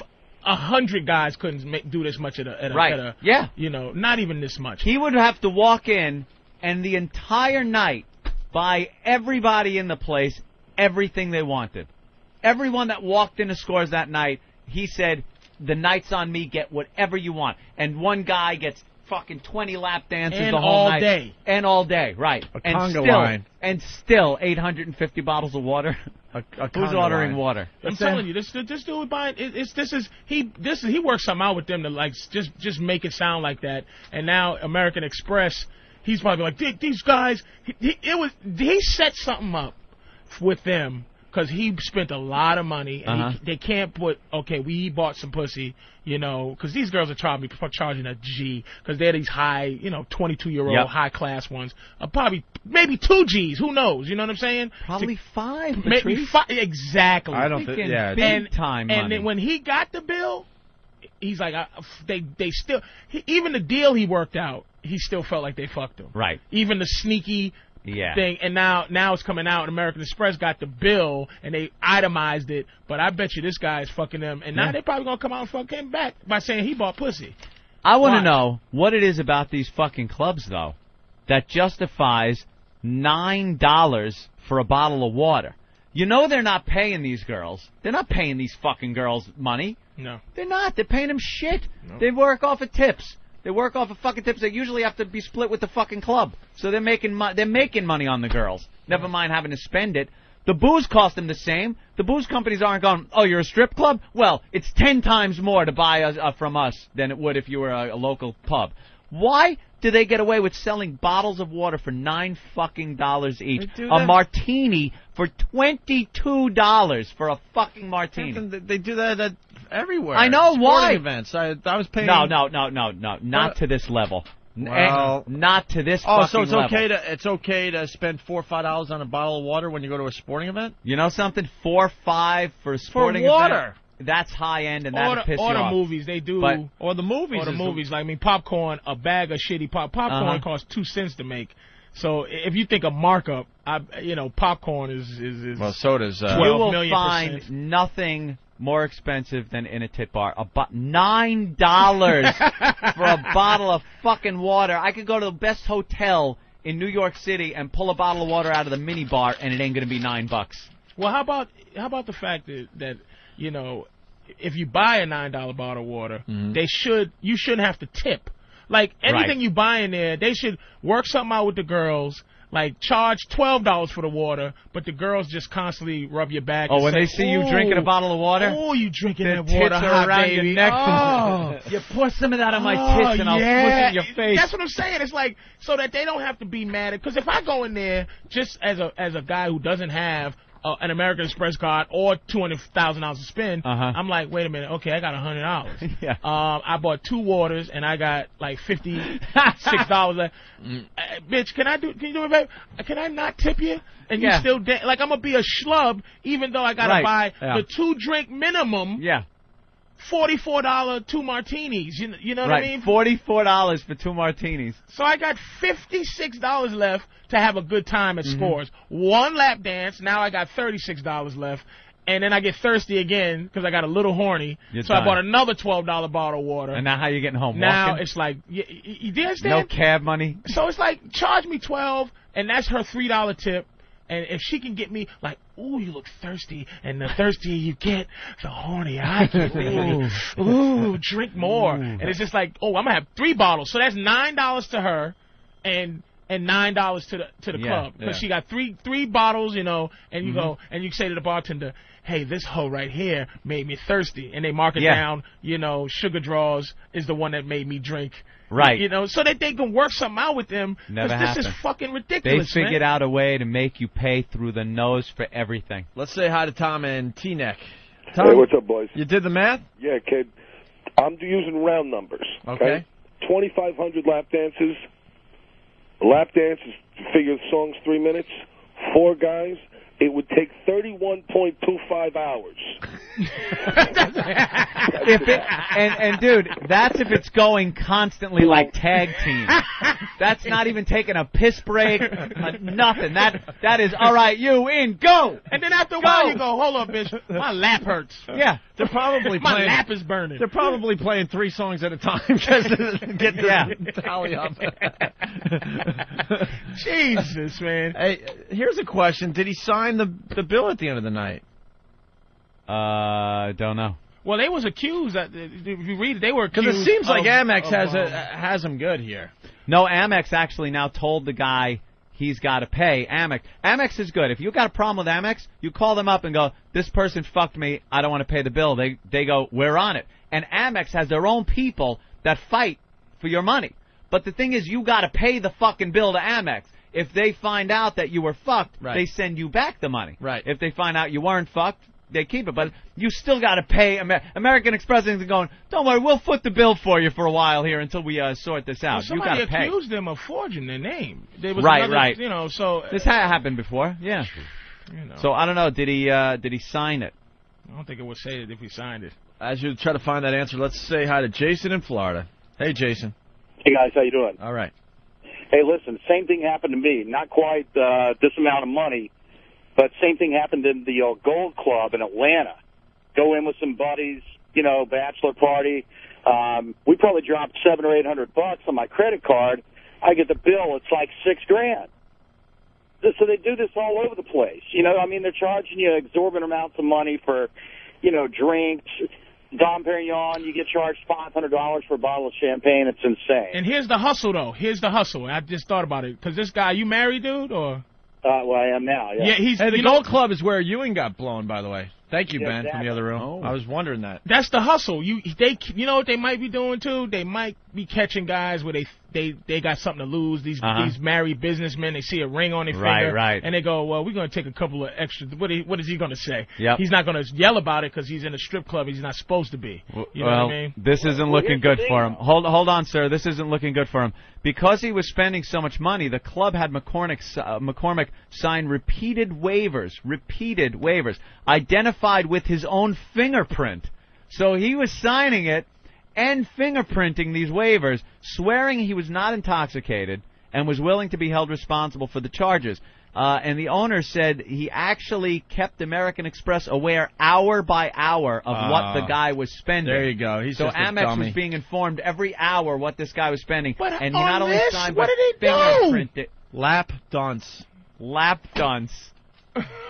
f- a hundred guys couldn't make, do this much at a, at a,
Right.
at a
Yeah.
You know, not even this much.
He would have to walk in and the entire night buy everybody in the place everything they wanted. Everyone that walked into scores that night, he said, The night's on me, get whatever you want. And one guy gets fucking 20 lap dances
And
the whole
all
night.
day.
And all day, right. and
conga
still,
line.
And still 850 bottles of water. Who's
conga
ordering
line.
water?
I'm telling you, this this dude buying it, it's this is he this is he worked something out with them to like just just make it sound like that. And now American Express, he's probably like "Th- these guys. He, he- it was he set something up with them because he spent a lot of money and
Uh-huh.
he, they can't put okay we bought some pussy you know because these girls are charging charging a G because they're these high you know 22 year old
Yep.
high class ones uh, probably maybe two G's who knows you know what I'm saying
Probably five.
maybe
Patrice.
five exactly
I don't thi- Freaking yeah, big
and,
time
and
money.
then when he got the bill he's like I, they they still he, even the deal he worked out he still felt like they fucked him
Right.
even the sneaky
Yeah.
thing and now now it's coming out and American Express got the bill and they itemized it but I bet you this guy is fucking them and now
Yeah.
they're probably gonna come out and fuck him back by saying he bought pussy
I want
Why?
to know what it is about these fucking clubs, though, that justifies nine dollars for a bottle of water. You know they're not paying these girls. They're not paying these fucking girls money.
no
They're not. They're paying them shit. They work off of tips. They work off of fucking tips. They usually have to be split with the fucking club. So they're making mo- they're making money on the girls. Never mind having to spend it. The booze cost them the same. The booze companies aren't going. Oh, you're a strip club? Well, it's ten times more to buy us, uh, from us than it would if you were a, a local pub. Why do they get away with selling bottles of water for nine fucking dollars each?
do
A
that-
martini for twenty-two dollars for a fucking martini.
Something that- They do that at everywhere.
I know,
Sporting
why?
Events. I, I was paying. Uh,
No, no, no, no, no, not to this level. N-
Well-
and not to this.
Oh,
fucking
so it's
level.
okay to it's okay to spend four or five dollars on a bottle of water when you go to a sporting event.
You know something? Four five for a sporting
water. Oh.
event, That's high end, and
All
that
the,
piss
all
you
the
off.
movies they do,
But-
or the movies,
or the
is-
movies. Like I mean, popcorn, a bag of shitty pop popcorn
Uh-huh.
costs two cents to make. So i- if you think of markup, I you know popcorn is is, is
Well, sodas, uh,
you
twelve
will
million
find
percent.
nothing more expensive than in a tit bar. A bo- nine dollars for a bottle of fucking water. I could go to the best hotel in New York City and pull a bottle of water out of the mini bar, and it ain't gonna be nine bucks.
Well, how about how about the fact that that you know if you buy a nine dollar bottle of water, they should you shouldn't have to tip. Like anything
Mm-hmm. Right.
you buy in there, they should work something out with the girls. Like charge twelve dollars for the water, but the girls just constantly rub your back.
Oh,
and
when
say,
they see you drinking a
"Ooh,
bottle of water,
oh, you drinking
their
that
tits
water
are
hot,
around
baby.
your neck.
Oh.
you pour some of that on my
Oh,
tits, and I'll
yeah.
push it in your face.
That's what I'm saying. It's like so that they don't have to be mad at. Because if I go in there just as a as a guy who doesn't have uh, an American Express card or two hundred thousand dollars to spend,
Uh-huh.
I'm like, wait a minute, okay, I got hundred dollars.
Yeah.
Um, I bought two waters and I got like fifty six dollars. left. Uh, bitch, can I do? Can you do me a favor? Can I not tip you? And
Yeah.
you still da- like I'm gonna be a schlub even though I gotta
Right.
buy
Yeah.
the two drink minimum.
Yeah.
Forty-four dollar two martinis. You, you know what I mean?
Forty-four dollars for two martinis.
So I got fifty-six dollars left to have a good time
Mm-hmm.
at Scores. One lap dance. Now I got thirty-six dollars left, and then I get thirsty again because I got a little horny.
You're
so
done.
I bought another twelve-dollar bottle of water.
And now how you getting home?
Now
Walking?
it's like, you, you, you do you
no
understand?
cab money.
So it's like charge me twelve, and that's her three-dollar tip. And if she can get me like, ooh, you look thirsty, and the thirstier you get, the hornier I get. baby. ooh, drink more. And it's just like, oh, I'm gonna have three bottles. So that's nine dollars to her, and and nine dollars to the to the
Yeah,
club because
yeah.
she got three three bottles, you know. And you
Mhm.
go
Mm-hmm.
and you say to the bartender, hey, this hoe right here made me thirsty, and they mark it
Yeah.
down. You know, sugar draws is the one that made me drink.
Right.
You know, so that they can work something out with them. 'cause
Never
this
happened.
is fucking
They
ridiculous.
figured
man.
out a way to make you pay through the nose for everything.
Let's say hi to Tom and T Neck. Tom,
Hey, what's up, boys?
You did the math.
Yeah, kid. I'm using round numbers.
Okay.
2,500 lap dances. A lap dance is figure the song's three minutes. Four guys. It would take 31.25 hours.
if it, and and dude, that's if it's going constantly like tag team. That's not even taking a piss break, uh, nothing. That that is all right. You in? Go.
And then after a while, you
Oh,
go, hold up, bitch. My lap hurts.
Yeah,
they're probably
My
playing-
lap is burning.
They're probably playing three songs at a time just to get the
Yeah.
tally up.
Jesus, man.
Hey, here's a question: Did he sign the the bill at the end of the night?
Uh, don't know.
Well, they was accused. uh, If you read it, they were accused.
Because it seems like
of-
Amex
of,
has a
um,
has him good here.
No, Amex actually now told the guy he's got to pay. Amex. Amex is good. If you got a problem with Amex, you call them up and go, "This person fucked me. I don't want to pay the bill." They they go, "We're on it." And Amex has their own people that fight for your money. But the thing is, you got to pay the fucking bill to Amex. If they find out that you were fucked,
Right.
they send you back the money. Right. If they find out you weren't fucked, they keep it. But you still got to pay. Amer- American Express is going. Don't worry, we'll foot the bill for you for a while here until we uh, sort this out.
well,
you
somebody
got to pay.
accused them of forging their name. There was
Right,
another,
right.
You know, so uh,
This ha- happened before, yeah.
You know,
So I don't know. Did he uh, did he sign it?
I don't think it would say it if we signed it.
As you try to find that answer, let's say hi to Jason in Florida. Hey, Jason.
Hey, guys. How you doing?
All right.
Hey, listen, same thing happened to me. Not quite uh, this amount of money, but same thing happened in the uh, Gold Club in Atlanta. Go in with some buddies, you know, bachelor party. Um, we probably dropped seven or eight hundred bucks on my credit card. I get the bill; it's like six grand. So they do this all over the place. You know, I mean, they're charging you exorbitant amounts of money for, you know, drinks. Dom Perignon, you get charged five hundred dollars for a bottle of champagne. It's insane.
And here's the hustle, though. Here's the hustle. I just thought about it because this guy, you married, dude, or?
Uh, well, I am now. Yeah.
Hey, the
you know-
Gold Club is where Ewing got blown, by the way. Thank you,
Yeah,
Ben, from
exactly.
the other room. I was wondering that.
That's the hustle. You they you know what they might be doing too? They might be catching guys where they they they got something to lose. These
Uh-huh.
these married businessmen, they see a ring on their
Right,
finger,
right.
and they go, well, we're gonna take a couple of extra. What is, what is he gonna say?
Yep.
He's not gonna yell about it because he's in a strip club. He's not supposed to be. You know
well,
what I mean?
this isn't
Well,
looking
here's the
good
thing,
for him. Hold hold on, sir. This isn't looking good for him because he was spending so much money. The club had McCormick si- uh, McCormick sign repeated waivers, repeated waivers, identified with his own fingerprint. So he was signing it and fingerprinting these waivers, swearing he was not intoxicated and was willing to be held responsible for the charges. Uh, and the owner said he actually kept American Express aware hour by hour of what the
Ah.
guy was spending.
There you go. He's
so
just a
Amex
dummy.
was being informed every hour what this guy was spending, and he
on
not only
this,
signed
what
but
did he do?
fingerprinted.
Lap dunce.
Lap dunce.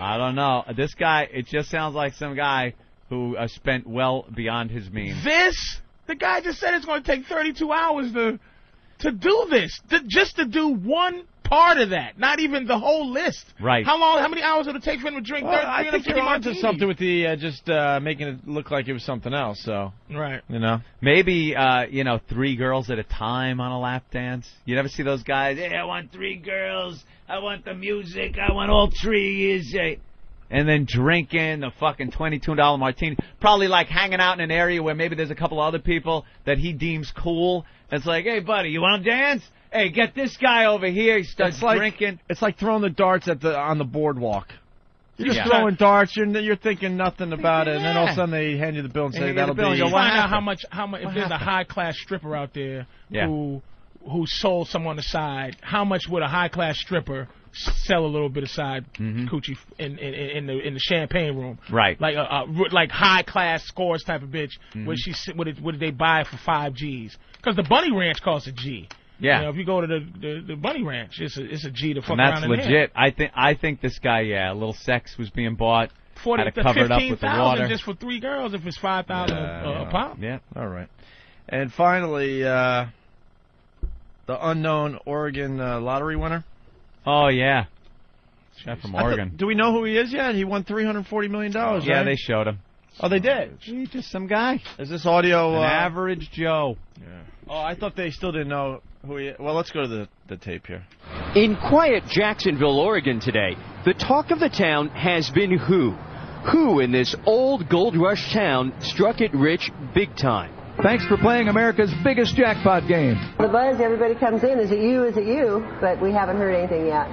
I don't know. This guy, it just sounds like some guy who uh, spent well beyond his means.
This the guy just said it's gonna take 32 hours to to do this, to, just to do one part of that, not even the whole list.
Right.
How long? How many hours would it take for him to drink?
Well,
30
I think you're
350
onto
martinis?
something with the uh, just uh, making it look like it was something else. So
Right.
you know,
Maybe uh, you know three girls at a time on a lap dance. You never see those guys. "Hey, I want three girls. I want the music. I want all three. Is a and then drinking the fucking twenty-two dollar martini. Probably like hanging out in an area where maybe there's a couple other people that he deems cool. It's like, hey buddy, you want to dance? Hey, get this guy over here. He starts
It's like
drinking.
it's like throwing the darts at the on the boardwalk. You're just
Yeah.
throwing darts. You're you're thinking nothing about it, and then all of a sudden they hand you the bill and
And
say
you get
that'll
the bill
be.
and you find out how much how much if there's a high class stripper out there
Yeah.
who who sold someone aside, how much would a high class stripper s- sell a little bit aside coochie f- in, in in the in the champagne room?
Mm-hmm. Right.
Like a, a ru- like high class scores type of bitch.
Mhm.
Would she s- would it, would they buy it for five G's? Because the bunny ranch costs a G.
Yeah.
You know, if you go to the, the the bunny ranch, it's a it's a G to fuck
And that's
around in there.
legit. I think I think this guy, yeah, a little sex was being bought.
Forty
had to
to
cover it up
fifteen
with the water.
thousand just for three girls. If it's five thousand uh, a, a pop.
Yeah.
All right. And finally, uh, the unknown Oregon uh, lottery winner.
Oh yeah. Guy from
I thought-
Oregon.
do we know who he is yet? He won three hundred forty million dollars.
yeah, they showed him.
Oh, they did.
just some guy.
Is this audio?
An
uh,
average Joe.
Oh, I thought they still didn't know who he. Well, let's go to the the tape here.
In quiet Jacksonville, Oregon today, the talk of the town has been who? Who in this old gold rush town struck it rich big time?
Thanks for playing America's biggest jackpot game.
The buzz everybody comes in is it you, is it you? But we haven't heard anything yet.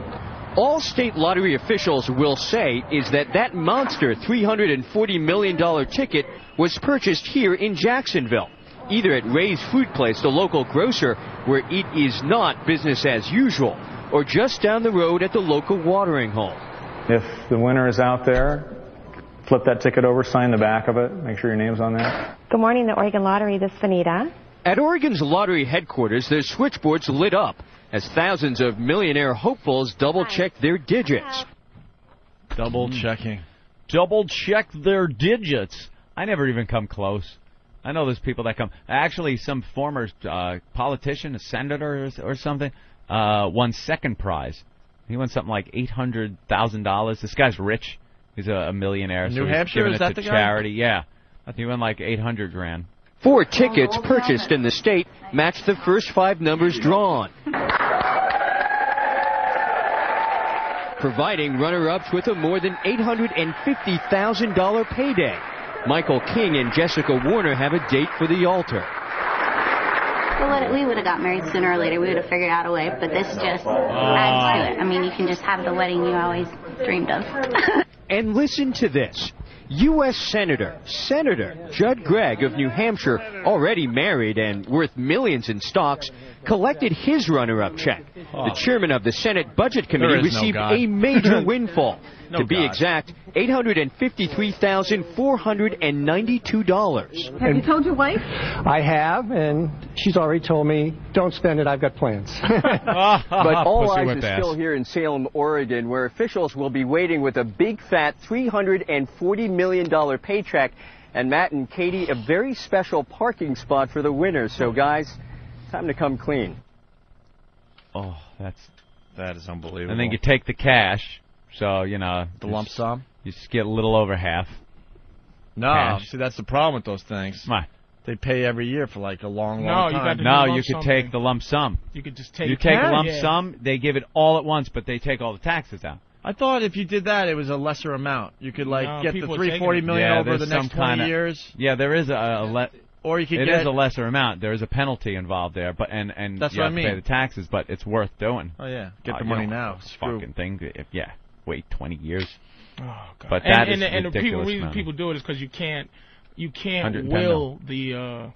All state lottery officials will say is that that monster $340 million ticket was purchased here in Jacksonville, either at Ray's Food Place, the local grocer, where it is not business as usual, or just down the road at the local watering hole.
If the winner is out there, flip that ticket over, sign the back of it, make sure your name's on there.
Good morning, the Oregon Lottery. This is Vanita.
At Oregon's lottery headquarters, their switchboards lit up as thousands of millionaire hopefuls double checked their digits.
Double checking.
Double check their digits. I never even come close. I know there's people that come. Actually, some former uh, politician, a senator or, or something, uh, won second prize. He won something like eight hundred thousand dollars. This guy's rich. He's a, a millionaire.
New
so he's
Hampshire,
giving
is
it
that
to
the guy?
charity? Yeah, he won like eight hundred grand.
Four tickets purchased in the state matched the first five numbers drawn. Providing runner ups with a more than $850,000 payday. Michael King and Jessica Warner have a date for the altar.
Well, what- we would have got married sooner or later. We would have figured out a way, but this just adds to it. I mean, you can just have the wedding you always dreamed of.
And listen to this. U.S. Senator, Senator Judd Gregg of New Hampshire, already married and worth millions in stocks, collected his runner up check. The chairman of the Senate Budget Committee
Oh. There is no
received
God.
a major windfall.
No
to be
God.
exact, $853,492.
Have you told your wife?
I have, and she's already told me, don't spend it, I've got plans.
but all
Pussy
eyes
whip
is
ass.
still here in Salem, Oregon, where officials will be waiting with a big fat $340 million paycheck. And Matt and Katie, a very special parking spot for the winners. So, guys, time to come clean.
Oh, that's
that is unbelievable.
And then you take the cash, so you know the
lump sum.
You just get a little over half.
No,
Cash.
see that's the problem with those things.
Why?
They pay every year for like a long,
No,
long
you
time.
got to No,
you could take the lump sum.
You could just take
You
it.
take a
Yeah.
lump
Yeah.
sum. They give it all at once, but they take all the taxes out.
I thought if you did that, it was a lesser amount. You could like
No,
get the
people are
three
taking
forty
it.
million
Yeah,
over
there's
the
some
next twenty
kinda-
years.
Yeah, there is a, a le-
Or you could
It
get-
is a lesser amount. There is a penalty involved there, but and and
That's
you
what
have to
I
pay
mean.
the taxes, but it's worth doing.
Oh, yeah. Get
Uh,
the
you
money
know,
now.
this Fucking thing. If, yeah, wait twenty years.
Oh, God.
But that
and,
is
and, and the people,
ridiculous
reason
amount.
people do it is because you can't you can't
110
will the uh,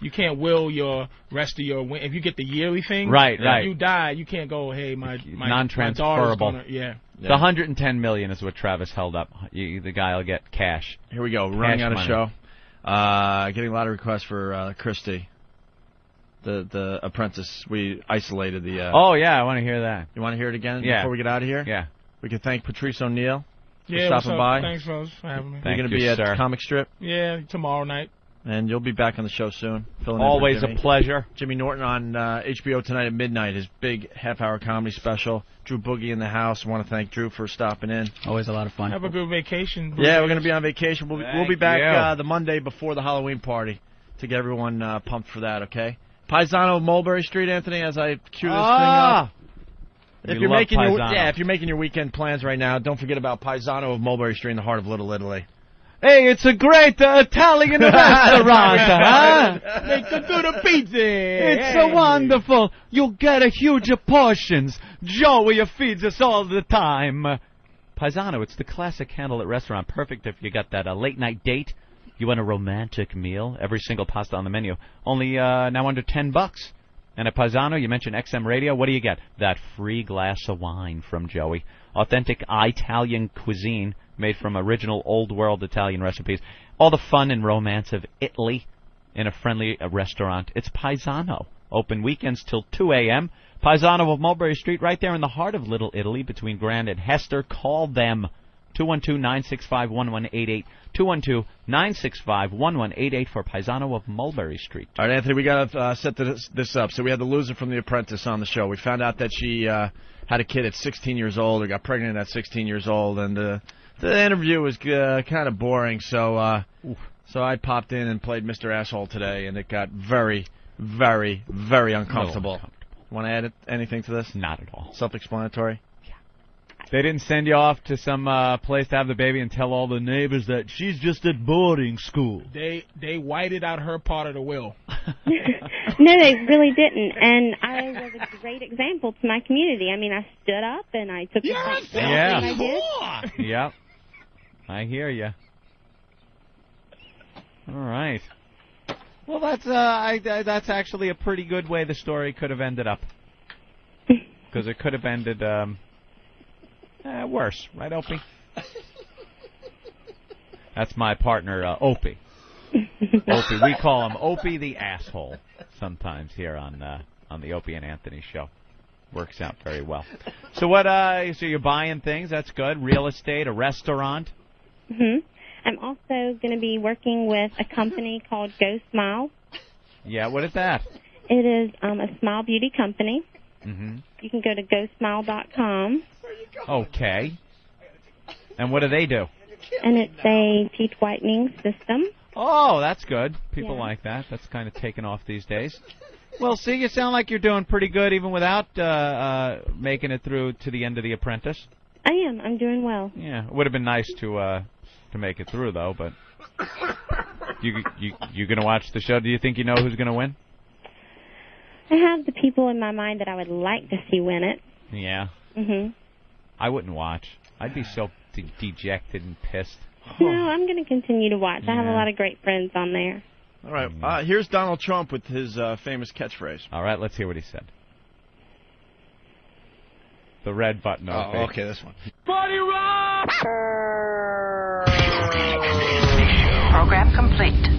you can't will your rest of your win. If you get the yearly thing,
Right,
if
right.
You die, you can't go. Hey, my my
non-transferable.
My daughter's gonna, yeah.
The 110 million is what Travis held up. You, the guy will get cash.
Here we go. We're running
Cash
out of
money.
show. Uh, getting a lot of requests for uh, Christy, the the apprentice. We isolated the. Uh,
Oh yeah, I want to hear that.
You want to hear it again
Yeah.
before we get out of here?
Yeah.
We could thank Patrice O'Neill
Yeah,
for
what's
stopping
up?
by.
Thanks, Rose, for having me.
You're
Thank
going to
you,
be at
sir.
Comic Strip,
Yeah, tomorrow night.
and you'll be back on the show soon. filling in for
Always a
Jimmy.
pleasure.
Jimmy Norton on uh, HBO tonight at midnight. His big half-hour comedy special. Drew Boogie in the house. want to thank Drew for stopping in.
Always a lot of fun.
Have a good vacation.
Yeah, we're going to be on vacation. We'll be, we'll be
Thank
back
you.
uh, the Monday before the Halloween party to get everyone uh, pumped for that, okay? Paisano of Mulberry Street, Anthony, as I cue this
Ah!
thing up.
We
If you're
love
making your,
Paisano.
yeah, if you're making your weekend plans right now, don't forget about Paisano of Mulberry Street in the heart of Little Italy.
Hey, it's a great uh, Italian restaurant, huh?
Make a good pizza.
It's
Hey.
so wonderful. You get a huge portions. Joey feeds us all the time. Paisano, it's the classic handle at restaurant. Perfect if you got that uh, late night date. You want a romantic meal. Every single pasta on the menu. Only uh, now under 10 bucks. And at Paisano, you mentioned XM Radio. What do you get? That free glass of wine from Joey. Authentic Italian cuisine made from original old world Italian recipes. All the fun and romance of Italy in a friendly uh, restaurant. It's Paisano. Open weekends till 2 a.m. Paisano of Mulberry Street, right there in the heart of Little Italy, between Grand and Hester. Call them. 212-965-1188. 212-965-1188 for Paisano of Mulberry Street.
All right, Anthony, we got to uh, set this, this up. So we had the loser from The Apprentice on the show. We found out that she uh, had a kid at 16 years old or got pregnant at 16 years old, and uh, the interview was uh, kind of boring. So uh, so I popped in and played Mr. Asshole today, and it got very, very, very uncomfortable. Want to add anything to this?
Not at all.
Self-explanatory.
They didn't send you off to some uh, place to have the baby and tell all the neighbors that she's just at boarding school.
They they whited out her part of the will.
No, they really didn't. And I was a great example to my community. I mean, I stood up and I took You're a
Yeah.
I did.
yep. I hear you. All right. Well, that's uh, I, I, that's actually a pretty good way the story could have ended up. Because it could have ended um, eh, worse, right, Opie? That's my partner, uh, Opie. Opie, we call him Opie the asshole sometimes here on uh, on the Opie and Anthony show. Works out very well. So what? Uh, so you're buying things? That's good. Real estate, a restaurant.
hmm I'm also going to be working with a company called Go Smile.
Yeah. What is that?
It is um, a smile beauty company.
hmm
You can go to gosmile.com,
Okay. And what do they do?
and it's a teeth whitening system.
Oh, that's good. People
Yeah.
like that. That's kind of taken off these days. Well, see, you sound like you're doing pretty good even without uh, uh, making it through to the end of The Apprentice.
I am. I'm doing well.
Yeah, it would have been nice to uh, to make it through though. But you you you gonna watch the show? Do you think you know who's gonna win?
I have the people in my mind that I would like to see win it.
Yeah,
hmm
I wouldn't watch. I'd be so de- dejected and pissed.
No, I'm going to continue to watch. I have a
Yeah.
lot of great friends on there.
All right, uh, here's Donald Trump with his uh, famous catchphrase.
Mm. All right, let's hear what he said. The red button.
Oh,
Opie.
okay, this one.
Buddy Rock.
Program complete.